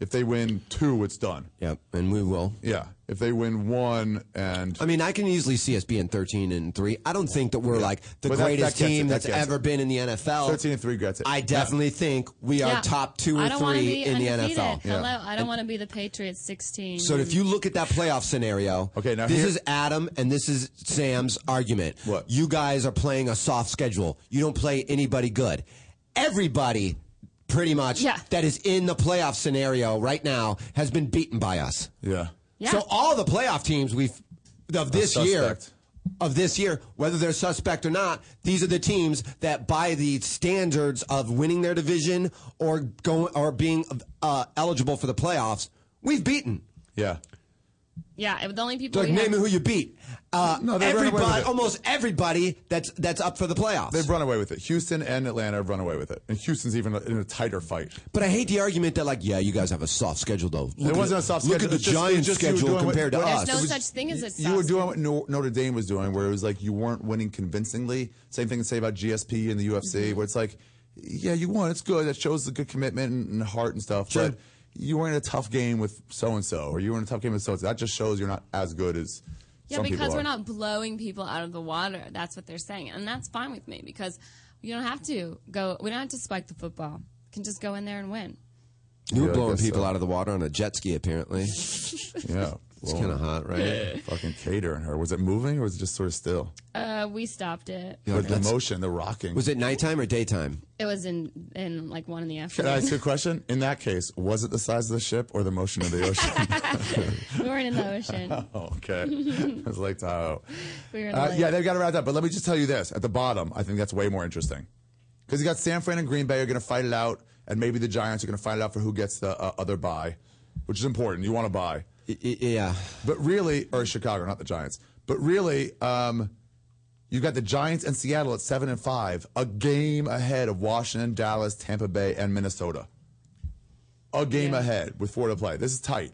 If they win two, it's done.
Yep, and we will.
Yeah. If they win one and
I mean, I can easily see us being 13 and 3. I don't think that we're like the
But that-
greatest
that gets
team
it, that
that's
gets
ever
it.
been in the NFL.
13 and 3 gets it.
I
Now-
definitely think we are
Yeah.
top 2
I
or
don't wanna
3
be
in the
undefeated.
NFL.
Hello, I don't
And-
want to be the Patriots 16.
So if you look at that playoff scenario, okay,
now
this
here-
is Adam and this is Sam's argument. What? You guys are playing a soft schedule. You don't play anybody good. Everybody pretty much
Yeah.
that is in the playoff scenario right now has been beaten by us.
Yeah.
Yeah.
So all the playoff teams we've of this year
suspect.
of this year, whether they're suspect or not, these are the teams that, by the standards of winning their division or going or being uh, eligible for the playoffs, we've beaten.
Yeah.
yeah, the only people
Like
we
name
have,
who you beat. Uh,
No, they run away with
everybody,
it.
almost everybody that's that's up for the playoffs.
They've run away with it. Houston and Atlanta have run away with it. And Houston's even in a tighter fight.
but I hate the argument that like, yeah, you guys have a soft schedule though. Look
it
at-
wasn't a soft
look
schedule.
at
It's
the
just-
Giants'
it's just you were
schedule
doing what-
compared to
what-
us.
no
It was-
such thing as a
You were
soft
doing what Nor- Notre Dame was doing, where it was like you weren't winning convincingly. Same thing to say about GSP and the UFC,
Mm-hmm.
where it's like, yeah, you won. It's good. That shows the good commitment and, and heart and stuff.
Sure.
But you were in a tough game with so and so, or you were in a tough game with so and so. That just shows you're not as good as.
yeah,
some people
because
are.
we're not blowing people out of the water. That's what they're saying, and that's fine with me because you don't have to go. We don't have to spike the football. We can just go in there and win.
You were
Yeah, I
blowing
guess
people
so.
out of the water on a jet ski, apparently.
Yeah.
It's kinda hot, right?
Fucking catering her. Was it moving or was it just sort of still?
Uh, we stopped it.
With the
that's-
motion, the rocking.
Was it nighttime or daytime?
It was in in like one in the
Can I
afternoon.
ask you a question? In that case, was it the size of the ship or the motion of the ocean?
we weren't in the ocean.
oh, okay. It was Lake Tahoe.
We were in the
Uh,
lake.
yeah, they've got it wrapped up. But let me just tell you this: at the bottom, I think that's way more interesting because you got San Fran and Green Bay are going to fight it out, and maybe the Giants are going to fight it out for who gets the uh, other buy, which is important. You want to buy,
Yeah.
but really, or Chicago, not the Giants, but really, um, you got the Giants and Seattle at seven and five, a game ahead of Washington, Dallas, Tampa Bay, and Minnesota. A game ahead with four to play. This is tight.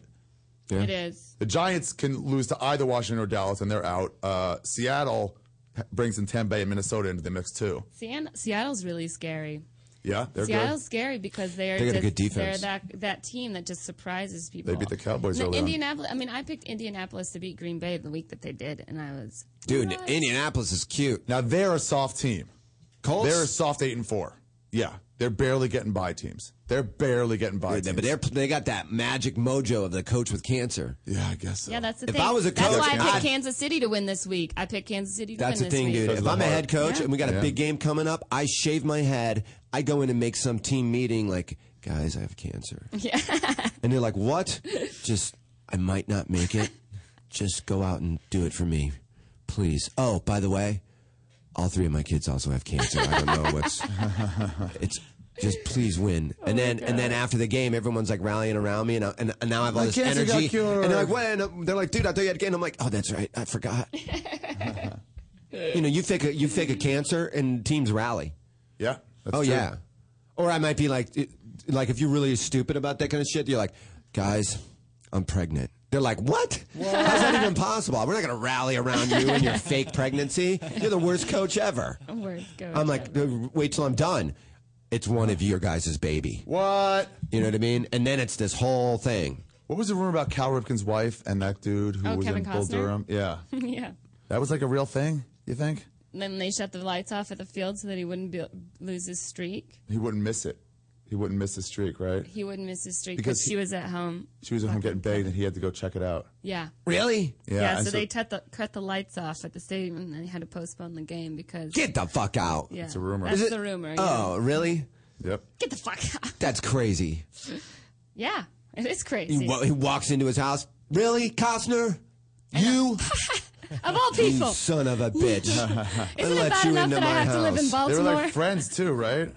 It is.
The Giants can lose to either Washington or Dallas, and they're out. Uh, Seattle h- brings in Tampa Bay and Minnesota into the mix too.
Sean- Seattle's really scary.
Yeah, they're
Seattle's
good.
scary because they're
They got a
just,
good defense.
They're that that team that just surprises people.
They beat the Cowboys
No,
early on.
Indianapolis. I mean, I picked Indianapolis to beat Green Bay the week that they did, and I was
Dude, Indianapolis is cute.
Now they're a soft team.
Colts?
They're a soft eight and four. Yeah, they're barely getting by teams. They're barely getting by.
Yeah,
teams.
but they're, they got that magic mojo of the coach with cancer.
Yeah, I guess so.
yeah, that's the
if
thing.
I was a
that's
coach,
why I picked
I'd-
Kansas City to win this week. I picked Kansas City to
That's the
win this
thing,
week.
dude. If I'm a head coach
Yeah.
and we got
Yeah.
a big game coming up, I shave my head. I go in and make some team meeting like, guys, I have cancer.
Yeah.
And they're like, what? Just, I might not make it. Just go out and do it for me, please. Oh, by the way, all three of my kids also have cancer. I don't know what's. It's just please win, and then and then after the game, everyone's like rallying around me, and I, and, and now I have all
My
this
cancer got
energy.
cured.
And they're like, when? They're like, dude, I thought you had cancer. I'm like, oh, that's right, I forgot. you know, you fake a you fake a cancer, and teams rally.
Yeah.
oh yeah. Or I might be like, it- like if you're really stupid about that kind of shit, you're like, guys, I'm pregnant. They're like, what? How's that even possible? We're not going to rally around you and your fake pregnancy. You're the worst coach ever.
Oh
I'm like, "Uh, wait till I'm done. It's one of your guys' baby.
What?
You know what I mean? And then it's this whole thing.
What was the rumor about Cal Ripken's wife and that dude who
Oh,
was
Kevin
in Bull
Costner?
Durham? Yeah.
yeah.
That was like a real thing, you think?
And then they shut the lights off at the field so that he wouldn't be, lose his streak.
He wouldn't miss it. He wouldn't miss the streak, right?
He wouldn't miss his streak
Because
because
he-
she was at home.
She was at home getting banged and he had to go check it out.
Yeah.
Really?
Yeah.
Yeah. and
so, they cut the cut the lights off at the stadium and they had to postpone the game because
Get the fuck out.
Yeah, It's a rumor. that's the rumor, yeah.
Oh, really?
Yep.
get the fuck out.
That's crazy.
Yeah, it is crazy.
He, wa- he walks into his house. Really, Costner? You?
of all people.
You son of a bitch.
Isn't it bad enough that I have to live
They
in
were
Baltimore? Uh,
like friends too, right?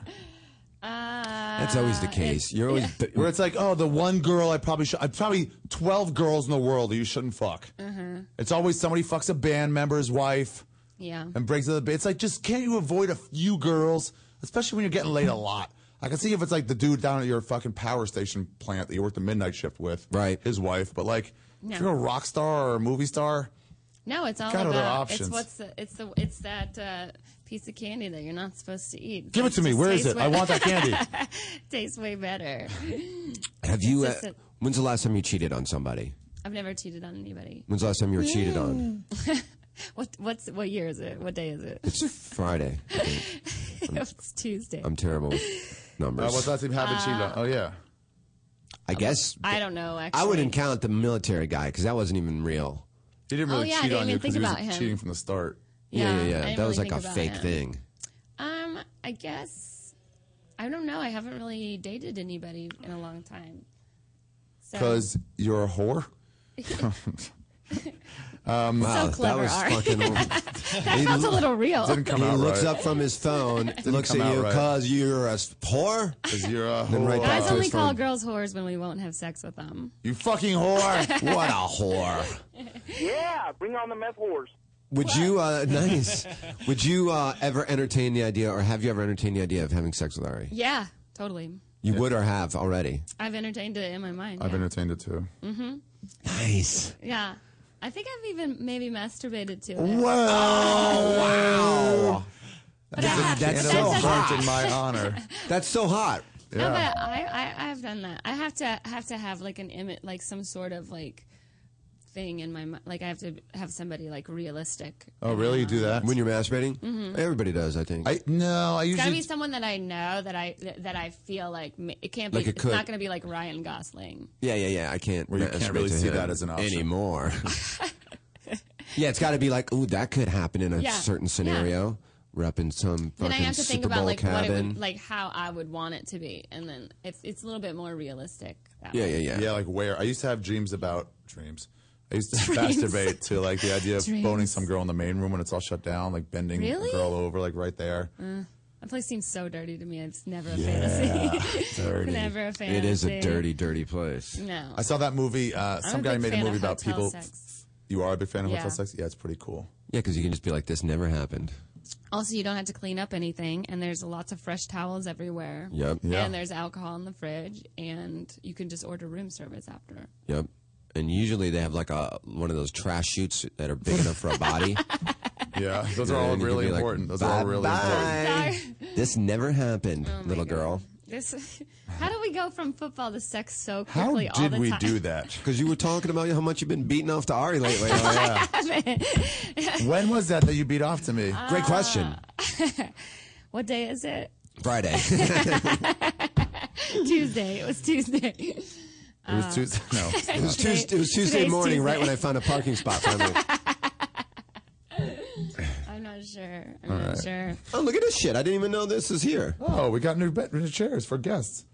That's always the case. You're always
where it's like, oh, the one girl I probably should. I probably twelve girls in the world that you shouldn't fuck.
Uh-huh.
It's always somebody fucks a band member's wife
Yeah.
and breaks the band. It's like, just can't you avoid a few girls, especially when you're getting laid a lot. I can see if it's like the dude down at your fucking power station plant that you worked the midnight shift with, right? His wife, but like,
No.
if you're a rock star or a movie star,
No, it's all
Got other
about
options.
it's what's the, it's the it's that uh, piece of candy that you're not supposed to eat.
Give it to me.
just
Where is
tastes
it? I want that candy.
tastes way better.
Have you? Uh,
It's just a-
when's the last time you cheated on somebody?
I've never cheated on anybody.
When's the last time you were cheated
Mm.
on?
what what's what year is it? What day is it?
It's Friday.
it's Tuesday.
I'm terrible with numbers.
Uh, what's the last time you haven't cheated on? Oh yeah,
I guess
I don't know. Actually,
I wouldn't count the military guy because that wasn't even real.
He didn't
Oh, really yeah, I cheat didn't on you even 'cause think he was about him. cheating
from the start.
Yeah, yeah,
Yeah,
yeah.
I
That
didn't
was
really
like a
think about
fake
him.
thing.
Um, I guess I don't know. I haven't really dated anybody in a long time. So-
because you're a whore. um,
Wow, that clever, was Ari. fucking- That
He
sounds a
loo-
little real. Didn't come
he
out
looks
right.
up from his phone,
Didn't
looks at
come out
you
right.
because you're a s- whore.
Because you're a
Then right
whore.
back
Guys
to
only
his
call
phone.
girls whores when we won't have sex with them.
You fucking whore!
what a whore!
Yeah, bring on the meth wars.
Would you uh, nice? Would you uh, ever entertain the idea, or have you ever entertained the idea of having sex with Ari?
Yeah, totally.
You would or have already.
I've entertained it in my mind.
I've entertained it too.
Mm-hmm.
Nice.
Yeah. I think I've even maybe masturbated to it. Oh,
Whoa! wow! That's,
Oh, That's so hot.
in my honor.
That's so hot.
No, but I, I I've done that. I have to have to have like an image, like some sort of like thing in my mi- like I have to have somebody like realistic.
Oh,
really? You do that Mm-hmm.
when you're masturbating?
Mhm.
Everybody does, I think.
I no, I
It's gotta be someone that I know that I that I feel like ma- it can't be.
Like a
it's
cook.
not gonna be like Ryan Gosling.
Yeah, yeah, yeah. I can't.
Where you
masturbate
can't really
to
see
him
that as an option.
anymore. yeah, it's got to be like, ooh, that could happen in a
Yeah,
certain
yeah.
scenario. We're up in some
Then I
fucking
have to
Super
think
Bowl
about like what it
cabin.
would, like how I would want it to be, and then it's it's a little bit more realistic. that way.
Yeah, like where? I used to have dreams about dreams. I used to
Dreams.
masturbate to like the idea of
Dreams.
boning some girl in the main room when it's all shut down, like bending
Really?
a girl over, like right there.
Uh, that place seems so dirty to me. It's never a
Yeah,
fantasy. It's
dirty.
never a fantasy.
dirty place.
No.
I saw that movie. Uh, some
a
guy
big
made a
fan of
movie about
hotel
people.
sex.
You are a big fan of
Yeah.
hotel sex. Yeah, it's pretty cool.
Yeah, because you can just be like, this never happened.
Also, you don't have to clean up anything, and there's lots of fresh towels everywhere.
Yep. Yeah.
And there's alcohol in the fridge, and you can just order room service after.
Yep. And usually they have like a one of those trash chutes that are big enough for a body.
Yeah, those are all really important. Those are all really
important.
This never happened,
Oh
little girl.
This, how do we go from football to sex so quickly all the time?
that?
Because you were talking about how much you've been beating off to Ari lately.
Oh,
yeah.
when was that that you beat off to me?
Ah.
Great question.
what day is it?
Friday.
Tuesday. It was Tuesday. It
It was Tuesday. No,
It was
Today-
Tuesday, it was Tuesday
Uh, today's
morning, right
Tuesday.
when I found a parking spot finally.
I'm not sure. I'm
All
not
right.
sure.
oh, look at this shit. I didn't even know this is here.
Oh, we got new, bed, new chairs for guests.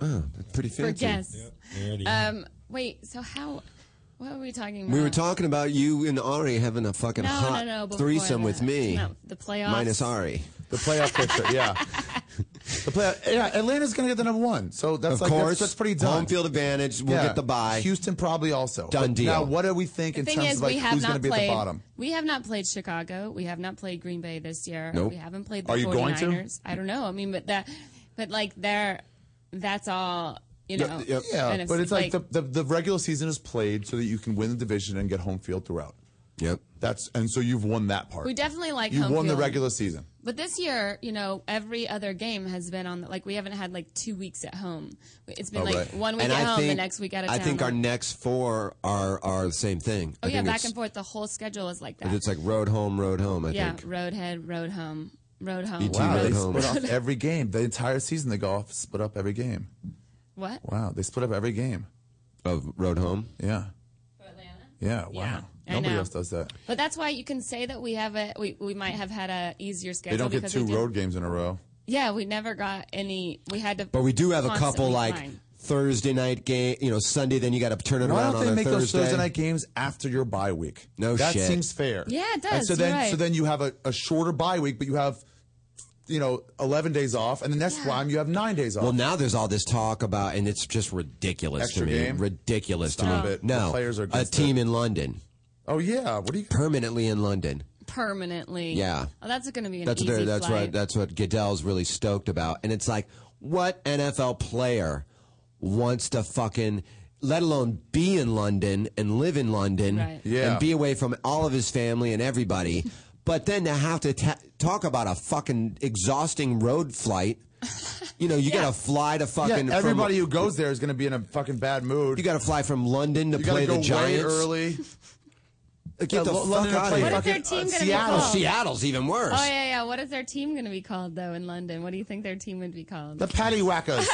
Oh, that's pretty
For Um,
fancy.
guests. Um, wait. So how? What were we talking about?
We were talking about you and Ari having a fucking
No, no,
hot
no, before
threesome
that.
with me.
No, the playoffs.
Minus Ari.
The playoff picture, yeah. The play, yeah, Atlanta's going to get the number one, so that's
Of
like,
course.
that's, that's pretty done.
Home field advantage, we'll get the bye.
Houston probably also
Done
But
deal.
Now, what do we think
The
in
thing
terms
is,
of like
we have
who's going to
not
be
played.
at the bottom?
We have not played Chicago. We have not played Green Bay this year.
Nope.
We haven't played the
Are you
49ers.
going to?
I don't know. I mean, but that, but like there, that's all. You know.
yeah,
NFC,
but it's like, the, the the regular season is played so that you can win the division and get home field throughout.
Yep.
That's and so you've won that part.
We definitely like
you
home
won the
field.
regular season.
But this year, you know, every other game has been on. The, like we haven't had like two weeks at home. It's
Oh,
been
All
like
Oh, right.
one week
And
at
I
home, the
think-
next week out of
I
town.
think our next four are are the same thing. I
oh yeah,
think
back
it's-
and forth. The whole schedule is like that.
It's like road home, road home. I
yeah,
think.
road head, road home, road home.
wow,
road
they
home.
split off every game. The entire season they go off, split up every game.
what?
Wow, they split up every game.
Of road home.
Yeah. Yeah. Wow.
I
Nobody
know.
else does that.
But that's why you can say that we have a we, we might have had a easier
They
schedule.
don't get
because
two
we didn't-
road games in a row.
Yeah, we never got any. We had to.
But we do have a
constantly
couple like
climb.
Thursday night game. You know, Sunday. Then you got to turn it
Why
around
don't
on
they
a
make those
Thursday.
Thursday night games after your bye week?
No
that
shit.
seems fair.
Yeah,
And
it
so
does. You're
then,
right.
so then you have a, a shorter bye week, but you have, you know, eleven days off, and the next time you have nine days off.
Well, now there's all this talk about, and it's just ridiculous
Extra
to me.
game?
Ridiculous
Stop
to me.
it.
No,
The players are
a
against
team in London.
Oh yeah, what do you
permanently in London?
permanently.
Yeah.
Oh, that's going to be an
That's
easy
their, that's
flight.
what that's what Goodell's really stoked about, and it's like, what NFL player wants to fucking, let alone be in London and live in London
Right. Yeah.
and be away from all of his family and everybody, but then to have to ta- talk about a fucking exhausting road flight. You know, you got to fly to fucking.
yeah, everybody who goes there is going to be in a fucking bad mood. You
got to fly from London to
you gotta
play
go
the Giants.
way early.
Get the
Lo-
fuck
London to
outta
play
here.
What is their
fucking, team uh, gonna be
Seattle.
Seattle. called?
Seattle's even worse.
Oh yeah, yeah. What is their team going to be called though in London? What do you think their team would be called?
The Patty Whackers.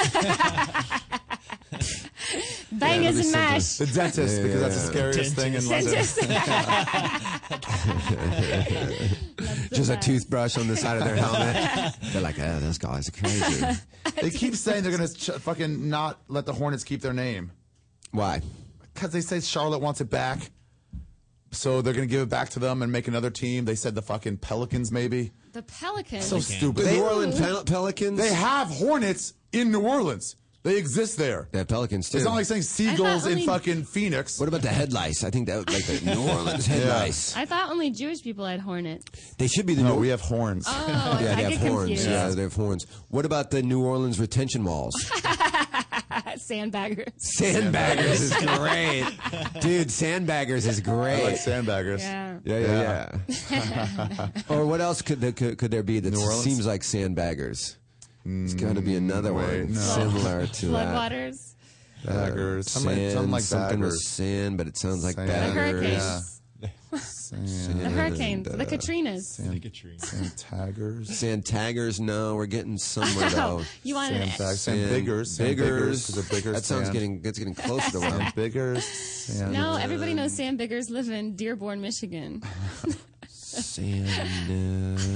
Bangers and mash.
The dentist, because that's the scariest thing in London.
Dentist.
Just a toothbrush on the side of their helmet. They're like, oh, those guys are crazy.
they keep saying they're going to ch- fucking not let the Hornets keep their name.
Why?
Because they say Charlotte wants it back. So they're going to give it back to them and make another team. They said the fucking Pelicans, maybe.
The Pelicans.
So stupid.
The New Orleans Pel- Pelicans?
They have Hornets in New Orleans. They exist there.
They have Pelicans too.
It's not like saying seagulls in
only-
fucking Phoenix. What
about the head lice? I think that would like the New Orleans head lice.
I thought only Jewish people had hornets.
They should be the
no. We have horns.
Oh,
yeah,
I
they
get
have horns.
confused.
Yeah, they have horns. What about the New Orleans retention walls?
Sandbaggers.
Sandbaggers is great, dude. Sandbaggers is great.
I like sandbaggers.
Yeah.
Yeah, yeah, yeah. or what else could there, could, could there be that
New Orleans? Mm,
seems like sandbaggers? It's got to be another
wait,
one
no.
similar to that.
Floodwaters.
Uh,
Baggers. Something like-
sand,
something like
something with
baggers.
sand, but it sounds like
Sand.
The
baggers.
hurricanes. The hurricanes. The Katrinas.
the Katrina. Santaggers.
Santaggers, no, we're getting somewhere
Oh,
though.
you wanted it. Sandbag-
sandbiggers, sandbiggers, 'cause
biggers.
they're bigger
That sounds
sand.
getting that's getting closer to one.
Biggers.
No,
uh,
everybody knows Sam Biggers live in Dearborn, Michigan.
Sand.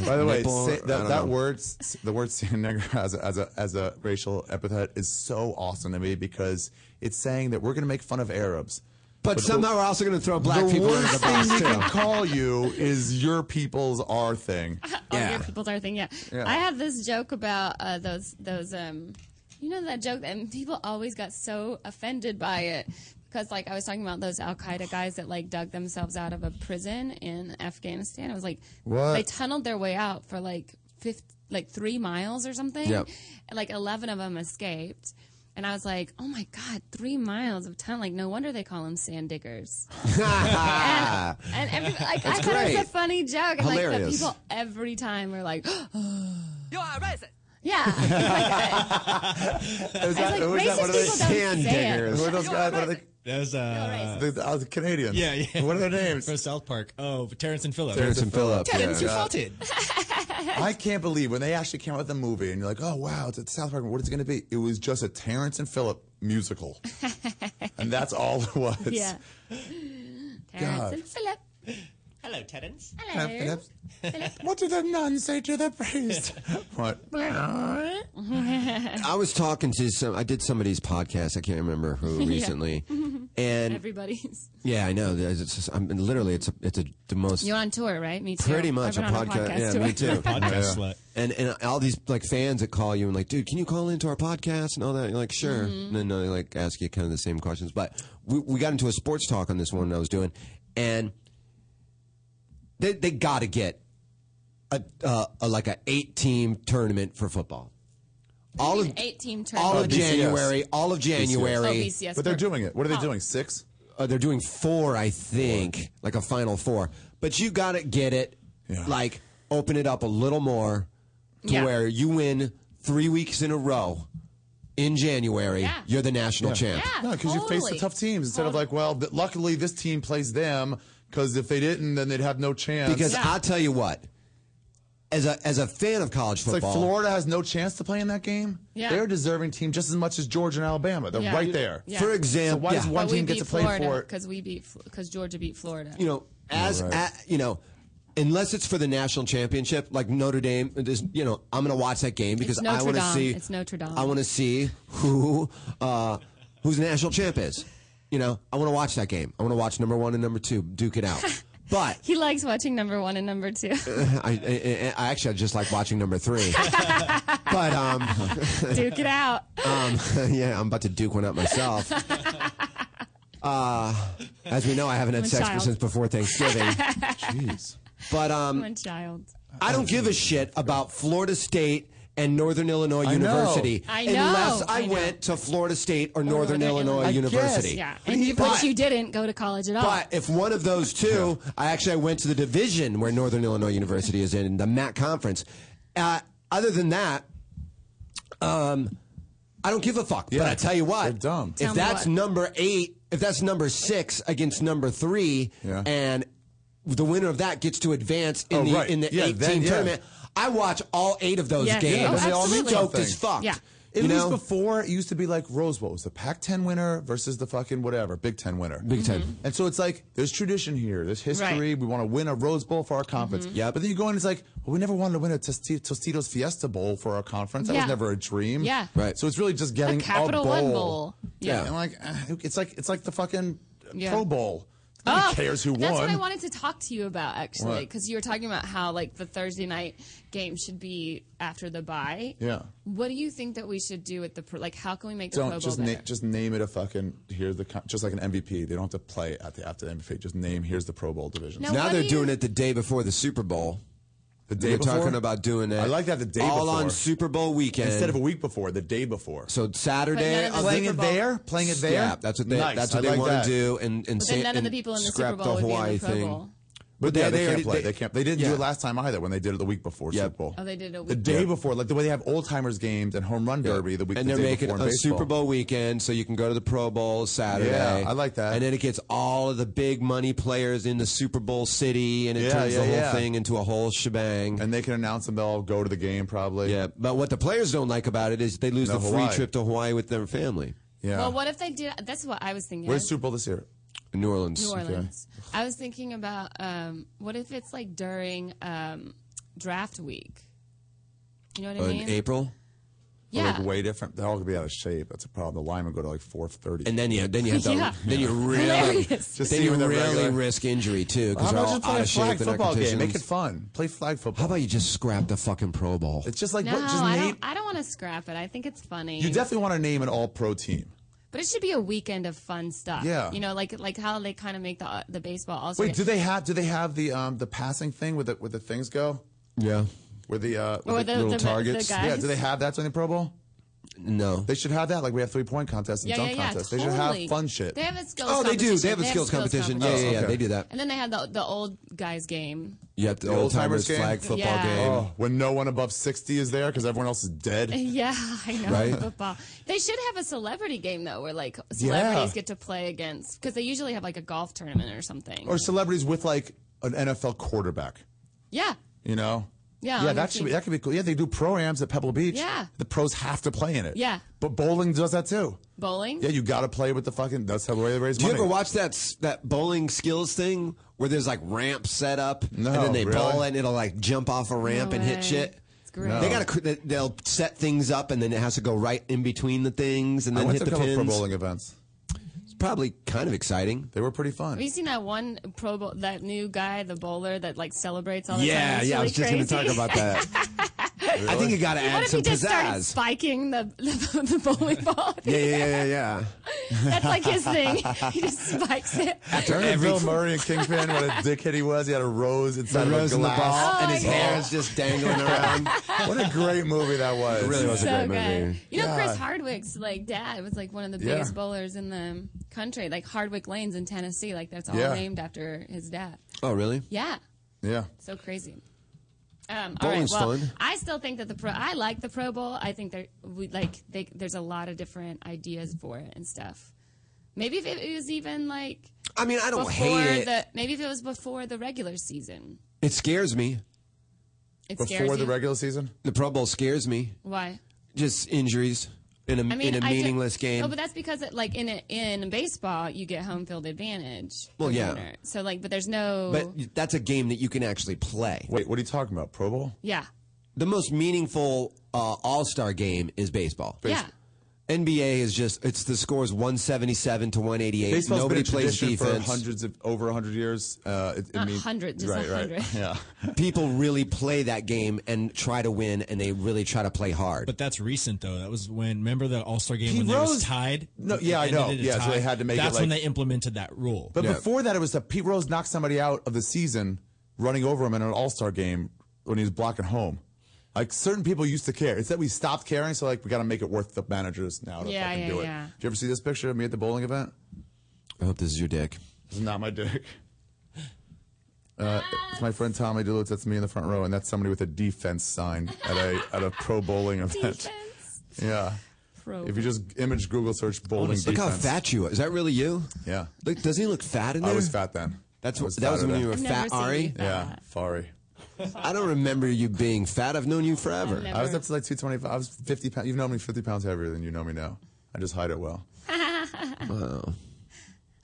uh,
By the way,
nipple,
sa-
I
that,
don't
that
know.
word, s- the word "sand nigger" as a, as a as a racial epithet is so awesome to me because it's saying that we're going to make fun of Arabs,
But somehow we're also gonna throw black people under the
worst
bus,
thing we
too.
can call you is your people's our thing.
All your people's are thing. Yeah.
Yeah.
I have this joke about uh, those those um, you know that joke, and people always got so offended by it because like I was talking about those Al Qaeda guys that like dug themselves out of a prison in Afghanistan. I was like,
What?
They tunneled their way out for like fifth, like three miles or something.
Yep.
And, Like eleven of them escaped. And I was like, "Oh my God, three miles of tunnel! Like, no wonder they call them sand diggers." and and every, like, I
That's
thought it was
great.
a funny joke, and like the
Hilarious.
people every time are like,
You are racist.
yeah.
Is
like,
who is
racist
What are they-
people don't Sand say it. diggers.
Who are those
You're
guys? What are they?
That was uh,
The, uh, the Canadians.
yeah, yeah.
What are their names?
From South Park. Oh, Terrence and Phillip.
Terrence and Phillip,
Terrence,
yeah.
you faulted.
I can't believe when they actually came out with a movie and you're like, oh wow, it's a South Park. What is it going to be? It was just a Terrence and Phillip musical, and that's all it was.
yeah.
Terrence God.
and
Philip.
Hello, Terrence.
Hello, Philip. What do the nuns say to the priest? What?
I was talking to some. I did somebody's podcast. I can't remember who
Yeah.
recently, And
Everybody's.
yeah, I know. There's- It's just, I'm literally it's a, it's a, the most
You're on tour, right? Me too.
pretty much
I've been on
podcast. Yeah,
tour.
me too.
Podcast slut.
And and all these like fans that call you and like, dude, can you call into our podcast and all that? And you're like, sure.
Mhm.
Mm-hmm.
And then they like ask you kind of the same questions. But we we got into a sports talk on this one I was doing, and they they got to get a, uh, a like a eight team tournament for football. All of
Eight team tournament.
all of January, all of January.
Oh, BCS. Oh.
Six? Uh, they're doing four, I think, like a final four. But you got to get it, like open it up a little more to
Yeah.
where you win three weeks in a row in January.
Yeah.
You're the national
Yeah.
champ.
No, because you face the tough teams instead of like, well, th- luckily this team plays them. Because if they didn't, then they'd have no chance.
Because I'll tell you what, as a as a fan of college
It's like
football,
Florida has no chance to play in that game.
Yeah.
They're a deserving team just as much as Georgia and Alabama. They're
Yeah.
right there.
Yeah. For
example-
so why does
yeah.
one
But we
team get
beat
to play for
Florida
it?
because we beat because Georgia beat Florida.
you know, as
You're
a, you know, unless it's for the national championship, like Notre Dame, it is- you know, I'm going to watch that game because
it's Notre
I want to
Dame.
see.
It's Notre Dame.
I want to see who uh, who's national champ is. You know, I want to watch that game. I want to watch number one and number two duke it out. But
He likes watching number one and number two.
I, I, I actually I just like watching number three. but um,
Duke it out.
um, yeah, I'm about to duke one up myself. Uh, as we know, I haven't had
I'm a
sex
child.
since before Thanksgiving. Jeez. But um,
One child.
I don't give a shit about Florida State and Northern Illinois
I know.
University
I know.
unless I,
I know.
went to Florida State or Northern, Illinois
I guess.
University.
Yeah, and you, but you didn't go to college at all.
But if one of those two, I actually I went to the division where Northern Illinois University is in the MAC conference. Uh, other than that, um, I don't give a fuck. But I tell you what, If
Tell me
that's
what.
number eight, if that's number six against number three, and the winner of that gets to advance in
Oh,
the
right.
in the
Yeah,
eight
then,
team
yeah.
tournament, I watch all eight of those
Yeah.
games.
Oh,
Yeah,
I'm
they all mean
stoked
something.
as fuck.
At
you
least
know?
before it used to be like Rose Bowl. It was the Pac-10 winner versus the fucking whatever Big Ten winner. Mm-hmm.
Big 10 Mhm.
And so it's like there's tradition here, there's history. We want to win a Rose Bowl for our
Mm-hmm.
conference.
Mhm.
Yeah. But then you go in, it's like well, we never wanted to win a Tosti- Tostitos Fiesta Bowl for our conference. That
Yeah.
was never a dream.
Yeah.
Right. So it's really just getting
A Capital
bowl.
One Bowl. Yeah.
Yeah. And like uh, who- it's like it's like the fucking
Yeah. Oh,
Pro Bowl. Nobody cares who
that's
won.
what I wanted to talk to you about, actually,
What?
because you were talking about how like the Thursday night game should be after the bye.
Yeah.
What do you think that we should do with the pro- like? How can we make the Pro
Don't
Bowl
just name
better?
just name it a fucking here's the con- just like an MVP. They don't have to play at the after the MVP. Just name here's the Pro Bowl division.
Now, they're doing it the day before the Super Bowl.
The day
They're
before?
talking about doing that.
I like that the day
all
before.
on Super Bowl weekend
instead of a week before, the day before.
So Saturday, uh,
But none of the Playing Super it Bowl- there? Playing it there?
Yeah, that's what they
Nice,
that's what
I
they
like
want
that.
to do. And and,
But then
say-
none of
and
the people in the Super
scrap
Bowl would be in the
Hawaii
Pro
thing.
Bowl.
But yeah, they, can't
already-
play. They, can't. They didn't do
yeah.
it last time either when they did it the week before Super Bowl.
Oh, they did it
the
a week
day before, like the way they have old timers games and home run derby the week.
And
the
they're
day
making
before in
a
baseball.
Super Bowl weekend, so you can go to the Pro Bowl Saturday.
Yeah, I like that.
And then it gets all of the big money players in the Super Bowl city, and it
Yeah,
turns
yeah,
the whole
yeah.
thing into a whole shebang.
And they can announce them. They'll go to the game probably.
Yeah, but what the players don't like about it is they lose
No,
the free
Hawaii.
trip to Hawaii with their family.
Yeah,
Well, what if they did? That's what I was thinking.
where's Super Bowl this year?
New Orleans.
New Orleans. I was thinking about um, what if it's like during um, draft week. You know what I mean?
In
April.
They're,
Yeah.
like way different. They're all gonna be out of shape. That's a problem. The linemen go to like four thirty,
And then you then you have to
Yeah.
then you really
Hilarious. Just
then
see
you
when
really
they're regular.
risk injury too
How
because they're
about
all
just
out
play a
of shape
flag
in their
football game? Make it
conditions.
fun. Play flag football.
How about you just scrap the fucking Pro Bowl?
It's just like
no,
just
I
name.
don't. I don't want to scrap it. I think it's funny.
You definitely want to name an all-pro team.
But it should be a weekend of fun stuff.
Yeah.
You know, like like how they kind of make the uh, the baseball also.
Wait, do they have do they have the um the passing thing with the where the things go?
Yeah.
Where the uh
Or
with
the- the- the guys.
yeah, do they have that during the Pro Bowl?
No.
They should have that. Like we have three point contests and
Yeah,
dunk
yeah, yeah,
contests. They should
totally.
have fun shit. Oh,
They have a skills
Oh, they do.
competition.
They have a skills competition. Yeah, yeah, yeah. They do that.
And then they had the the old guys game.
You have the, old timers flag football
Yeah.
game.
Oh, when no one above sixty is there because everyone else is dead.
Yeah, I know
Right?
football. They should have a celebrity game though, where like celebrities
Yeah.
get to play against because they usually have like a golf tournament or something.
Or celebrities with like an NFL quarterback.
yeah,
You know.
Yeah,
Yeah, that
on the
should be,
team.
that could be cool. Yeah, they do pro-ams at Pebble Beach.
Yeah.
The pros have to play in it.
Yeah.
But bowling does that too.
bowling.
Yeah, you got to play with the fucking. That's how they raise
Do you
money.
ever watch that s- that bowling skills thing where there's like ramps set up and then they
really?
bowl and it'll like jump off a ramp and hit shit?
great. No.
They gotta cr- they- they'll set things up and then it has to go right in between the things and
I
then
went
hit
to
the
a couple
pins.
pro bowling events.
probably kind of exciting.
They were pretty fun.
Have you seen that one Pro Bowl, that new guy, the bowler that like celebrates all the time?
Yeah,
It's
yeah, I
really
was just going to
crazy.
talk about that. I think you got to
What
add
if
some
he just started
pizzazz.
spiking the, the, the bowling ball?
Yeah, yeah, yeah, yeah, yeah.
That's like his thing. He just spikes it.
After
every-
Bill Murray and Kingpin, what a dickhead he was. He had a rose inside
The
of
rose
a
in the
glass,
ball, Oh, and his my hair
hair
God. is just dangling around.
what a great movie that was!
It really was a
So great good.
movie.
You know, Chris Hardwick's like dad was like one of the
Yeah.
biggest bowlers in the country, like Hardwick Lanes in Tennessee. Like that's all
Yeah.
named after his dad.
Oh, really?
Yeah,
Yeah.
so crazy. Um, all right,
Bowling's
well,
fun.
I still think that the pro. I like the Pro Bowl. I think there we like they, there's a lot of different ideas for it and stuff. Maybe if it was even like
I mean, I don't
before
hate it.
the maybe if it was before the regular season.
It scares me.
It scares you.
regular season,
the Pro Bowl scares me.
Why?
Just injuries in a
I mean,
in a
I ju-
meaningless game.
No, but that's because it, like in a, in baseball, you get home field advantage.
Well,
for
yeah.
winner. So like, but there's no.
But that's a game that you can actually play.
Wait, what are you talking about? Pro Bowl?
yeah.
The most meaningful uh, All Star game is baseball.
Yeah.
NBA is just it's the scores one seventy seven to one eighty eight.
Baseball's
Nobody
been a
plays
tradition
defense.
for hundreds of over hundred years. Uh, it, it
Not
means-
hundred, just
right,
a
right.
hundred.
Yeah.
People really play that game and try to win, and they really try to play hard.
But that's recent though. That was when remember the All Star game
Pete
when they
Rose-
was tied.
No, yeah, I
It ended
know.
in a
Yeah, so
tie?
they had to make it,
That's when
like-
they implemented that rule.
But before that, it was that Pete Rose knocked somebody out of the season running over him in an All Star game when he was blocking home. Like certain people used to care. It's that we stopped caring, so like we got to make it worth the managers now to
Yeah,
fucking
yeah,
do it.
yeah.
Did you ever see this picture of me at the bowling event?
I hope this is your dick.
This is not my dick. Uh, it's my friend Tommy Duluth. That's me in the front row, and that's somebody with a defense sign at a at a pro bowling event. Yeah.
Pro
If you just image Google search bowling
Oh, Look how
defense.
fat you are. Is that really you?
Yeah.
Look, doesn't he look fat in
I
there?
was fat then.
That's
I
what- that was
fatter
when
then.
you were
I've never
fat,
seen
Ari.
you
Yeah, Fari.
I don't remember you being fat. I've known you forever.
I've
I was up to like 225. I was 50 pounds. You've known me 50 pounds heavier than you know me now. I just hide it well.
Wow.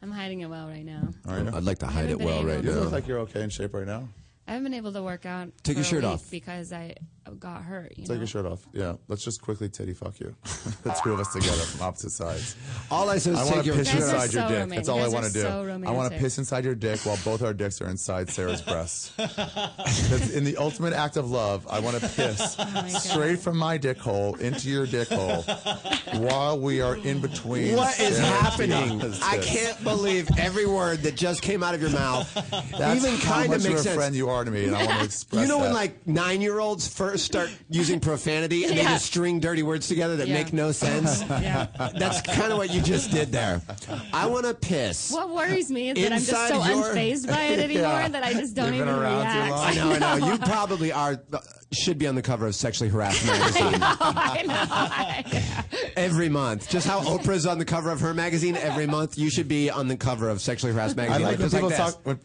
I'm hiding it well right now.
I'd like to hide it
been
well
able
right
You
now.
look like you're okay in shape right now.
I haven't been able to work out.
Take
for
your
a
shirt
week
off.
because I got hurt. You
Take
know?
your shirt off. Yeah. Let's just quickly titty fuck you. the two of us together from opposite sides.
All I said was
I
take
want to
your
piss
shirt
inside
off.
your
so
dick.
romantic.
That's all
You
I
guys
want
are
to do.
so
I want to
romantic.
piss inside your dick while both our dicks are inside Sarah's breasts. That's in the ultimate act of love. I want to piss
Oh my God.
straight from my dick hole into your dick hole while we are in between.
What is
Sarah
happening?
Diaz's
I
tits.
can't believe every word that just came out of your mouth.
That's
even
how
kind
much
of
of
makes
a
sense.
friend you are to me, and I want to express
You know when
that.
like nine year olds first start using profanity and they
Yeah.
just string dirty words together that
Yeah.
make no sense? That's kind of what you just did there. I want to piss.
What worries me is that I'm just
Inside
so
your-
unfazed by it anymore
Yeah.
that I just don't
You've been
even
around too
react.
long.
I know, I know. You probably are uh, should be on the cover of Sexually Harassed magazine
I know. I-
every month. Just how Oprah's on the cover of her magazine every month, you should be on the cover of Sexually Harassed
I
magazine.
like when
just
people
this.
talk when,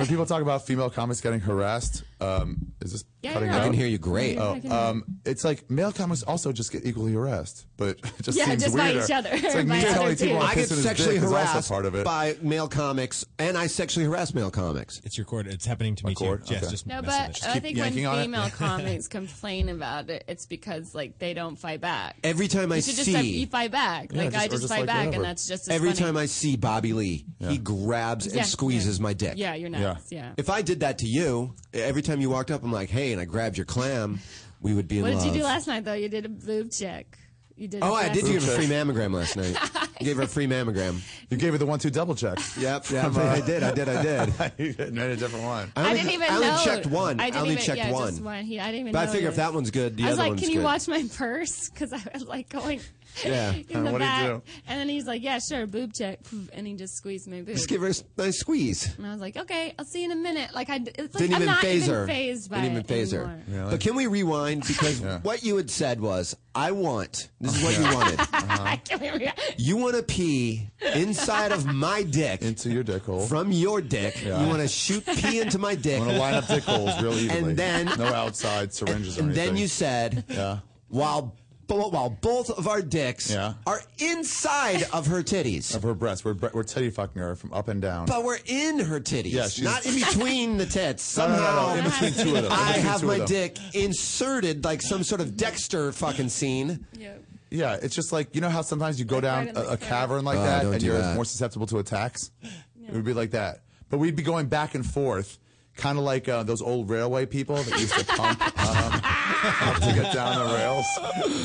when people talk about female comics getting harassed. Um, is this
Yeah,
cutting
yeah.
out?
I can hear you great.
Oh, um, it's like male comics also just get equally harassed, but it just
Yeah,
seems
just by
weirder.
each other,
It's like me
by
telling
other
people
teams.
I'm
I get
pissing his
sexually
dick is
harassed
also part of it.
by male comics, and I sexually harass male comics.
It's your cord. It's happening to me
cord?
too. Jess,
Okay.
just
No,
messing
but
with
I think when
yanking on it.
female comics complain about it, it's because like they don't fight back.
Every time I
you should just say,
see-
you fight back.
Yeah,
like
just-
I
or
just
just,
fight
like,
back,
whatever.
and that's just as
Every
funny.
time I see Bobby Lee, he grabs
Yeah,
and squeezes my dick.
Yeah, you're nuts. Yeah.
If I did that to you, every time you walked up, I'm like, hey, and I grabbed your clam, we would be in
What
love.
did you do last night though? You did a boob check. You did.
Oh, I did give her a
check.
free mammogram last night. I gave her a free mammogram.
You gave her the one-two double check.
Yep, yep, I did, I did, I did.
you made a different one.
I
I
only-
didn't even
I only
know.
checked one. I,
didn't
only
even,
checked
yeah,
one.
Just one. He, I didn't even
But I
know
figure if
you.
that one's good, the
I was
other
like,
one's
"Can
good.
you watch my purse?" Because I was like going
Yeah.
in
Uh, what did
the
you
back,
do?
and then he's like, "Yeah, sure, boob check," Poof, and he just squeezed my boob.
Just give her a s- nice squeeze.
and I was like, "Okay, I'll see you in a minute." Like I, d- it's like
Didn't
I'm
even
not
phase
even
her.
phased by
Didn't even
it
phase her.
anymore.
But can we rewind? Because what you had said was, I want, this is what you wanted.
Uh-huh.
Can we re-
You want to pee inside of my dick.
Into your dick hole.
From your dick.
Yeah.
You want to shoot pee into my dick.
I'm gonna line up dick holes real evenly.
And then,
no outside syringes or
and
anything.
then you said,
yeah.
while, bo- while both of our dicks
Yeah.
are inside of her titties.
Of her breasts, we're, bre- we're teddy fucking her from up and down.
But we're in her titties,
Yeah, she's-
not in between the tits.
No, no,
Somehow,
no, no, in between two of them. In
I
between
have
two of
my
them.
dick inserted like some sort of Dexter fucking scene.
Yeah.
Yeah, it's just like you know how sometimes you go down
in
a,
the
a cavern like
Oh,
that,
don't
and
do
you're
that.
more susceptible to attacks. It would be like that, but we'd be going back and forth, kind of like uh, those old railway people that used to pump um, up to get down the rails.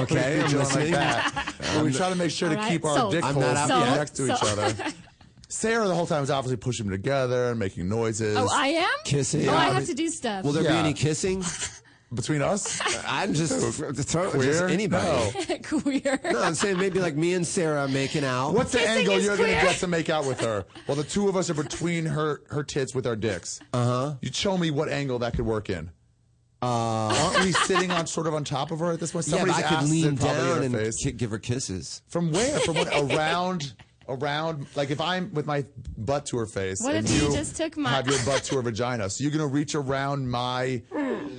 Okay,
We'd be
I'm
doing
listening.
like that. And we try to make sure to
All right,
keep our
sold.
dick
I'm
holes
not out yet.
next to each
Sold.
other. Sarah the whole time is obviously pushing them together and making noises.
Oh, I am? Kissing. Oh, I have to do stuff. Will there be any
kissing between us?
I'm just just
Queer?
anybody.
No.
Queer.
No, I'm saying maybe like me and Sarah making out.
What's the angle you're going to get to make out with her? Well, the two of us are between her her tits with our dicks. Uh
Uh-huh.
huh. You show me what angle that could work in. Uh, Aren't we sitting on sort of on top of her at this point?
Yeah, but
Somebody's
I could
ass
lean
is probably in
down
her
and
face.
ki- give her kisses.
From where? From what? Around, around. Like if I'm with my butt to her face,
What
and
if you just took my-
have your butt to her vagina? So you're gonna reach around my,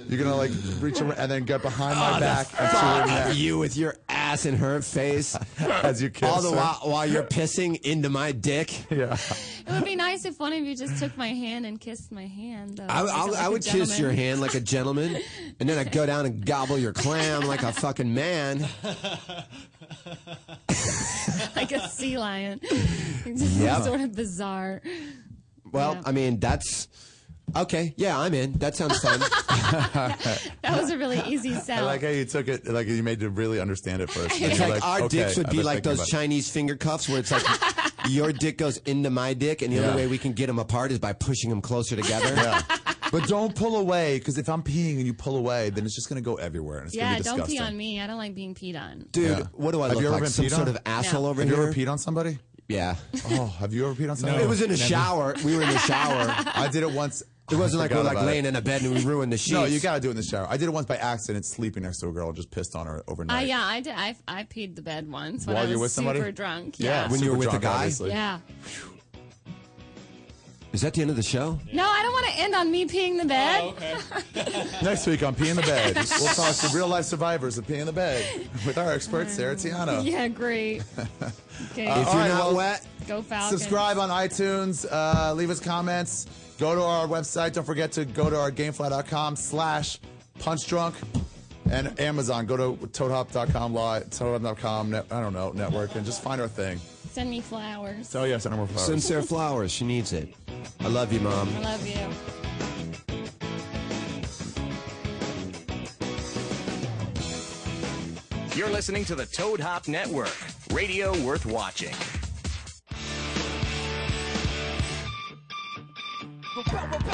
you're gonna like reach around and then get behind my
Oh, the
back and
thought
to her
of
neck.
you with your ass in her face
as you kiss
all the
her.
while while you're pissing into my dick.
Yeah,
It would be nice if one of you just took my hand and kissed my hand. Though,
I,
Like
I,
a- like
I
a
would kiss your
gentleman.
hand like a gentleman, and then I'd go down and gobble your clam like a fucking man.
like a sea lion.
Yep.
Sort of bizarre.
Well, I mean that's okay. Yeah, I'm in. That sounds fun.
That was a really easy
I
sound.
like how you took it. Like you made to really understand it first. And
It's
you're
like, our
okay,
dicks would
I've
be
been
like
thinking
those
about it.
Chinese finger cuffs where it's like your dick goes into my dick, and the
Yeah.
only way we can get them apart is by pushing them closer together.
Yeah. But don't pull away because if I'm peeing and you pull away, then it's just going to go everywhere and it's
yeah,
going to be
don't
disgusting.
pee on me. I don't like being peed on.
Dude, what do I
have
look
you ever
like?
Been
Some
peed
sort
on?
of asshole over
have you ever
here?
peed on somebody?
Yeah.
Oh, have you ever peed on somebody?
it was in a shower. We were in the shower.
I did it once.
It wasn't like we
are
were like laying in a bed and we ruined the sheets.
No, you got to do it in the shower. I did it once by accident, sleeping next to a girl, and just pissed on her overnight.
Uh, yeah, I did. I, I peed the bed once when
While
I was
you're with
super
somebody?
drunk.
Yeah,
Yeah,
When you were with
super
a
drunk,
guy?
obviously.
Yeah.
Is that the end of the show?
No, I don't want to end on me peeing the bed.
Next week on Pee in the Bed, we'll talk to real life survivors of Pee in the Bed with our expert, Sarah
Mm.
Tiano.
Yeah, great. Okay.
Uh, If all you're right, not well, wet,
go Falcons.
Subscribe on iTunes. Uh, leave us comments. Go to our website. Don't forget to go to our gamefly.com slash punchdrunk and Amazon. Go to toadhop.com, li- toadhop.com, net, I don't know, network, and just find our thing.
Send me flowers.
So, yes, and more flowers.
Send Sarah flowers. She needs it. I love you, Mom.
I love you.
You're listening to the Toad Hop Network, radio worth watching.
Power, power,